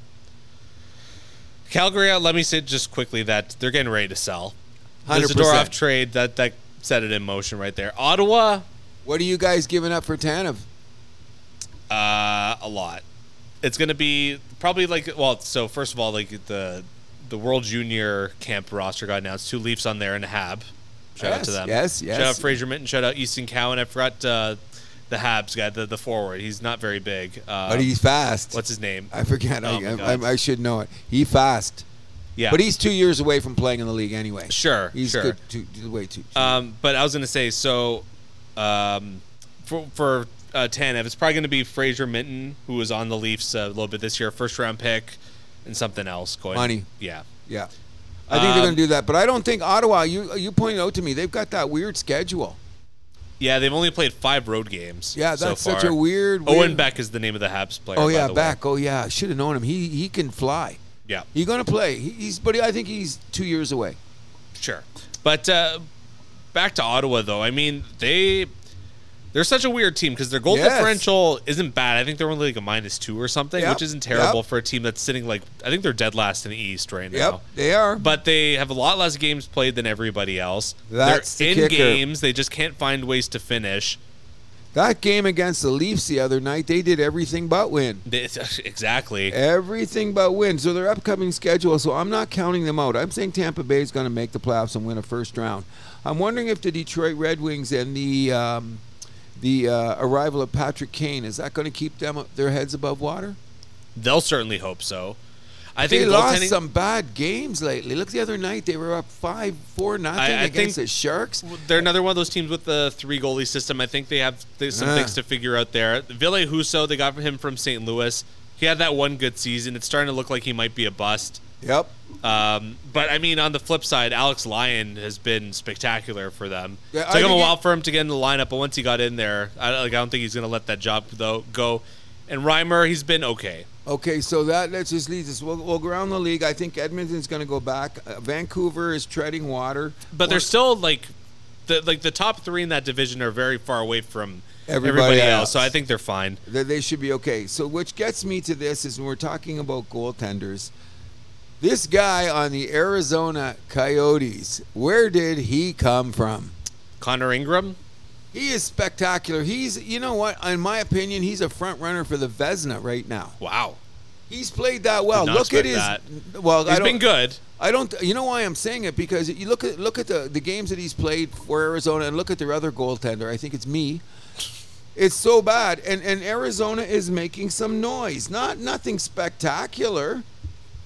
S1: Calgary, uh, let me say just quickly that they're getting ready to sell. There's a
S2: 100%.
S1: door off trade that that set it in motion right there. Ottawa,
S2: What are you guys giving up for Tanev?
S1: Uh, a lot. It's going to be probably like well. So first of all, like the the World Junior camp roster got announced. Two Leafs on there and Hab. Shout out
S2: Yes,
S1: to them.
S2: yes, yes.
S1: Shout out Fraser Minton. Shout out Easton Cowan. I forgot uh, the Habs guy, the the forward. He's not very big. Uh,
S2: but Uh, he's fast.
S1: what's his name?
S2: I forget.
S1: Oh,
S2: I,
S1: my
S2: I,
S1: God.
S2: I, I should know it. He fast.
S1: yeah,
S2: But he's two years away from playing in the league anyway.
S1: sure.
S2: He's
S1: sure.
S2: good. Two, two- way too.
S1: Um, but I was going to say so um, for for uh, Tanev, it's probably going to be Fraser Minton, who was on the Leafs a little bit this year, first round pick, and something else going.
S2: Money.
S1: Yeah.
S2: yeah. I think they're
S1: um,
S2: going to do that. But I don't think Ottawa, you you pointed out to me, they've got that weird schedule.
S1: Yeah, they've only played five road games.
S2: Yeah,
S1: so
S2: that's such
S1: far.
S2: a weird. weird
S1: Owen Beck is the name of the Habs player.
S2: Oh,
S1: by
S2: yeah,
S1: the way.
S2: back. Oh, yeah. I should have known him. He he can fly.
S1: Yeah,
S2: He's going to play. He, he's But I think he's two years away.
S1: sure. But uh, back to Ottawa though. I mean, they they're such a weird team because their goal
S2: Yes.
S1: differential isn't bad. I think they're only like a minus two or something,
S2: Yep,
S1: which isn't terrible
S2: yep.
S1: for a team that's sitting like I think they're dead last in the East right now.
S2: Yep, they are.
S1: But they have a lot less games played than everybody else.
S2: That's
S1: they're
S2: the
S1: in
S2: kicker.
S1: games. They just can't find ways to finish.
S2: that game against the Leafs the other night, they did everything but win.
S1: They- exactly.
S2: Eh. Everything but win. So their upcoming schedule. So I'm not counting them out. I'm saying Tampa Bay is going to make the playoffs and win a first round. I'm wondering if the Detroit Red Wings and the um, the uh, arrival of Patrick Kane is that going to keep them their heads above water?
S1: They'll certainly hope so. I
S2: They
S1: think
S2: lost
S1: goaltending-
S2: some bad games lately. Look, the other night they were up five, four nothing
S1: I think-
S2: against the Sharks.
S1: They're another one of those teams with the three goalie system. I think they have th- some
S2: Yeah.
S1: things to figure out there. Ville Husso, they got him from St. Louis. He had that one good season. It's starting to look like he might be a bust.
S2: Yep.
S1: Um, but I mean, on the flip side, Alex Lyon has been spectacular for them.
S2: Yeah, I
S1: Took him a
S2: think
S1: while
S2: it-
S1: for him to get in the lineup, but once he got in there, I, like, I don't think he's going to let that job though go. And Reimer, he's been okay.
S2: Okay, so that that just leads us. We'll, we'll go around the league. I think Edmonton's going to go back. Uh, Vancouver is treading water.
S1: But they're
S2: One-
S1: still like the like the top three in that division are very far away from
S2: Everybody
S1: else.
S2: else.
S1: So I think they're fine.
S2: that they should be okay. So, which gets me to this is when we're talking about goaltenders. This guy on the Arizona Coyotes, where did he come from?
S1: Connor Ingram,
S2: He is spectacular. He's, you know what? In my opinion, he's a front runner for the Vesna right now.
S1: wow.
S2: He's played that well.
S1: Did not
S2: Look at his.
S1: expect
S2: Well, I
S1: He's
S2: don't.
S1: been good.
S2: I don't. You know why I'm saying it because you look at look at the the games that he's played for Arizona and look at their other goaltender. I think it's me. It's so bad, and and Arizona is making some noise. Not nothing spectacular,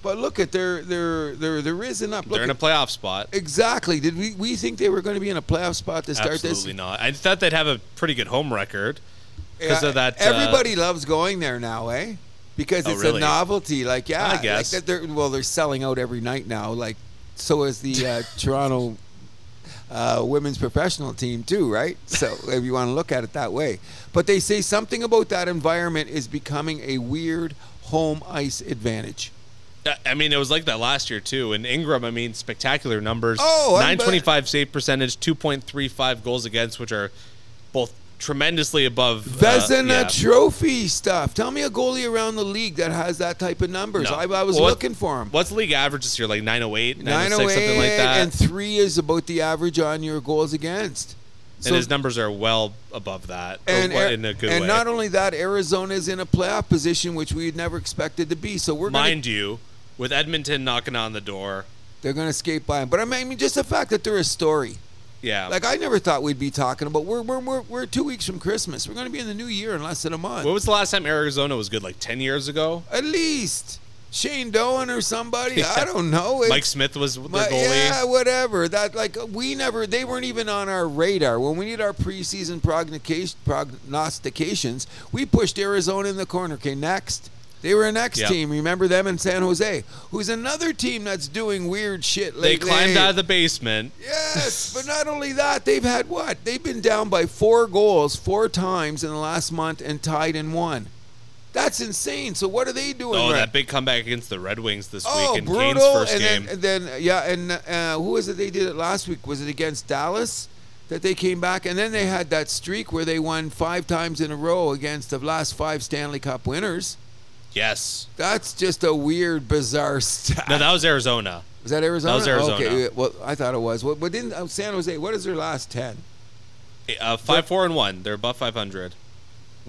S2: but look at their their their they're risen up. Look
S1: They're in a
S2: at-
S1: playoff spot.
S2: exactly. Did we we think they were going to be in a playoff spot to start
S1: Absolutely
S2: this?
S1: not. I thought they'd have a pretty good home record because
S2: Yeah,
S1: of that. uh,
S2: Everybody loves going there now, eh? Because
S1: Oh,
S2: it's
S1: really?
S2: a novelty. Like yeah,
S1: I
S2: like
S1: guess.
S2: that they're, well, they're selling out every night now. Like so is the uh, Toronto uh, women's professional team too, right? So if you want to look at it that way, but they say something about that environment is becoming a weird home ice advantage.
S1: I mean, it was like that last year too. And Ingram, I mean, spectacular numbers.
S2: Oh, I bet.
S1: 925 save percentage, 2.35 goals against, which are both tremendously above. uh,
S2: Vezina
S1: yeah.
S2: Trophy stuff. Tell me a goalie around the league that has that type of numbers.
S1: No.
S2: I, I was
S1: What-
S2: looking for him.
S1: What's league average this year? Like 908, 906,
S2: 908
S1: something like that.
S2: and three is about the average on your goals against. So-
S1: his numbers are well above that or
S2: And,
S1: well,
S2: Ar-
S1: in a good
S2: and
S1: way.
S2: not only that, Arizona's in a playoff position which we had never expected to be. So we're going to
S1: Mind you, with Edmonton knocking on the door,
S2: they're going to skate by 'em. But I mean, I mean, just the fact that they're a story.
S1: yeah.
S2: Like I never thought we'd be talking about. We're we're we're, we're two weeks from Christmas. We're going to be in the new year in less than a month,
S1: when was the last time Arizona was good? Like 10 years ago?
S2: at least. Shane Doan or somebody.
S1: Yeah.
S2: I don't know.
S1: Mike
S2: It's-
S1: Smith was their
S2: But,
S1: goalie.
S2: yeah, whatever. That like we never they weren't even on our radar. When we did our preseason prognica- prognostications, we pushed Arizona in the corner. Okay, next. They were a next
S1: Yeah.
S2: team. Remember them in San Jose, who's another team that's doing weird shit
S1: They
S2: lately.
S1: climbed out of the basement.
S2: Yes, but not only that, they've had what? They've been down by four goals four times in the last month and tied in one. That's insane. So what are they doing?
S1: Oh,
S2: right?
S1: that big comeback against the Red Wings this
S2: Oh,
S1: week in
S2: brutal!
S1: Kane's first
S2: and,
S1: game.
S2: Then, and then, yeah, and uh, who was it? They did it last week. Was it against Dallas that they came back? And then they had that streak where they won five times in a row against the last five Stanley Cup winners.
S1: yes.
S2: That's just a weird, bizarre stat.
S1: No, that was Arizona.
S2: was that Arizona?
S1: was Arizona.
S2: Okay, well, I thought it was. Well, but didn't uh, San Jose? What is their last ten?
S1: Uh, five, four, and one. They're above 500.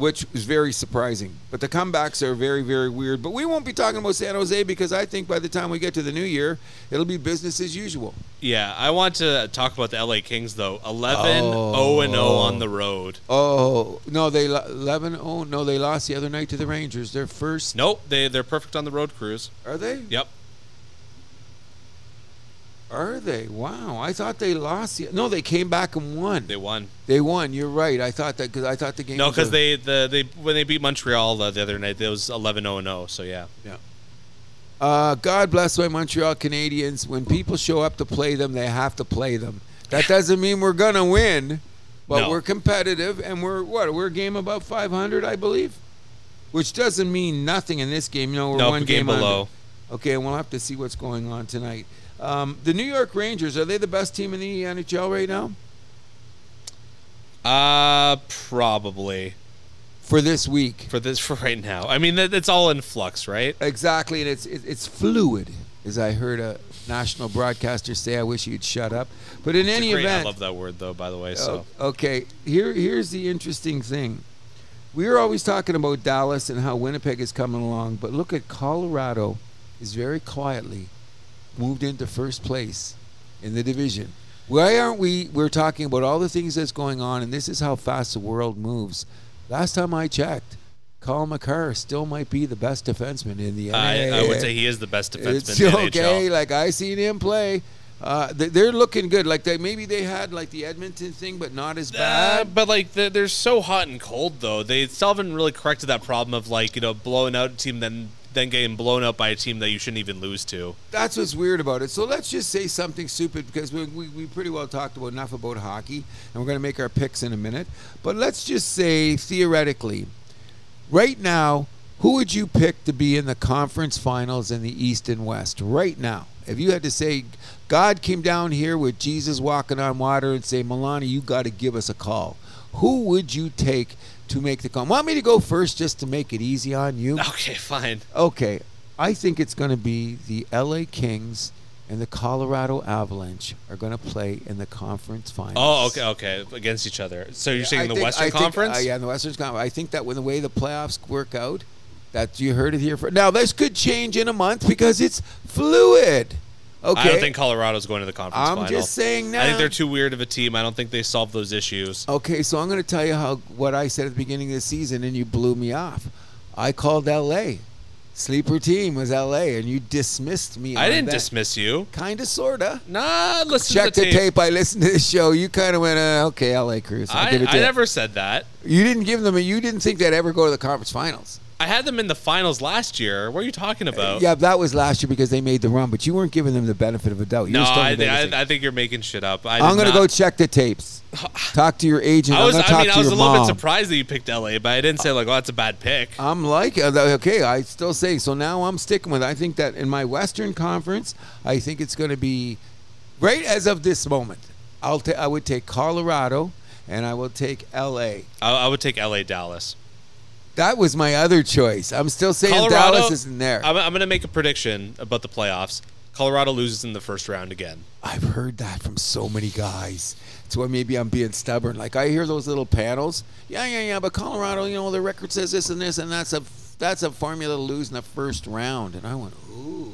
S2: which is very surprising. But the comebacks are very, very weird. But we won't be talking about San Jose because I think by the time we get to the new year, it'll be business as usual.
S1: Yeah, I want to talk about the LA Kings though. 11 0 and 0 on the road.
S2: Oh no, they lo- 11 Oh no, they lost the other night to the Rangers. Their first,
S1: Nope, they they're perfect on the road cruise.
S2: are they?
S1: Yep.
S2: Are they? Wow, I thought they lost. The, no, they came back and won.
S1: They won.
S2: They won. You're right. I thought that because I thought the game.
S1: No,
S2: was
S1: cuz
S2: a-
S1: they the they when they beat Montreal uh, the other night, it was 11 0 and 0, so yeah.
S2: Yeah. Uh, God bless my Montreal Canadiens. When people show up to play them, they have to play them. That doesn't mean we're gonna win, but
S1: No.
S2: we're competitive and we're what? We're a game above 500, I believe, which doesn't mean nothing in this game. You know, we're
S1: Nope,
S2: one
S1: game
S2: game under.
S1: below.
S2: Okay, and we'll have to see what's going on tonight. Um, the New York Rangers are they the best team in the NHL right now
S1: Uh probably
S2: for this week?
S1: for this for right now. I mean that, that's all in flux, right?
S2: Exactly, and it's it- it's fluid, as I heard a national broadcaster say. I wish you'd shut up. But in any
S1: Great.
S2: event,
S1: I love that word though, by the way. So
S2: O- Okay, here here's the interesting thing. We are always talking about Dallas and how Winnipeg is coming along, but look at Colorado is very quietly moved into first place in the division. Why aren't we we're talking about all the things that's going on and this is how fast the world moves. Last time I checked, Colin McCarr still might be the best defenseman in the
S1: I, I would
S2: NAA.
S1: say he is the best defenseman
S2: Oh, It's
S1: in the
S2: okay.
S1: NHL.
S2: Like I seen him play. Uh, they- they're looking good. Like they maybe they had like the Edmonton thing, but not as
S1: Uh,
S2: bad.
S1: but like they're, they're so hot and cold though. They still haven't really corrected that problem of like you know blowing out a team then then getting blown out by a team that you shouldn't even lose to.
S2: That's what's weird about it. So let's just say something stupid because we, we, we pretty well talked about enough about hockey, and we're going to make our picks in a minute. But let's just say theoretically, right now, who would you pick to be in the conference finals in the East and West right now? If you had to say, God came down here with Jesus walking on water and say, Milani, you got to give us a call. Who would you take to make the call? Want me to go first just to make it easy on you?
S1: Okay, fine.
S2: Okay, I think it's going to be the LA Kings and the Colorado Avalanche are going to play in the conference finals.
S1: Oh, okay, okay, against each other. So you're saying
S2: I
S1: the
S2: think-
S1: Western
S2: I think-
S1: Conference?
S2: uh, yeah, in the Western Conference. I think that with the way the playoffs work out, that you heard it here first. Now this could change in a month because it's fluid. Okay,
S1: I don't think Colorado's going to the conference
S2: I'm
S1: final.
S2: just saying Oh, now.
S1: I think they're too weird of a team. I don't think they solve those issues.
S2: Okay, so I'm going to tell you how what I said at the beginning of the season, and you blew me off. I called L.A. Sleeper team was L.A. and you dismissed me.
S1: I
S2: on
S1: didn't
S2: that.
S1: dismiss you.
S2: Kind of, sorta.
S1: Nah, listen
S2: Check
S1: to
S2: the
S1: the,
S2: tape. I listened to this show. You kind of went, uh, okay, LA Cruise. I'll give
S1: I,
S2: it to
S1: I
S2: you.
S1: never said that.
S2: you didn't give them. A, you didn't think they'd ever go to the conference finals.
S1: I had them in the finals last year. What are you talking about?
S2: Uh, Yeah, that was last year because they made the run, but you weren't giving them the benefit of a doubt. You
S1: No,
S2: were still
S1: I,
S2: giving them the
S1: I, I think you're making shit up. I
S2: same. I'm
S1: did
S2: gonna
S1: not-
S2: go check the tapes. Talk to your agent.
S1: I was,
S2: I'm gonna talk
S1: I mean,
S2: to
S1: I was a
S2: your
S1: little bit
S2: mom.
S1: surprised that you picked LA, but I didn't say like, "Oh, that's a bad pick."
S2: I'm like, uh, th- okay, I still say. So now I'm sticking with. I think that in my Western Conference, I think it's going to be right as of this moment. I'll ta- I would take Colorado, and I will take L.A.
S1: I, I would take LA, Dallas,
S2: That was my other choice. I'm still saying
S1: Colorado
S2: Dallas isn't there.
S1: I'm, I'm going to make a prediction about the playoffs. Colorado loses in the first round again.
S2: I've heard that from so many guys. That's why maybe I'm being stubborn. Like I hear those little panels. Yeah, yeah, yeah. But Colorado, you know, the record says this and this, and that's a that's a formula to lose in the first round. And I went, ooh,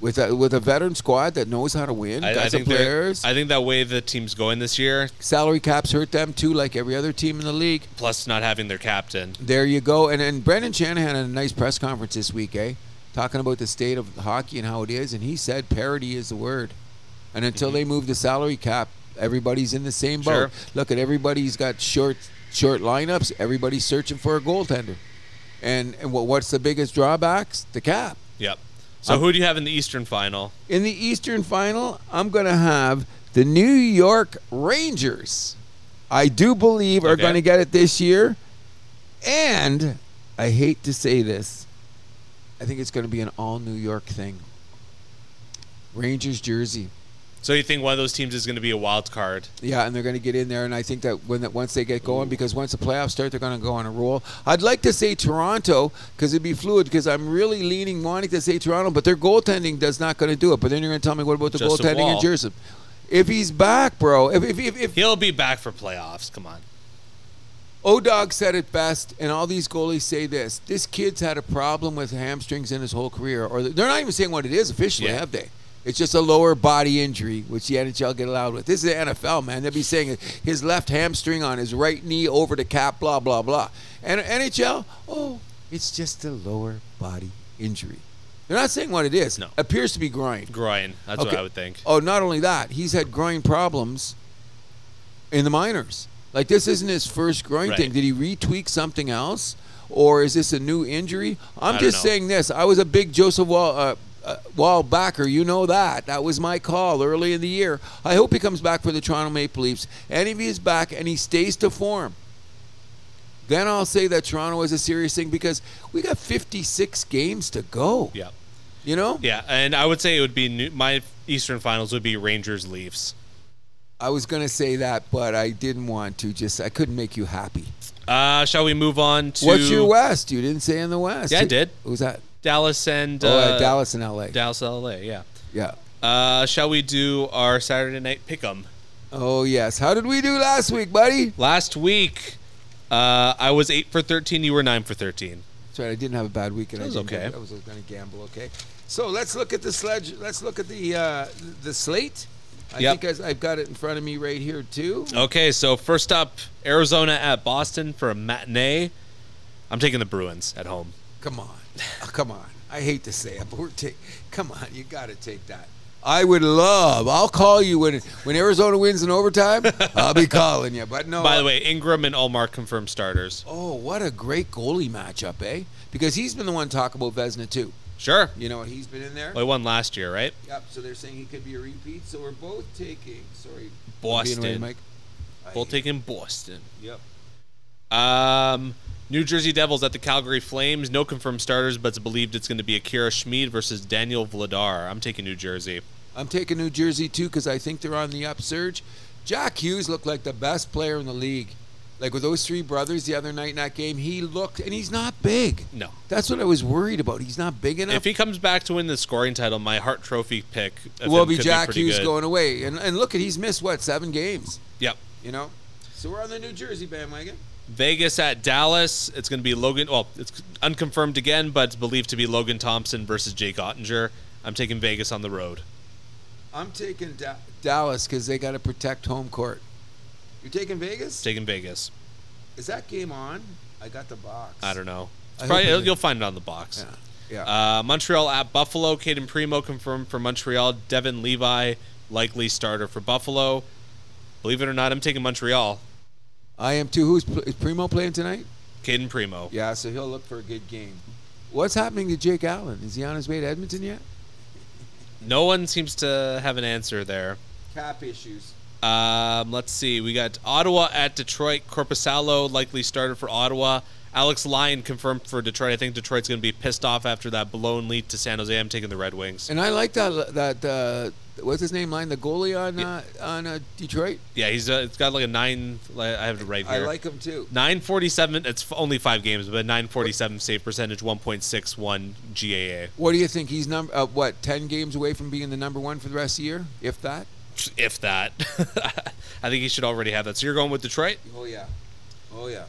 S2: with a with a veteran squad that knows how to win,
S1: I,
S2: got
S1: I
S2: some
S1: think they're-
S2: players.
S1: I think that way the team's going this year,
S2: Salary caps hurt them too, like every other team in the league.
S1: plus not having their captain.
S2: There you go. And and Brendan Shanahan had a nice press conference this week, eh? Talking about the state of hockey and how it is, and he said parity is the word. And until they move the salary cap, everybody's in the same
S1: Sure.
S2: boat. Look at everybody's got short short lineups. Everybody's searching for a goaltender. And and what, what's the biggest drawbacks? The cap.
S1: Yep. So
S2: Um,
S1: who do you have in the Eastern final?
S2: In the Eastern Final, I'm going to have the New York Rangers. I do believe are
S1: Okay.
S2: going to get it this year. And I hate to say this, I think it's going to be an all New York thing. Rangers jersey.
S1: So you think one of those teams is going to be a wild card?
S2: Yeah, and they're going to get in there, and I think that when that once they get going, because once the playoffs start, they're going to go on a roll. I'd like to say Toronto because it'd be fluid. Because I'm really leaning, wanting to say Toronto, but their goaltending does not going to do it. But then you're going to tell me what about the
S1: Justin
S2: goaltending in
S1: Wall.
S2: Jersey? If he's back, bro. If if if, if
S1: He'll be back for playoffs. Come on.
S2: Odog said it best, and all these goalies say this: this kid's had a problem with hamstrings in his whole career, or they're not even saying what it is officially,
S1: Yeah.
S2: have they? It's just a lower body injury, which the NHL get allowed with. This is the NFL, man. They'll be saying it. his left hamstring on his right knee over the cap, blah blah blah. And NHL, oh, it's just a lower body injury. They're not saying what it is.
S1: No.
S2: appears to be groin.
S1: Groin. That's what
S2: Okay.
S1: I would think.
S2: Oh, not only that, he's had groin problems in the minors. Like this isn't his first groin
S1: Right.
S2: thing. Did he retweak something else, or is this a new injury? I'm
S1: I don't
S2: just
S1: know.
S2: saying this. I was a big Joseph Wall. Uh, uh, Wall backer, you know that. That was my call early in the year. I hope he comes back for the Toronto Maple Leafs. And if he is back and he stays to form, then I'll say that Toronto is a serious thing because we got 56 games to go.
S1: Yeah.
S2: You know?
S1: Yeah, and I would say it would be new, my Eastern finals would be Rangers Leafs.
S2: I was gonna say that, but I didn't want to. Just I couldn't make you happy.
S1: Uh, shall we move on to
S2: What's your West? You didn't say in the West.
S1: Yeah, I did.
S2: Who's that?
S1: Dallas and uh,
S2: oh, uh, Dallas and LA.
S1: Dallas, LA. Yeah.
S2: yeah.
S1: Uh, shall we do our Saturday night pick'em?
S2: Oh yes. How did we do last week, buddy?
S1: Last week, uh, I was eight for thirteen. You were nine for thirteen.
S2: That's right. I didn't have a bad weekend.
S1: That was
S2: I didn't-
S1: okay.
S2: I was gonna gamble. Okay. So let's look at the sledge. Let's look at the uh, the slate. I
S1: Yep.
S2: think I, I've got it in front of me right here too.
S1: Okay, so first up, Arizona at Boston for a matinee. I'm taking the Bruins at home.
S2: Come on. Oh, come on. I hate to say it, but we're take, come on, you got to take that. I would love. I'll call you when when Arizona wins in overtime. I'll be calling you. But no.
S1: By the way, Ingram and Allmark confirmed starters.
S2: Oh, what a great goalie matchup, eh? Because he's been the one talking about Vesna too.
S1: Sure,
S2: You know, he's been in there.
S1: they won last year, right?
S2: Yep. So they're saying he could be a repeat. So we're both taking. Sorry. Being away,
S1: Boston,
S2: Mike. I-
S1: both taking Boston.
S2: Yep.
S1: Um, New Jersey Devils at the Calgary Flames. No confirmed starters, but it's believed it's going to be Akira Schmid versus Daniel Vladar. I'm taking New Jersey.
S2: I'm taking New Jersey too because I think they're on the upsurge. Jack Hughes looked like the best player in the league. Like with those three brothers the other night in that game, he looked, and he's not big.
S1: No.
S2: That's what I was worried about. He's not big enough.
S1: If he comes back to win the scoring title, my Hart Trophy pick of
S2: will
S1: him
S2: be
S1: could
S2: Jack
S1: pretty
S2: Hughes
S1: good.
S2: going away. And, and look at he's missed what seven games.
S1: Yep.
S2: You know, so we're on the New Jersey bandwagon.
S1: Vegas at Dallas. It's going to be Logan. Well, it's unconfirmed again, but it's believed to be Logan Thompson versus Jake Ottinger. I'm taking Vegas on the road.
S2: I'm taking da- Dallas because they got to protect home court. You're taking Vegas?
S1: Taking Vegas.
S2: Is that game on? I got the box.
S1: I don't know. It's
S2: I hope
S1: probably,
S2: it
S1: you'll,
S2: is.
S1: you'll find it on the box.
S2: Yeah. Yeah.
S1: Uh, Montreal at Buffalo. Caden Primo confirmed for Montreal. Devin Levi, likely starter for Buffalo. Believe it or not, I'm taking Montreal.
S2: I am too. Who's pl- is Primo playing tonight?
S1: Caden Primo.
S2: Yeah, so he'll look for a good game. What's happening to Jake Allen? Is he on his way to Edmonton yet?
S1: No one seems to have an answer there.
S2: Cap issues.
S1: Um, let's see. We got Ottawa at Detroit. Corpusalo likely started for Ottawa. Alex Lyon confirmed for Detroit. I think Detroit's going to be pissed off after that blown lead to San Jose. I'm taking the Red Wings.
S2: And I like that that uh, what's his name line the goalie on uh, on uh, Detroit.
S1: Yeah, he's uh, it's got like a nine. Like, I have it right
S2: I
S1: here.
S2: like him too.
S1: 947. It's f- only five games, but 947 save percentage, 1.61 GAA.
S2: What do you think? He's number uh, what ten games away from being the number one for the rest of the year, if that.
S1: If that, I think he should already have that. So you're going with Detroit,
S2: Oh yeah, oh yeah.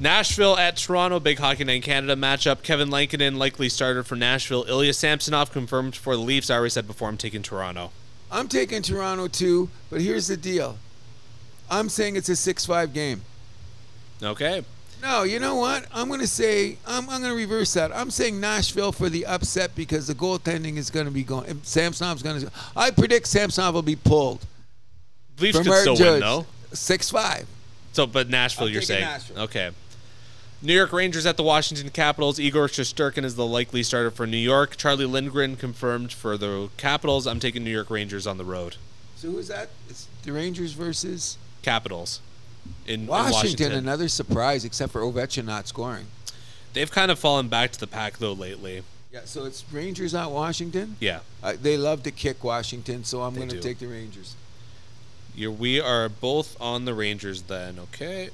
S1: Nashville at Toronto, big Hockey Night in Canada matchup. Kevin Lankinen likely starter for Nashville. Ilya Samsonov confirmed for the Leafs. I already said before I'm taking Toronto.
S2: I'm taking Toronto too, but here's the deal. I'm saying it's a six-five game.
S1: Okay,
S2: No, you know what? I'm going to say I'm, I'm going to reverse that. I'm saying Nashville for the upset because the goaltending is going to be going. Samsonov's going to. I predict Samsonov will be pulled
S1: Leafs
S2: from
S1: could
S2: Aaron
S1: still win
S2: Judge.
S1: though.
S2: Six five.
S1: So, but Nashville,
S2: I'm
S1: you're
S2: taking
S1: saying
S2: Nashville.
S1: okay. New York Rangers at the Washington Capitals. Igor Shosturkin is the likely starter for New York. Charlie Lindgren confirmed for the Capitals. I'm taking New York Rangers on the road.
S2: So who's that? It's the Rangers versus
S1: Capitals in
S2: Washington.
S1: Washington. In Washington.
S2: Another surprise, except for Ovechkin not scoring.
S1: They've kind of fallen back to the pack though lately.
S2: Yeah. So it's Rangers at Washington.
S1: Yeah,
S2: Uh, they love to kick Washington, so I'm
S1: They
S2: going to
S1: do.
S2: take the Rangers.
S1: you we are both on the Rangers then. Okay.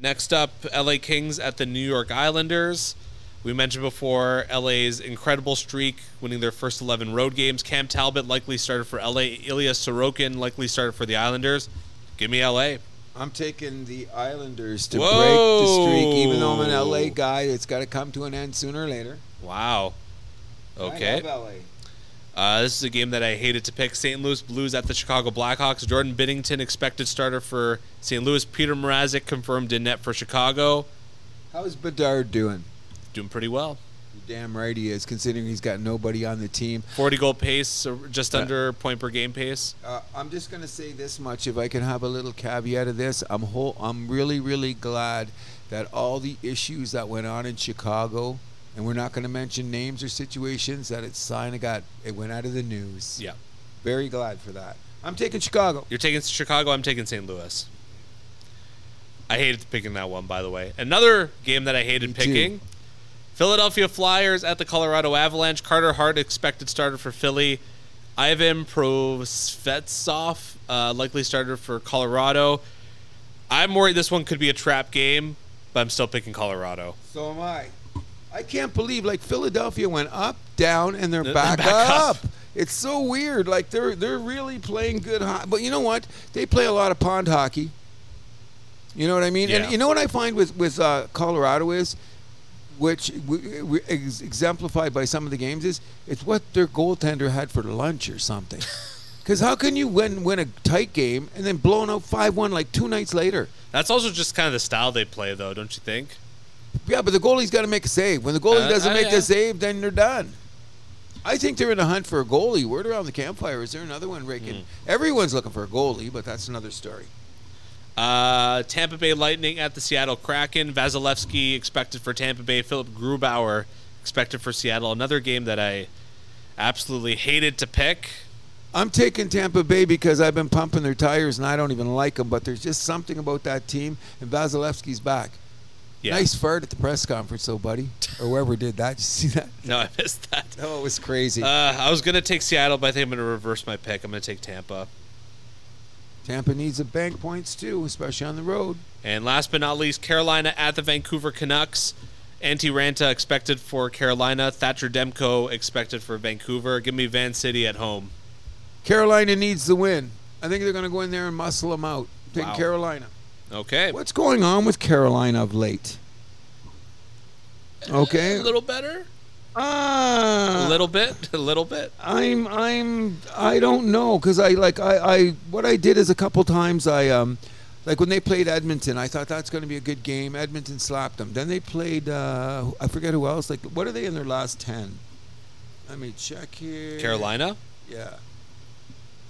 S1: Next up, LA Kings at the New York Islanders. We mentioned before LA's incredible streak, winning their first 11 road games. Cam Talbot likely started for LA. Ilya Sorokin likely started for the Islanders. Give me LA.
S2: I'm taking the Islanders to break the
S1: Whoa.
S2: streak. Even though I'm an LA guy, it's got to come to an end sooner or later.
S1: Wow. Okay.
S2: I love LA.
S1: Uh, this is a game that I hated to pick. St. Louis Blues at the Chicago Blackhawks. Jordan Binnington, expected starter for St. Louis. Peter Mrazek confirmed in net for Chicago.
S2: How's Bedard doing?
S1: Doing pretty well.
S2: You're damn right he is, considering he's got nobody on the team.
S1: 40 goal pace, so just under point per game pace.
S2: Uh, I'm just going to say this much, if I can have a little caveat of this. I'm whole, I'm really, really glad that all the issues that went on in Chicago, and we're not going to mention names or situations, that it's sign of got it went out of the news.
S1: Yeah.
S2: Very glad for that. I'm taking Chicago.
S1: You're taking Chicago, I'm taking St. Louis. I hated picking that one, by the way. Another game that I hated
S2: Me too.
S1: picking Philadelphia Flyers at the Colorado Avalanche. Carter Hart, expected starter for Philly. Ivan Prosvetsov, uh, likely starter for Colorado. I'm worried this one could be a trap game, but I'm still picking Colorado.
S2: So am I. I can't believe like Philadelphia went up, down, and they're
S1: They're
S2: back,
S1: back
S2: up.
S1: up.
S2: It's so weird. Like they're they're really playing good hockey. But you know what? They play a lot of pond hockey. You know what I mean?
S1: Yeah.
S2: And you know what I find with with uh, Colorado is, which we, we, ex- exemplified by some of the games is it's what their goaltender had for lunch or something. Because how can you win win a tight game and then blown out five one like two nights later?
S1: That's also just kind of the style they play, though, don't you think?
S2: Yeah, but the goalie's got to make a save. When the goalie
S1: Uh,
S2: doesn't
S1: uh,
S2: make
S1: yeah.
S2: the save, then they're done. I think they're in a hunt for a goalie. Word around the campfire is there another one, Rick?
S1: Hmm.
S2: And Everyone's looking for a goalie, but that's another story.
S1: Uh, Tampa Bay Lightning at the Seattle Kraken. Vasilevsky expected for Tampa Bay. Philip Grubauer expected for Seattle. Another game that I absolutely hated to pick.
S2: I'm taking Tampa Bay because I've been pumping their tires and I don't even like them, but there's just something about that team, and Vasilevsky's back.
S1: Yeah.
S2: Nice fart at the press conference, though, buddy, or whoever did that. Did you see that?
S1: No, I missed that.
S2: No, it was crazy.
S1: Uh, I was gonna take Seattle, but I think I'm gonna reverse my pick. I'm gonna take Tampa.
S2: Tampa needs the bank points, too, especially on the road.
S1: And last but not least, Carolina at the Vancouver Canucks. Antti Ranta expected for Carolina. Thatcher Demko expected for Vancouver. Give me Van City at home.
S2: Carolina needs the win. I think they're going to go in there and muscle them out. Take
S1: Wow.
S2: Carolina.
S1: Okay.
S2: What's going on with Carolina of late? Okay.
S1: A little better.
S2: Ah,
S1: A little bit. A little bit.
S2: I'm I'm I don't know because I like I I what I did is a couple times I um like when they played Edmonton I thought that's going to be a good game Edmonton slapped them then they played uh I forget who else like what are they in their last ten let me check here
S1: Carolina.
S2: yeah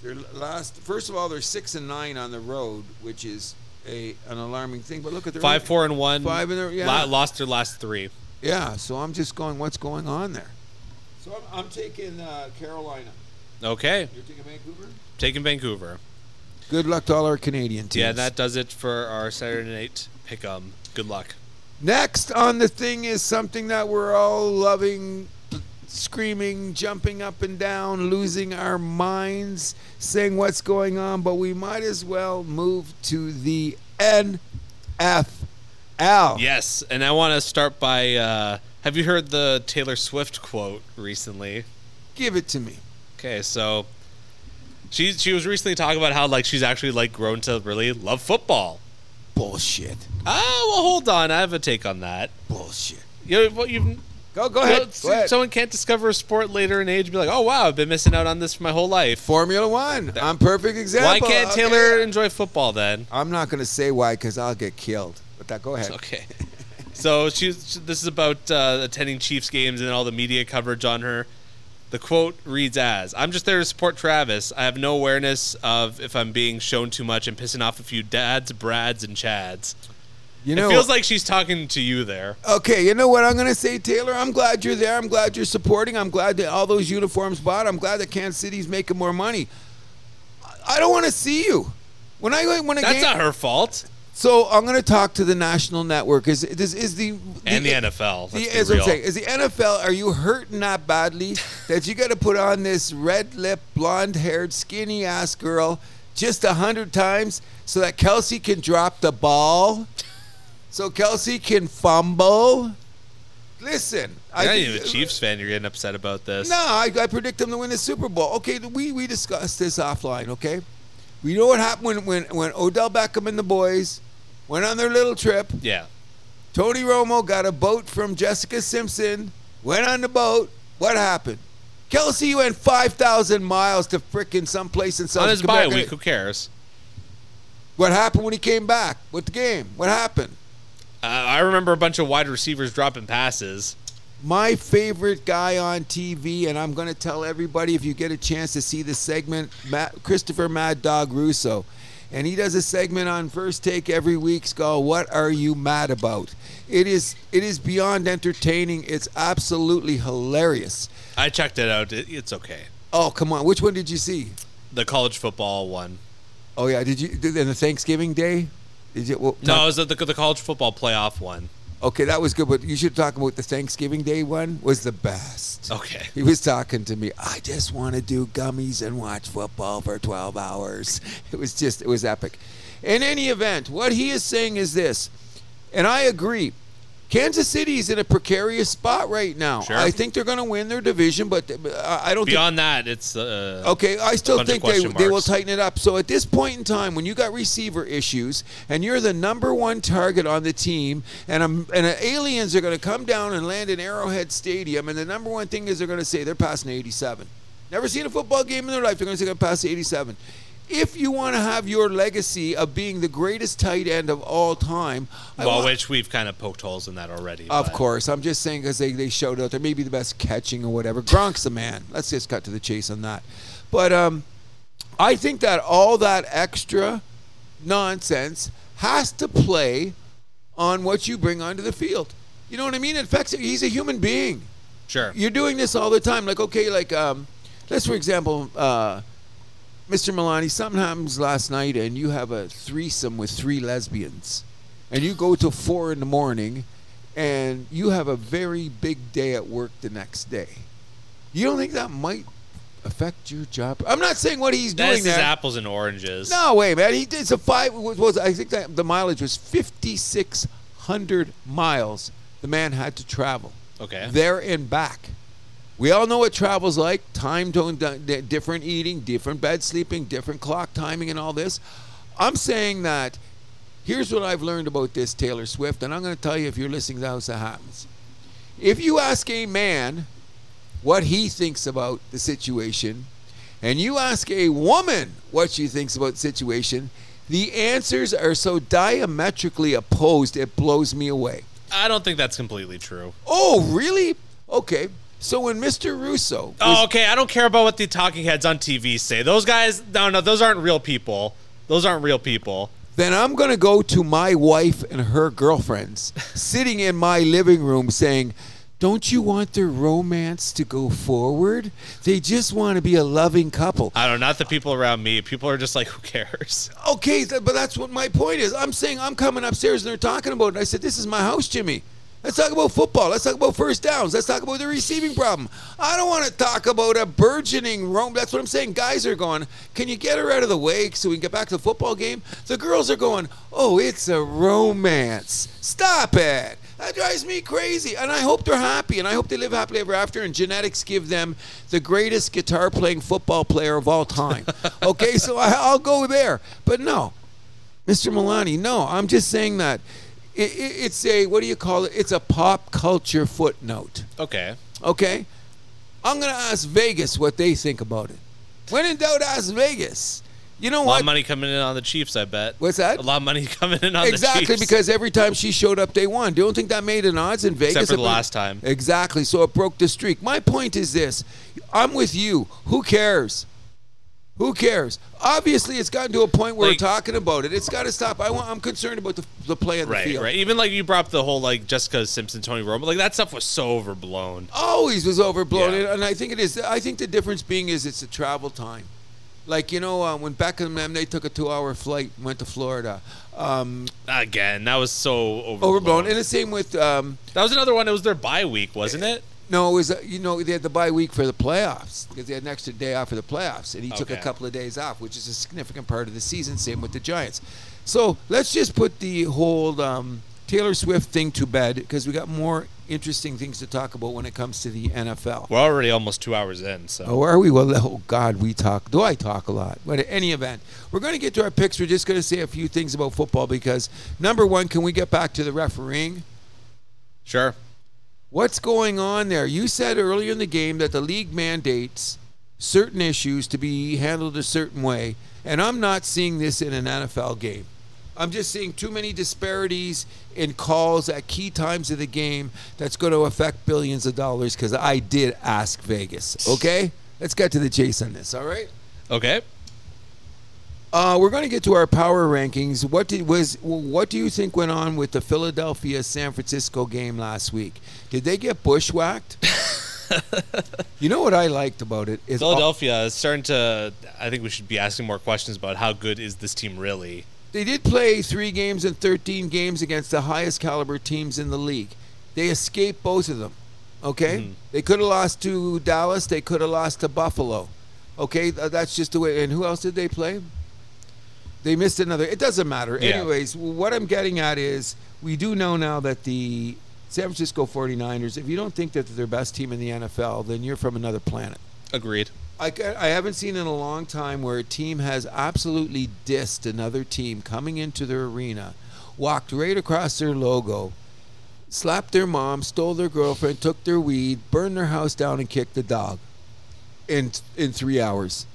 S2: their last first of all they're six and nine on the road which is a an alarming thing but look at their
S1: five, four, and one.
S2: Five in the- yeah.
S1: Lo- lost their last three.
S2: Yeah, so I'm just going, what's going on there? So I'm, I'm taking uh, Carolina.
S1: Okay,
S2: You're taking Vancouver?
S1: taking Vancouver.
S2: Good luck to all our Canadian teams.
S1: Yeah, that does it for our Saturday night pick 'em. Good luck.
S2: Next on the thing is something that we're all loving screaming, jumping up and down, losing our minds, saying what's going on, but we might as well move to the NFL.
S1: Yes, and I want to start by uh, have you heard the Taylor Swift quote recently?
S2: Give it to me.
S1: Okay, so she she was recently talking about how like she's actually like grown to really love football.
S2: Bullshit.
S1: Ah, well, hold on, I have a take on that.
S2: Bullshit.
S1: You know, what you've
S2: Go go
S1: you know,
S2: ahead.
S1: s-
S2: Go ahead.
S1: someone can't discover a sport later in age and be like, oh wow, I've been missing out on this for my whole life.
S2: Formula One. I'm perfect example.
S1: Why can't
S2: Okay.
S1: Taylor enjoy football then?
S2: I'm not going to say why because I'll get killed. But that, go ahead.
S1: Okay. So she, she- this is about uh, attending Chiefs games and all the media coverage on her. The quote reads as I'm just there to support Travis. I have no awareness of if I'm being shown too much and pissing off a few dads, Brads, and Chads.
S2: You know,
S1: it feels like she's talking to you there.
S2: okay. You know what I'm going to say, Taylor? I'm glad you're there. I'm glad you're supporting. I'm glad that all those uniforms bought. I'm glad that Kansas City's making more money. I- I don't want to see you. When I when a
S1: That's
S2: game,
S1: not her fault.
S2: so I'm going to talk to the national network. Is is, is the,
S1: And the NFL.
S2: The,
S1: Let's
S2: as
S1: be
S2: I'm
S1: real.
S2: saying, is the NFL? Are you hurting that badly that you got to put on this red lip, blonde haired, skinny ass girl just a hundred times so that Kelsey can drop the ball, so Kelsey can fumble? Listen, uh,
S1: You're not even a Chiefs fan. You're getting upset about this.
S2: No, I, I predict them to win the Super Bowl. Okay, we we discussed this offline. Okay, we know what happened when when when Odell Beckham and the boys went on their little trip.
S1: Yeah.
S2: Tony Romo got a boat from Jessica Simpson, went on the boat. What happened? Kelsey went 5,000 miles to frickin' someplace in South
S1: On his bye
S2: America.
S1: week, who cares?
S2: What happened when he came back with the game? What happened?
S1: Uh, I remember a bunch of wide receivers dropping passes.
S2: My favorite guy on TV, and I'm going to tell everybody if you get a chance to see this segment, Matt, Christopher Mad Dog Russo. And he does a segment on First Take every week. It's called "What Are You Mad About?" It is it is beyond entertaining. It's absolutely hilarious.
S1: I checked it out. It, it's okay.
S2: Oh come on! Which one did you see?
S1: The college football one.
S2: Oh yeah, did you? Did, in the Thanksgiving Day? Did you? Well,
S1: No, it
S2: talk-
S1: was the, the, the college football playoff one.
S2: okay, that was good, but you should talk about the Thanksgiving Day one. Was the best.
S1: Okay.
S2: He was talking to me. I just want to do gummies and watch football for 12 hours. It was just, it was epic. In any event, what he is saying is this, and I agree. Kansas City is in a precarious spot right now.
S1: Sure.
S2: I think they're going to win their division, but but I I don't think
S1: Beyond that, it's uh,
S2: Okay, I still
S1: bunch of
S2: think they,
S1: question
S2: they will
S1: marks.
S2: tighten it up. So at this point in time, when you got receiver issues and you're the number one target on the team, and um and uh, aliens are going to come down and land in Arrowhead Stadium, and the number one thing is they're going to say they're passing 87. Never seen a football game in their life. They're going to say they're passing 87. If you want to have your legacy of being the greatest tight end of all time, I
S1: well,
S2: want-
S1: which we've kind of poked holes in that already.
S2: of
S1: but-
S2: course. I'm just saying because they, they showed out. They're maybe the best catching or whatever. Gronk's the man. Let's just cut to the chase on that. But um, I think that all that extra nonsense has to play on what you bring onto the field. You know what I mean? It affects He's a human being
S1: Sure.
S2: you're doing this all the time. Like, okay, like, um, let's for example, uh, Mr. Milani, sometimes last night, and you have a threesome with three lesbians, and you go till four in the morning, and you have a very big day at work the next day. You don't think that might affect your job? I'm not saying what he's
S1: That
S2: doing
S1: is
S2: there.
S1: apples and oranges.
S2: No way, man. He did a five. Was, was I think that the mileage was 5,600 miles. The man had to travel
S1: Okay.
S2: there and back. We all know what travel's like: time zone, di- di- different eating, different bed sleeping, different clock timing, and all this. I'm saying that here's what I've learned about this Taylor Swift, and I'm going to tell you if you're listening to House of Happens. If you ask a man what he thinks about the situation, and you ask a woman what she thinks about the situation, the answers are so diametrically opposed it blows me away.
S1: I don't think that's completely true.
S2: Oh, really? Okay. So when Mr. Russo was-
S1: Oh, okay. I don't care about what the talking heads on TV say. Those guys, no, no, those aren't real people. Those aren't real people.
S2: then I'm going to go to my wife and her girlfriends sitting in my living room saying, "Don't you want their romance to go forward? They just want to be a loving couple."
S1: I don't know. Not the people around me. People are just like, who cares?
S2: Okay, th- but that's what my point is. I'm saying I'm coming upstairs and they're talking about it. I said, "This is my house, Jimmy." Let's talk about football. Let's talk about first downs. Let's talk about the receiving problem. I don't want to talk about a burgeoning Rome. That's what I'm saying. Guys are going, can you get her out of the way so we can get back to the football game? The girls are going, oh, it's a romance. Stop it. That drives me crazy. And I hope they're happy and I hope they live happily ever after. And genetics give them the greatest guitar playing football player of all time. Okay, so I, I'll go there. But no, Mr. Milani, no, I'm just saying that. I i it's a, what do you call it? It's a pop culture footnote.
S1: Okay.
S2: Okay? I'm going to ask Vegas what they think about it. When in doubt, ask Vegas. You know
S1: A lot
S2: what?
S1: of money coming in on the Chiefs, I bet.
S2: What's that?
S1: A lot of money coming in on the Chiefs.
S2: exactly because every time she showed up, they won. Don't think that made an odds in Vegas.
S1: for the
S2: It broke-
S1: last time.
S2: Exactly. So it broke the streak. My point is this: I'm with you. Who cares? Who cares? Obviously, it's gotten to a point where
S1: Like-
S2: we're talking about it. It's got to stop. I want, I'm concerned about the, the play on
S1: Right,
S2: the field.
S1: right. Even like you brought up the whole like Jessica Simpson, Tony Romo, like that stuff was so overblown.
S2: always was overblown,
S1: Yeah.
S2: and I think it is. I think the difference being is it's the travel time. Like you know, uh, when Beckham and them, they took a two-hour flight, and went to Florida. Um,
S1: Again, that was so overblown.
S2: overblown, and the same with um,
S1: That was another one. It was their bye week, wasn't it?
S2: no, it was uh, you know they had the bye week for the playoffs because they had an extra day off for the playoffs, and he took a
S1: Okay.
S2: couple of days off, which is a significant part of the season. Same with the Giants. So let's just put the whole um, Taylor Swift thing to bed because we got more interesting things to talk about when it comes to the NFL.
S1: We're already almost two hours in, so
S2: Oh, are we? Well, oh God, we talk. Do I talk a lot? But at any event, we're going to get to our picks. We're just going to say a few things about football because number one, can we get back to the refereeing?
S1: sure.
S2: What's going on there? You said earlier in the game that the league mandates certain issues to be handled a certain way, and I'm not seeing this in an NFL game. I'm just seeing too many disparities in calls at key times of the game that's going to affect billions of dollars because I did ask Vegas. Okay? Let's get to the chase on this, all right?
S1: Okay.
S2: Uh, we're going to get to our power rankings. What did, was what do you think went on with the Philadelphia San Francisco game last week? Did they get bushwhacked? you know what I liked about it is
S1: Philadelphia is starting to. I think we should be asking more questions about how good is this team really.
S2: they did play three games and 13 games against the highest caliber teams in the league. They escaped both of them. Okay, they could have lost to Dallas. They could have lost to Buffalo. Okay, Th- that's just the way. And who else did they play? They missed another. It doesn't matter.
S1: Yeah.
S2: Anyways, what I'm getting at is we do know now that the San Francisco 49ers, if you don't think that they're their best team in the NFL, then you're from another planet.
S1: Agreed.
S2: I, ca- I haven't seen in a long time where a team has absolutely dissed another team coming into their arena, walked right across their logo, slapped their mom, stole their girlfriend, took their weed, burned their house down, and kicked the dog in in three hours.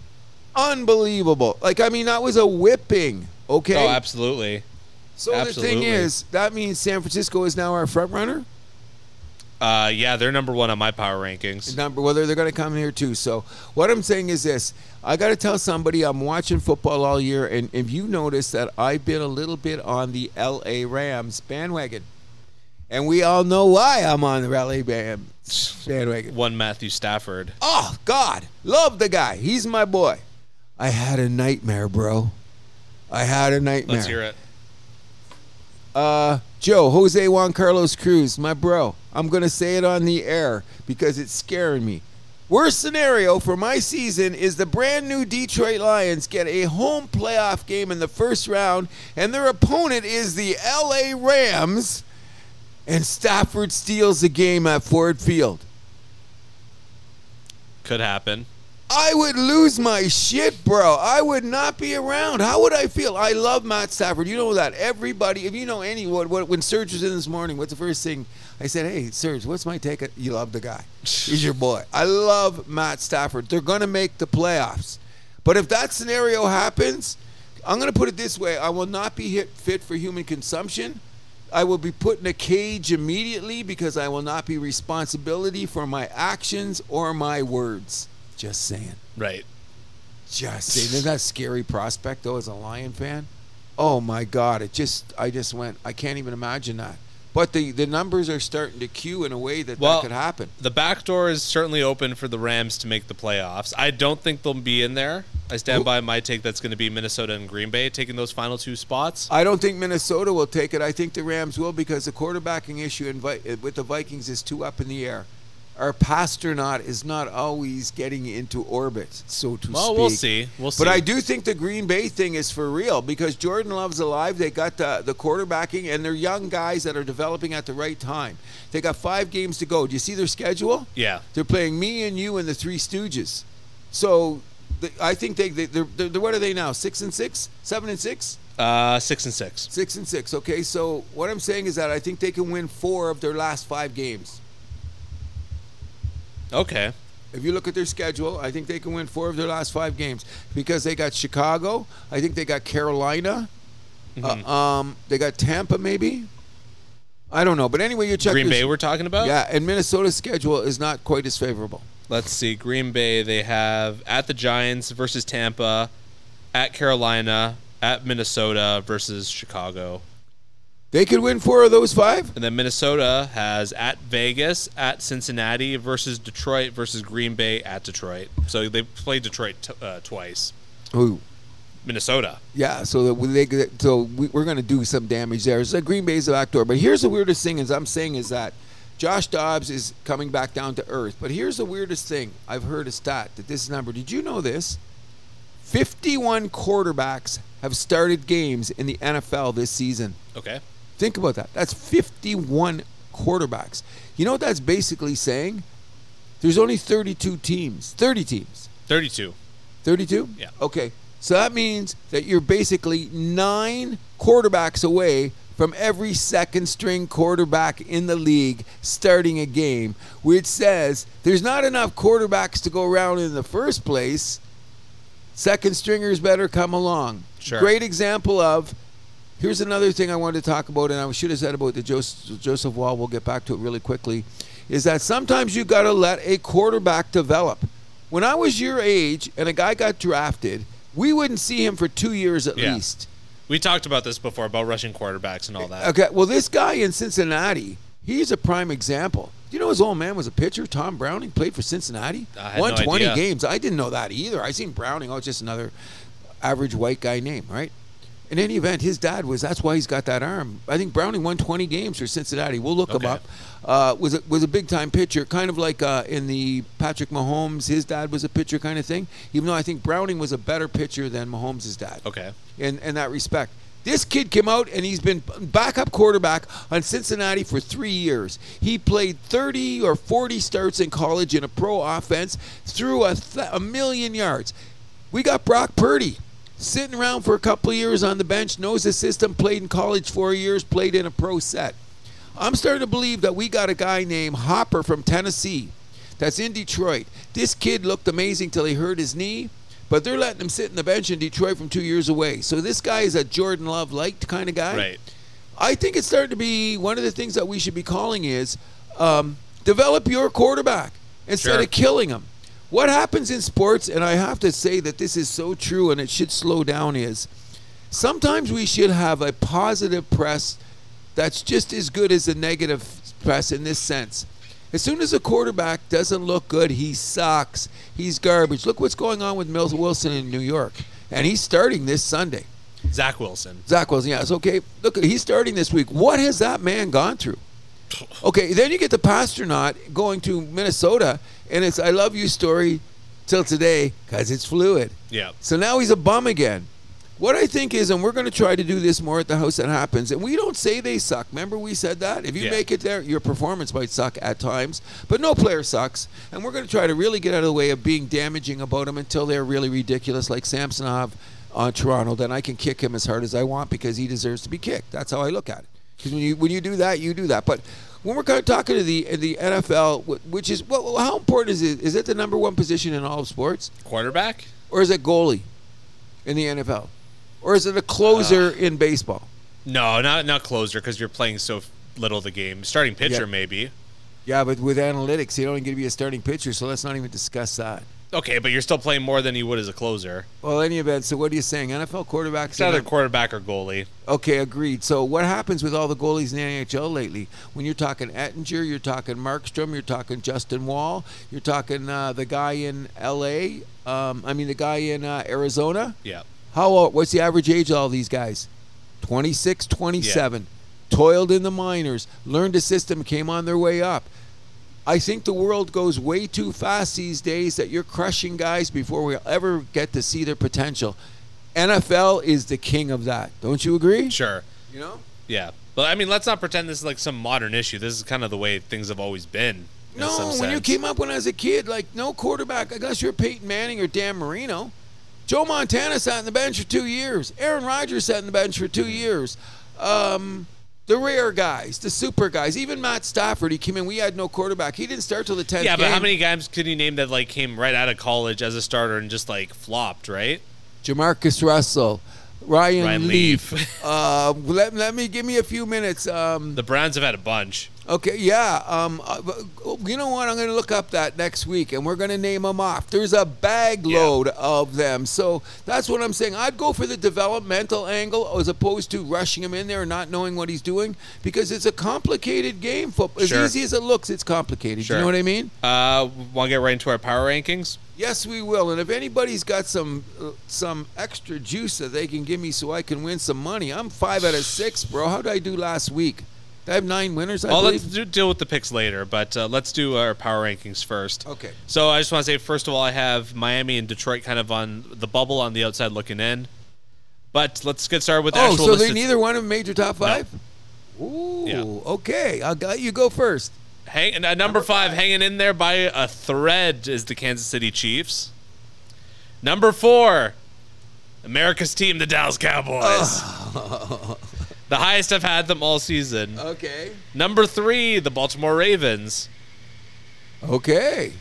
S2: Unbelievable! Like I mean, that was a whipping. Okay,
S1: Oh, absolutely.
S2: so the thing
S1: absolutely.
S2: is, that means San Francisco is now our front runner.
S1: Uh, yeah, they're number one on my power rankings.
S2: number whether they're going to come here too. So what I'm saying is this: I got to tell somebody I'm watching football all year, and if you notice that I've been a little bit on the L.A. Rams bandwagon, and we all know why I'm on the L.A. Rams bandwagon.
S1: One Matthew Stafford.
S2: Oh God, love the guy. He's my boy. I had a nightmare, bro. I had a nightmare.
S1: Let's hear it.
S2: Uh, Joe, Jose Juan Carlos Cruz, my bro. I'm going to say it on the air because it's scaring me. Worst scenario for my season is the brand new Detroit Lions get a home playoff game in the first round, and their opponent is the LA Rams, and Stafford steals the game at Ford Field.
S1: Could happen.
S2: I would lose my shit, bro. I would not be around. How would I feel? I love Matt Stafford. You know that. Everybody, if you know anyone, what, when Serge was in this morning, what's the first thing I said? Hey, Serge, what's my take? on-" You love the guy. He's your boy. I love Matt Stafford. They're going to make the playoffs. But if that scenario happens, I'm going to put it this way I will not be hit, fit for human consumption. I will be put in a cage immediately because I will not be responsibility for my actions or my words. Just saying.
S1: Right.
S2: Just saying. Isn't that a scary prospect though as a Lion fan? Oh my God! It just I just went. I can't even imagine that. But the the numbers are starting to cue in a way that
S1: Well-
S2: that could happen.
S1: The back door is certainly open for the Rams to make the playoffs. I don't think they'll be in there. I stand by my take. That's going to be Minnesota and Green Bay taking those final two spots.
S2: I don't think Minnesota will take it. I think the Rams will because the quarterbacking issue in Vi- with the Vikings is too up in the air. Our Pasternak is not always getting into orbit, so to
S1: Well,
S2: speak.
S1: we'll see. We'll see.
S2: But I do think the Green Bay thing is for real because Jordan Love's alive. They got the, the quarterbacking, and they're young guys that are developing at the right time. They got five games to go. Do you see their schedule?
S1: Yeah.
S2: They're playing me and you and the Three Stooges. So the, I think they, they they're, they're what are they now? Six and six, seven and six,
S1: Uh, six and six.
S2: six and six. Okay, so what I'm saying is that I think they can win four of their last five games.
S1: Okay.
S2: If you look at their schedule, I think they can win four of their last five games because they got Chicago. I think they got Carolina.
S1: Mm-hmm.
S2: Uh, um, they got Tampa, maybe. I don't know, but anyway, you check
S1: Green
S2: this-
S1: Bay, we're talking about.
S2: Yeah, and Minnesota's schedule is not quite as favorable.
S1: Let's see. Green Bay. They have at the Giants versus Tampa, at Carolina, at Minnesota versus Chicago,
S2: They could win four of those five.
S1: and then Minnesota has at Vegas, at Cincinnati versus Detroit versus Green Bay at Detroit. So they played Detroit t- uh, twice.
S2: Ooh.
S1: Minnesota.
S2: Yeah, so that we, they could- so we, we're going to do some damage there. So Green Bay's the back door. But here's the weirdest thing: is I'm saying is that Josh Dobbs is coming back down to earth. But here's the weirdest thing: I've heard a stat that this number. Did you know this? 51 quarterbacks have started games in the NFL this season.
S1: Okay.
S2: Think about that. That's 51 quarterbacks. You know what that's basically saying? There's only 32 teams. 30 teams.
S1: Thirty-two.
S2: 32?
S1: Yeah.
S2: Okay. So that means that you're basically nine quarterbacks away from every second string quarterback in the league starting a game, which says there's not enough quarterbacks to go around in the first place. Second stringers better come along.
S1: Sure.
S2: Great example of. Here's another thing I wanted to talk about, and I should have said about the Joseph, Joseph Wall. We'll get back to it really quickly. Is that sometimes you got to let a quarterback develop. When I was your age and a guy got drafted, we wouldn't see him for two years at
S1: Yeah.
S2: least.
S1: We talked about this before about rushing quarterbacks and all that.
S2: Okay, well, this guy in Cincinnati, he's a prime example. Do you know his old man was a pitcher, Tom Browning, played for Cincinnati?
S1: I had no
S2: 120
S1: idea.
S2: games. I didn't know that either. I seen Browning, oh, just another average white guy name, right? In any event, his dad was. That's why he's got that arm. I think Browning won 20 games for Cincinnati. We'll look
S1: Okay.
S2: him up. Uh, was a, was a big time pitcher, kind of like uh, in the Patrick Mahomes. His dad was a pitcher kind of thing. Even though I think Browning was a better pitcher than Mahomes' dad
S1: Okay.
S2: in, in that respect. This kid came out and he's been backup quarterback on Cincinnati for three years. He played 30 or 40 starts in college in a pro offense, threw a, th- a million yards. We got Brock Purdy sitting around for a couple of years on the bench, knows the system, played in college four years, played in a pro set. I'm starting to believe that we got a guy named Hopper from Tennessee that's in Detroit. This kid looked amazing till he hurt his knee, but they're letting him sit in the bench in Detroit from two years away. So this guy is a Jordan Love liked kind of guy.
S1: Right.
S2: I think it's starting to be one of the things that we should be calling is um, develop your quarterback instead
S1: Sure.
S2: of killing him. What happens in sports, and I have to say that this is so true and it should slow down, is sometimes we should have a positive press that's just as good as the negative press in this sense. As soon as a quarterback doesn't look good, he sucks. He's garbage. Look what's going on with Mills Wilson in New York, and he's starting this Sunday.
S1: Zach Wilson.
S2: Zach Wilson, yeah, it's okay. Look, he's starting this week. What has that man gone through? Okay, then you get the Pasternak going to Minnesota, and it's I love you story till today because it's fluid.
S1: Yeah.
S2: So now he's a bum again. What I think is, and we're going to try to do this more at the house that happens, and we don't say they suck. Remember, we said that? If you
S1: Yeah.
S2: make it there, your performance might suck at times, but no player sucks. And we're going to try to really get out of the way of being damaging about them until they're really ridiculous, like Samsonov on Toronto. Then I can kick him as hard as I want because he deserves to be kicked. That's how I look at it. Because when you, when you do that, you do that. But when we're kind of talking to the the NFL, wh- which is, well, how important is it? Is it the number one position in all of sports?
S1: Quarterback?
S2: or is it goalie in the NFL, or is it a closer in baseball?
S1: No, not not closer because you're playing so f- little of the game. Starting pitcher
S2: Yeah.
S1: maybe.
S2: Yeah, but with analytics, you don't even get to be a starting pitcher, so let's not even discuss that.
S1: Okay, but you're still playing more than you would as a closer.
S2: Well, any event, so what are you saying? NFL quarterbacks?
S1: It's either quarterback or goalie.
S2: Okay, agreed. So what happens with all the goalies in the NHL lately? When you're talking Ettinger, you're talking Markstrom, you're talking Justin Wall, you're talking uh, the guy in L.A. Um, I mean the guy in uh, Arizona.
S1: Yeah.
S2: How old? What's the average age of all these guys? 26, 27. Toiled in the minors, learned a system, came on their way up. I think the world goes way too fast these days that you're crushing guys before we ever get to see their potential. NFL is the king of that. Don't you agree?
S1: Sure.
S2: You know?
S1: Yeah. But I mean, let's not pretend this is like some modern issue. This is kind of the way things have always been. in some
S2: No, when you
S1: sense.
S2: came up when I was a kid, like no quarterback, unless you're Peyton Manning or Dan Marino. Joe Montana sat on the bench for two years. Aaron Rodgers sat on the bench for
S1: Mm-hmm.
S2: two years. Um, the rare guys, the super guys, even Matt Stafford, he came in. We had no quarterback. He didn't start till the tenth.
S1: Yeah, but how
S2: game.
S1: many guys could you name that like came right out of college as a starter and just like flopped, right?
S2: Jamarcus Russell, Ryan,
S1: Ryan
S2: Leaf.
S1: Leaf.
S2: uh, let, let me give me a few minutes. Um,
S1: The Browns have had a bunch.
S2: okay, yeah. Um, uh, you know what? I'm going to look up that next week, and we're going to name them off. There's a bag
S1: Yeah.
S2: load of them, so that's what I'm saying. I'd go for the developmental angle as opposed to rushing him in there and not knowing what he's doing, because it's a complicated game. Football, as
S1: Sure.
S2: easy as it looks, it's complicated.
S1: Sure.
S2: You know what I mean?
S1: Uh, want to get right into our power rankings?
S2: Yes, we will. And if anybody's got some uh, some extra juice that they can give me so I can win some money, I'm five out of six, bro. How did I do last week? Did I have nine winners? I
S1: Well,
S2: believe.
S1: let's do, deal with the picks later, but uh, let's do our power rankings first.
S2: Okay.
S1: So I just want to say, first of all, I have Miami and Detroit kind of on the bubble on the outside looking in. But let's get started with the
S2: Oh,
S1: actual
S2: so
S1: list.
S2: they
S1: It's-
S2: neither one of them made your top five? Ooh,
S1: Yeah.
S2: okay. I'll let you go first.
S1: Hang, uh, number, five, hanging in there by a thread is the Kansas City Chiefs. Number four, America's team, the Dallas Cowboys. the highest I've had them all season.
S2: Okay.
S1: Number three, the Baltimore Ravens.
S2: Okay.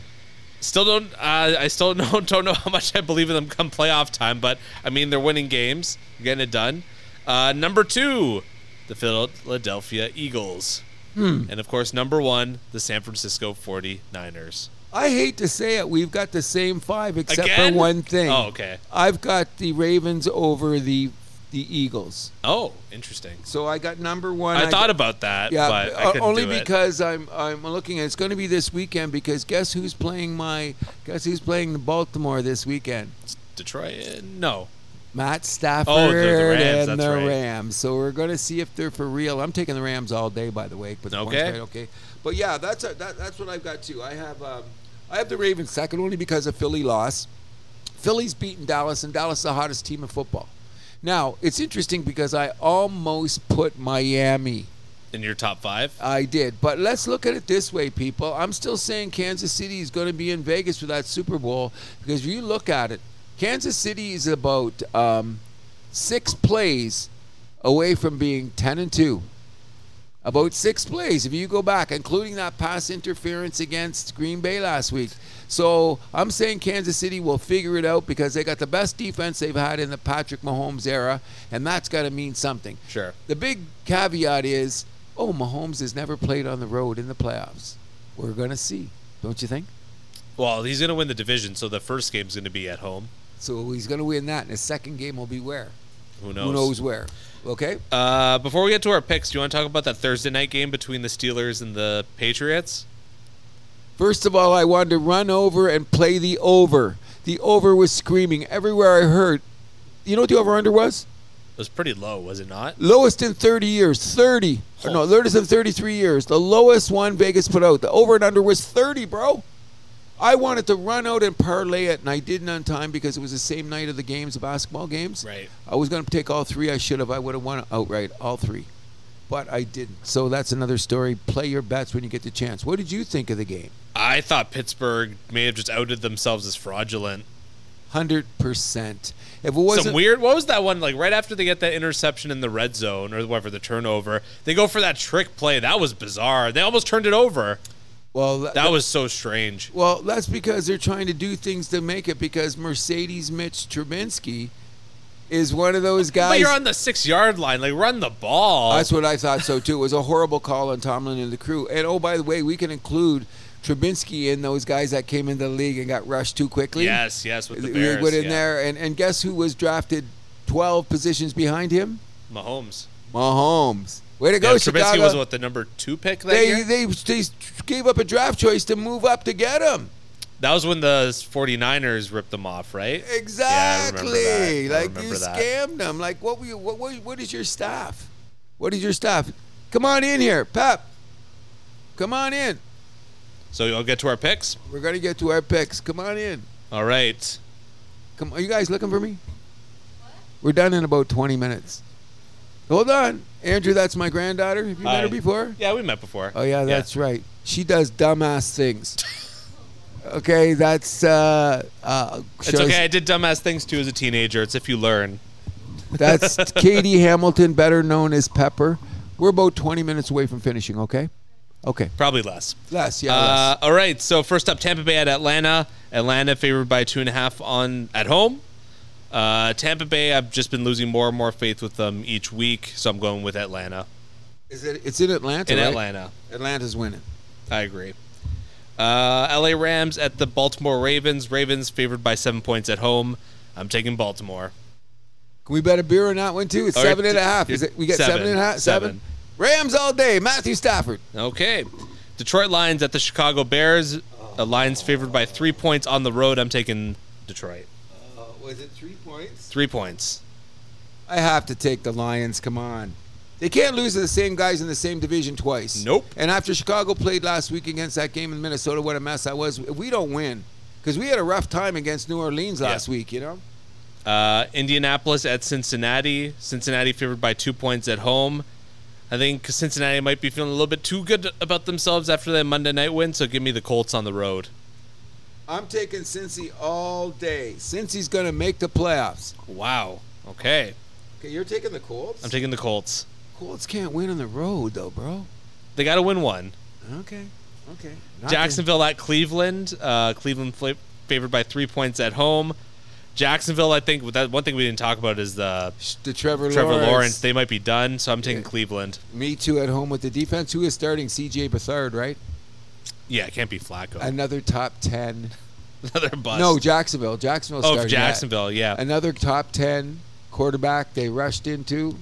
S1: Still don't. Uh, I still don't don't know how much I believe in them come playoff time, but I mean they're winning games, getting it done. Uh, number two, the Philadelphia Eagles, and of course number one, the San Francisco 49ers.
S2: I hate to say it, we've got the same five except
S1: Again?
S2: for one thing.
S1: Oh, okay.
S2: I've got the Ravens over the the Eagles.
S1: Oh, interesting.
S2: So I got number one.
S1: I,
S2: I
S1: thought about that,
S2: Yeah,
S1: but
S2: but
S1: I couldn't
S2: only
S1: do it.
S2: because I'm I'm looking at it's going to be this weekend because guess who's playing my guess who's playing the Baltimore this weekend?
S1: Detroit. No,
S2: Matt Stafford
S1: Oh, the- the Rams,
S2: and
S1: that's
S2: the
S1: right.
S2: Rams. So we're going to see if they're for real. I'm taking the Rams all day, by the way. But the points
S1: Okay.
S2: right, okay. But yeah, that's a, that, that's what I've got too. I have um, I have the Ravens second only because of Philly loss. Philly's beaten Dallas, and Dallas is the hottest team in football. Now it's interesting because I almost put Miami.
S1: in your top five.
S2: I did. But let's look at it this way, people. I'm still saying Kansas City is going to be in Vegas for that Super Bowl because if you look at it, Kansas City is about um, six plays away from being 10 and 2. About six plays, if you go back, including that pass interference against Green Bay last week. So I'm saying Kansas City will figure it out because they got the best defense they've had in the Patrick Mahomes era, and that's got to mean something.
S1: Sure.
S2: The big caveat is, oh, Mahomes has never played on the road in the playoffs. We're gonna see, don't you think?
S1: Well, he's going to win the division, so the first game's going to be at home.
S2: So he's gonna win that, and his second game will be where?
S1: Who knows?
S2: Who knows where? Okay.
S1: Uh, before we get to our picks, do you want to talk about that Thursday night game between the Steelers and the Patriots?
S2: First of all, I wanted to run over and play the over. The over was screaming everywhere I heard. You know what the over under was?
S1: It was pretty low, was it not?
S2: Lowest in 30 years. 30. Or no, lowest in 33 years. The lowest one Vegas put out. The over and under was 30, bro. I wanted to run out and parlay it, and I didn't on time because it was the same night of the games, the basketball games.
S1: Right.
S2: I was going to take all three. I should have. I would have won outright, all three. But I didn't. So that's another story. Play your bets when you get the chance. What did you think of the game?
S1: I thought Pittsburgh may have just outed themselves as fraudulent.
S2: 100%. If it wasn't.
S1: Some weird. What was that one like? Right after they get that interception in the red zone or whatever the turnover, they go for that trick play. That was bizarre. They almost turned it over.
S2: well,
S1: That was so strange.
S2: Well, that's because they're trying to do things to make it because Mercedes Mitch Trubinsky is one of those
S1: But
S2: guys.
S1: you're on the six yard line. Like run the ball.
S2: that's what I thought so too. It was a horrible call on Tomlin and the crew. And oh, by the way, we can include Trubinsky and those guys that came into the league and got rushed too quickly.
S1: Yes, yes, with the
S2: We
S1: Bears.
S2: went in
S1: yeah.
S2: there, and, and guess who was drafted 12 positions behind him?
S1: Mahomes.
S2: Mahomes. Way to go,
S1: Yeah, Trubisky
S2: Chicago.
S1: was what the number two pick that
S2: they,
S1: year.
S2: they they gave up a draft choice to move up to get him.
S1: That was when the 49ers ripped them off, right?
S2: Exactly.
S1: Yeah, I remember that. I
S2: like you
S1: remember that.
S2: scammed them. Like what were you what, what what is your staff? What is your staff? Come on in here, Pep. Come on in.
S1: So I'll get to our picks.
S2: We're gonna get to our picks. Come on in.
S1: All right.
S2: Come are you guys looking for me? We're done in about twenty minutes. Hold on. Andrew, that's my granddaughter. Have you met
S1: Hi.
S2: her before?
S1: Yeah, we met before.
S2: Oh yeah, that's right. She does dumbass things. okay, that's uh uh
S1: It's
S2: shows-
S1: okay. I did dumbass things too as a teenager. It's if you learn.
S2: That's Katie Hamilton, better known as Pepper. We're about 20 minutes away from finishing, okay? Okay.
S1: Probably less.
S2: Less, yeah,
S1: Uh, all right. So first up, Tampa Bay at Atlanta. Atlanta favored by two and a half on at home. Uh, Tampa Bay. I've just been losing more and more faith with them each week, so I'm going with Atlanta.
S2: less. Is it, it's in Atlanta,
S1: In
S2: right?
S1: Atlanta,
S2: Atlanta's winning.
S1: I agree. Uh, L.A. Rams at the Baltimore Ravens. Ravens favored by seven points at home. I'm taking Baltimore.
S2: Can we bet a beer on that one, too? It's
S1: Or
S2: seven
S1: d-
S2: and a half. Is it, we got
S1: seven,
S2: seven and a half?
S1: seven.
S2: Rams all day. Matthew Stafford.
S1: Okay. Detroit Lions at the Chicago Bears. The Lions favored by three points on the road. I'm taking Detroit.
S2: Uh, was it three points?
S1: Three points.
S2: I have to take the Lions. Come on. They can't lose to the same guys in the same division twice.
S1: Nope.
S2: And after Chicago played last week against that game in Minnesota, what a mess that was. If we don't win, because we had a rough time against New Orleans last week, you know?
S1: Uh, Indianapolis at Cincinnati. Cincinnati favored by two points at home. I think Cincinnati might be feeling a little bit too good about themselves after that Monday night win, so give me the Colts on the road.
S2: I'm taking Cincy all day. Cincy's going to make the playoffs.
S1: Wow. Okay.
S2: Okay, you're taking the Colts?
S1: I'm taking the Colts.
S2: Colts can't win on the road, though, bro.
S1: They got to win one.
S2: Okay. Okay.
S1: Jacksonville at Cleveland. Uh, Cleveland fla- favored by three points at home. Jacksonville, I think, that one thing we didn't talk about is the
S2: The Trevor,
S1: Trevor Lawrence.
S2: Lawrence.
S1: They might be done, so I'm taking
S2: Yeah.
S1: Cleveland.
S2: Me too at home with the defense. Who is starting? CJ Bethard, right?
S1: Yeah, it can't be Flacco.
S2: Another top 10.
S1: Another bust.
S2: No, Jacksonville. Jacksonville
S1: oh,
S2: starting that.
S1: Jacksonville, yeah.
S2: Another top 10 quarterback they rushed into.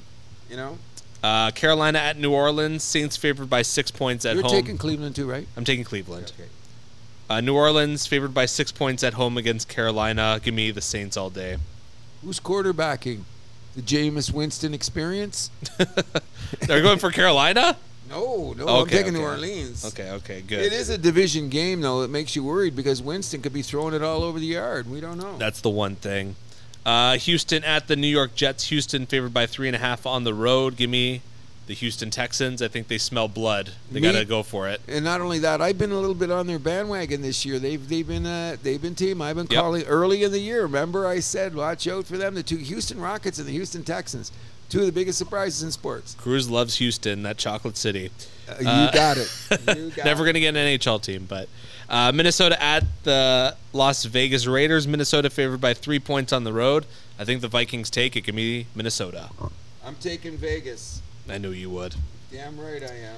S2: You know?
S1: Uh, Carolina at New Orleans. Saints favored by six points at
S2: You're
S1: home.
S2: taking Cleveland too, right?
S1: I'm taking Cleveland.
S2: Okay.
S1: Uh, New Orleans favored by six points at home against Carolina. Give me the Saints all day.
S2: Who's quarterbacking? The Jameis Winston experience?
S1: They're going for Carolina?
S2: No, no.
S1: Okay,
S2: I'm taking New
S1: okay.
S2: Orleans.
S1: Okay, okay,
S2: It
S1: good.
S2: is a division game, though. It makes you worried because Winston could be throwing it all over the yard. We don't know.
S1: That's the one thing. Uh, Houston at the New York Jets. Houston favored by three and a half on the road. Give me the Houston Texans. I think they smell blood. They
S2: Me-
S1: got to go for it.
S2: and not only that, I've been a little bit on their bandwagon this year. They've they've been uh, they've been team. I've been
S1: Yep.
S2: calling early in the year. Remember, I said watch out for them. The two Houston Rockets and the Houston Texans, two of the biggest surprises in sports.
S1: Cruz loves Houston, that chocolate city.
S2: Uh, you
S1: Uh,
S2: got it. You got
S1: Never
S2: it.
S1: going to get an NHL team, but uh, Minnesota at the Las Vegas Raiders. Minnesota favored by three points on the road. I think the Vikings take it. Give me Minnesota.
S2: I'm taking Vegas.
S1: I knew you would.
S2: Damn right I am.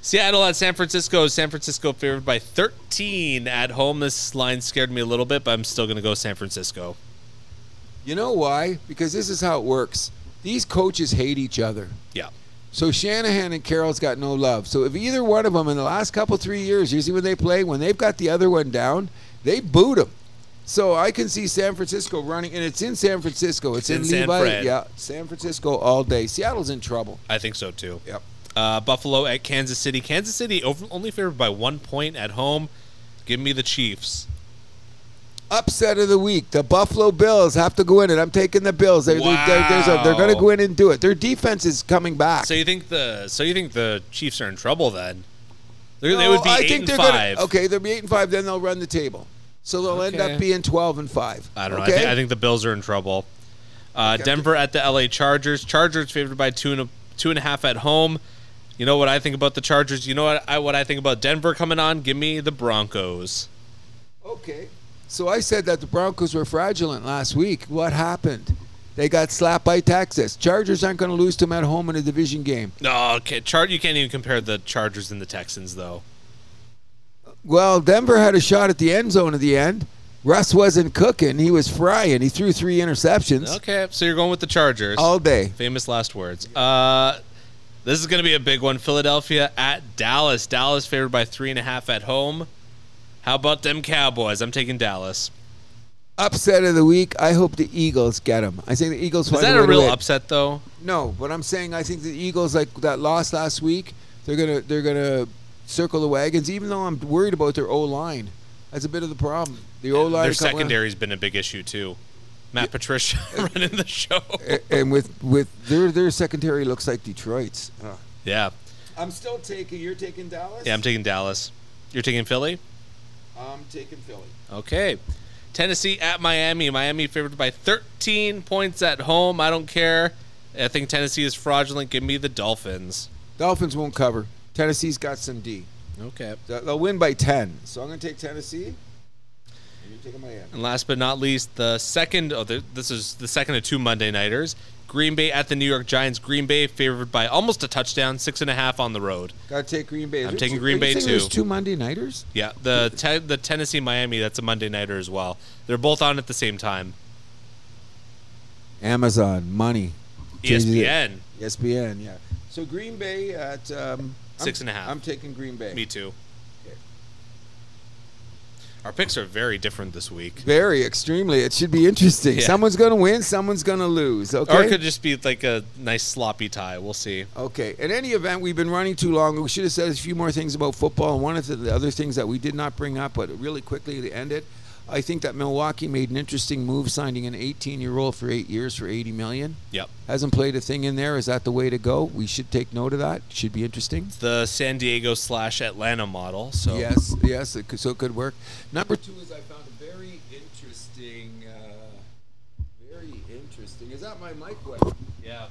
S1: Seattle at San Francisco. San Francisco favored by 13 at home. This line scared me a little bit, but I'm still going to go San Francisco.
S2: You know why? Because this is how it works. These coaches hate each other.
S1: Yeah.
S2: So Shanahan and Carroll's got no love. So if either one of them in the last couple three years, usually when they play, when they've got the other one down, they boot them. So I can see San Francisco running, and it's in San Francisco. It's
S1: In
S2: in,
S1: San
S2: Levi.
S1: Fran.
S2: Yeah, San Francisco all day. Seattle's in trouble.
S1: I think so too.
S2: Yep.
S1: Uh, Buffalo at Kansas City. Kansas City over, only favored by one point at home. Give me the Chiefs.
S2: Upset of the week. The Buffalo Bills have to go in it. I'm taking the Bills. They're, they're, there's a- they're going to
S1: Wow.
S2: go in and do it. Their defense is coming back.
S1: So you think the so you think the Chiefs are in trouble then? They're, they
S2: No,
S1: would be
S2: I
S1: eight
S2: think
S1: and
S2: they're
S1: 5
S2: Gonna, okay, they'll be eight and five. Then they'll run the table. So they'll end
S1: Okay.
S2: up being twelve and five.
S1: I don't know.
S2: Okay?
S1: I, think, I think the Bills are in trouble. Uh,
S2: Okay.
S1: Denver at the LA Chargers. Chargers favored by two and a, two and a half at home. You know what I think about the Chargers. You know what I what I think about Denver coming on. Give me the Broncos.
S2: Okay. So I said that the Broncos were fraudulent last week. What happened? They got slapped by Texas. Chargers aren't going to lose to them at home in a division game.
S1: No, okay. Char- you can't even compare the Chargers and the Texans though.
S2: Well, Denver had a shot at the end zone at the end. Russ wasn't cooking; he was frying. He threw three interceptions
S1: Okay, so you're going with the Chargers.
S2: all day.
S1: Famous last words. Uh, this is going to be a big one. Philadelphia at Dallas. Dallas favored by three and a half at home. How about them Cowboys? I'm taking Dallas.
S2: Upset of the week. I hope the Eagles get him. I think the Eagles.
S1: Is
S2: find
S1: that
S2: a,
S1: a
S2: way to
S1: real
S2: win.
S1: upset though?
S2: No, but I'm saying I think the Eagles like that loss last week. They're gonna they're gonna circle the wagons. Even though I'm worried about their O line, that's a bit of the problem. The O line,
S1: Their secondary's been a big issue too. Matt Patricia running the show.
S2: and with with their their secondary looks like Detroit's.
S1: Yeah,
S2: I'm still taking. You're taking Dallas.
S1: yeah. I'm taking Dallas. You're taking Philly.
S2: I'm taking Philly.
S1: Okay. Tennessee at Miami. Miami favored by 13 points at home. I don't care. I think Tennessee is fraudulent. Give me the Dolphins.
S2: Dolphins won't cover. Tennessee's got some D.
S1: Okay.
S2: They'll- They'll win by ten. So I'm gonna take Tennessee. And you're taking Miami.
S1: And last but not least, the second oh, the, this is the second of two Monday Nighters. Green Bay at the New York Giants. Green Bay favored by almost a touchdown, six and a half on the road.
S2: Gotta take Green Bay. Is
S1: I'm
S2: there
S1: taking
S2: two-
S1: Green
S2: are you
S1: Bay,
S2: saying There's
S1: too.
S2: two Monday nighters.
S1: Yeah, the te- the Tennessee Miami. That's a Monday Nighter as well. They're both on at the same time.
S2: Amazon money.
S1: E
S2: Changes it.
S1: ESPN.
S2: E ESPN, yeah. So Green Bay at um, I'm-
S1: Six and a half.
S2: I'm taking Green Bay.
S1: Me too. Our picks are very different this week.
S2: Very extremely. It should be interesting.
S1: Yeah.
S2: Someone's going to win. Someone's going to lose.
S1: Or
S2: Okay.
S1: it could just be like a nice sloppy tie. We'll see.
S2: okay. In any event, we've been running too long. We should have said a few more things about football. And one of the- the other things that we did not bring up, but really quickly to end it, I think that Milwaukee made an interesting move, signing an 18-year-old for eight years for 80 million.
S1: Yep.
S2: Hasn't played a thing in there. Is that the way to go? We should take note of that. Should be interesting.
S1: The San Diego slash Atlanta model. So
S2: Yes, yes, it could, so it could work. Number two is I found a very interesting, uh, very interesting. Is that my mic? What?
S1: Yeah.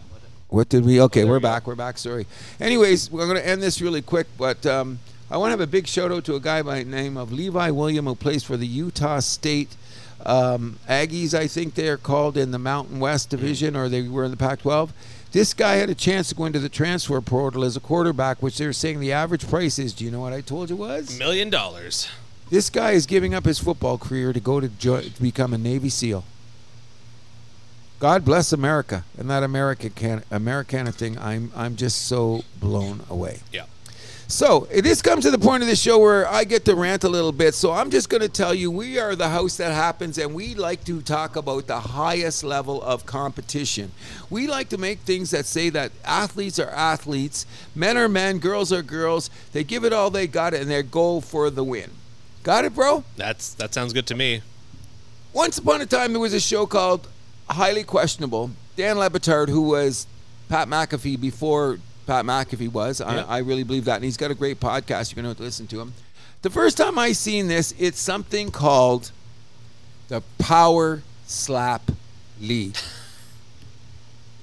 S2: What did we? Okay,
S1: there
S2: we're
S1: we go.
S2: back. We're back. Sorry. Anyways, we're going to end this really quick, but um, I want to have a big shout out to a guy by the name of Levi William who plays for the Utah State um, Aggies. I think they are called in the Mountain West Division, or they were in the Pac-12. This guy had a chance to go into the transfer portal as a quarterback, which they're saying the average price is. Do you know what I told you was?
S1: Million dollars.
S2: This guy is giving up his football career to go to, jo- to become a Navy SEAL. God bless America and that America can- Americana thing. I'm I'm just so blown away.
S1: Yeah.
S2: So eh, this comes to the point of the show where I get to rant a little bit. So I'm just going to tell you, we are the house that happens, and we like to talk about the highest level of competition. We like to make things that say that athletes are athletes, men are men, girls are girls. They give it all they got, and they go for the win. Got it, bro?
S1: That's that sounds good to me.
S2: Once upon a time, there was a show called Highly Questionable. Dan Lebatard, who was Pat McAfee before Pat McAfee was,
S1: Yeah.
S2: I, I really believe that. And he's got a great podcast. You're going to have to listen to him. The first time I seen this, it's something called the Power Slap League.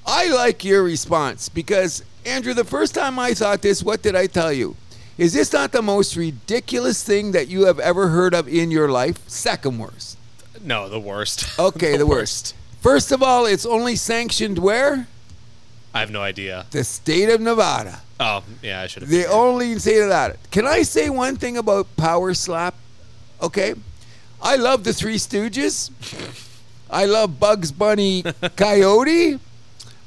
S2: I like your response because, Andrew, the first time I thought this, what did I tell you? Is this not the most ridiculous thing that you have ever heard of in your life? Second worst.
S1: No, the worst.
S2: Okay, the, worst. First of all, it's only sanctioned where?
S1: I have no idea.
S2: The state of Nevada.
S1: Oh, yeah, I should have.
S2: The only state of that. Can I say one thing about Power Slap? Okay. I love the Three Stooges. I love Bugs Bunny Coyote.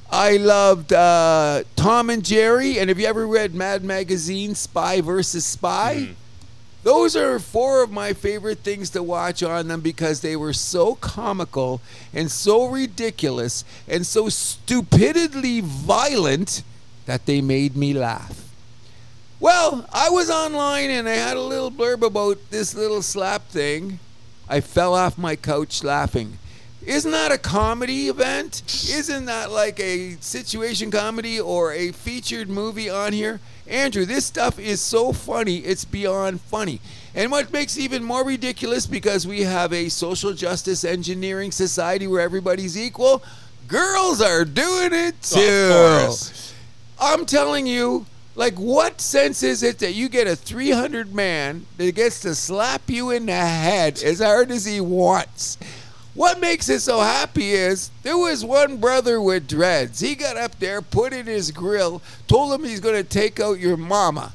S2: I loved uh, Tom and Jerry. And have you ever read Mad Magazine, Spy versus Spy? Those are four of my favorite things to watch on them because they were so comical and so ridiculous and so stupidly violent that they made me laugh. Well, I was online and I had a little blurb about this little slap thing. I fell off my couch laughing. Isn't that a comedy event? Isn't that like a situation comedy or a featured movie on here? Andrew, this stuff is so funny, it's beyond funny. And what makes it even more ridiculous because we have a social justice engineering society where everybody's equal, girls are doing it too.
S1: course.
S2: I'm telling you, like, what sense is it that you get a 300 man that gets to slap you in the head as hard as he wants? What makes it so happy is there was one brother with dreads. He got up there, put in his grill, told him he's going to take out your mama.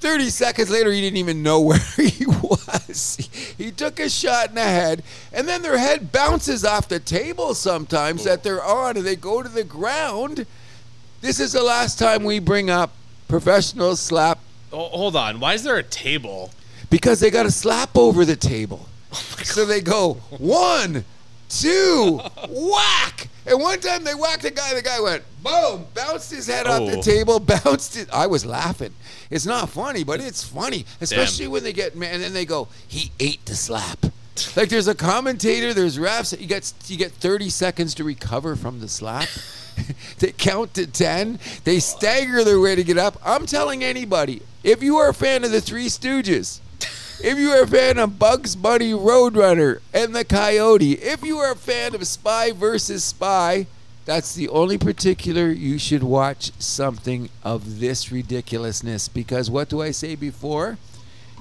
S2: 30 seconds later, he didn't even know where he was. He took a shot in the head, and then their head bounces off the table sometimes that they're on, and they go to the ground. This is the last time we bring up professional slap
S1: Oh, hold on. Why is there a table?
S2: because they got to slap over the table. so they go one, two, whack. And one time they whacked a guy. The guy went boom, bounced his head off the
S1: Oh.
S2: table, bounced it. I was laughing. It's not funny, but it's funny, especially when they get man. And then they go, he ate the slap. Like there's a commentator, there's refs. You get you get 30 seconds to recover from the slap. they count to 10. They stagger their way to get up. I'm telling anybody, if you are a fan of the Three Stooges, if you are a fan of Bugs Bunny Roadrunner and the Coyote, if you are a fan of Spy versus Spy, that's the only particular you should watch something of this ridiculousness because what do I say before?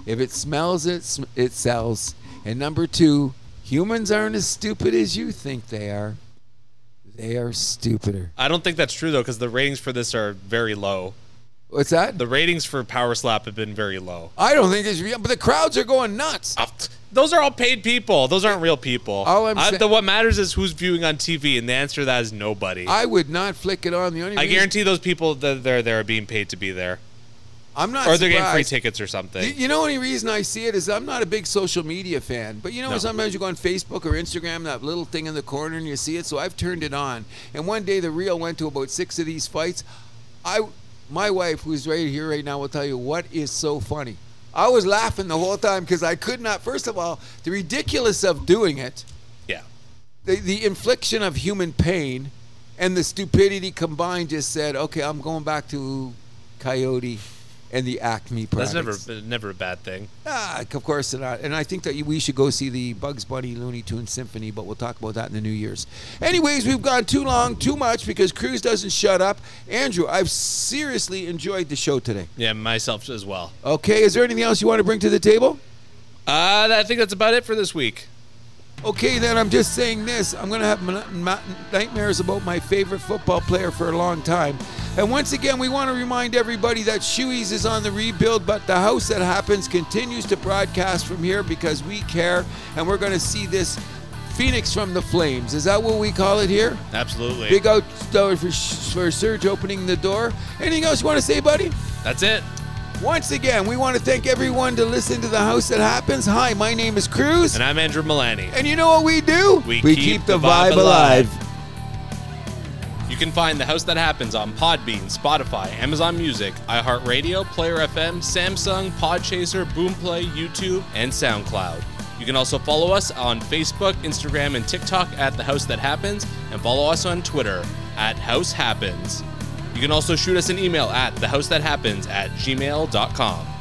S2: If it smells, it, sm- it sells. And number two, humans aren't as stupid as you think they are. They are stupider.
S1: I don't think that's true though, because the ratings for this are very low.
S2: What's that?
S1: The ratings for Power Slap have been very low.
S2: I don't think it's real, but the crowds are going nuts.
S1: Oh, t- Those are all paid people. Those aren't real people.
S2: All I'm
S1: I-
S2: sa-
S1: the, what matters is who's viewing on TV, and the answer to that is nobody. I,
S2: I would not flick it on. The only reason-
S1: guarantee those people that they're there are being paid to be there,
S2: I'm not
S1: or they're getting free
S2: surprised.
S1: tickets or something.
S2: You, you know, only reason I see it is I'm not a big social media fan. But you know,
S1: No.
S2: sometimes you go on Facebook or Instagram, that little thing in the corner, and you see it. So I've turned it on. And one day, the reel went to about six of these fights. I, my wife, who's right here right now, will tell you what is so funny. I was laughing the whole time because I could not. First of all, the ridiculous of doing it
S1: yeah,
S2: the, the infliction of human pain and the stupidity combined just said, okay, I'm going back to Coyote and the Acme
S1: that's
S2: products.
S1: never never a bad thing.
S2: Ah, of course not. And I think that we should go see the Bugs Bunny Looney Tunes Symphony, but we'll talk about that in the New Year's. Anyways, we've gone too long, too much, because Cruz doesn't shut up. Andrew, I've seriously enjoyed the show today.
S1: Yeah, myself as well.
S2: Okay, is there anything else you want to bring to the table?
S1: Uh, I think that's about it for this week.
S2: Okay, then I'm just saying this. I'm going to have mon- mon- nightmares about my favorite football player for a long time. And once again, we want to remind everybody that Shoeys is on the rebuild, but the house that happens continues to broadcast from here because we care and we're going to see this Phoenix from the Flames. Is that what we call it here?
S1: Absolutely.
S2: Big out uh, for, for Serge opening the door. Anything else you want to say, buddy?
S1: that's it.
S2: Once again, we want to thank everyone to listen to the house that happens. Hi, my name is Cruz.
S1: And I'm Andrew Milani.
S2: And you know what we do?
S1: We keep the vibe You can find The House That Happens on Podbean, Spotify, Amazon Music, iHeartRadio, Player FM, Samsung, Podchaser, Boomplay, YouTube, and SoundCloud. You can also follow us on Facebook, Instagram, and TikTok at The House That Happens, and follow us on Twitter at House Happens. You can also shoot us an email at thehousethathappens at gmail.com.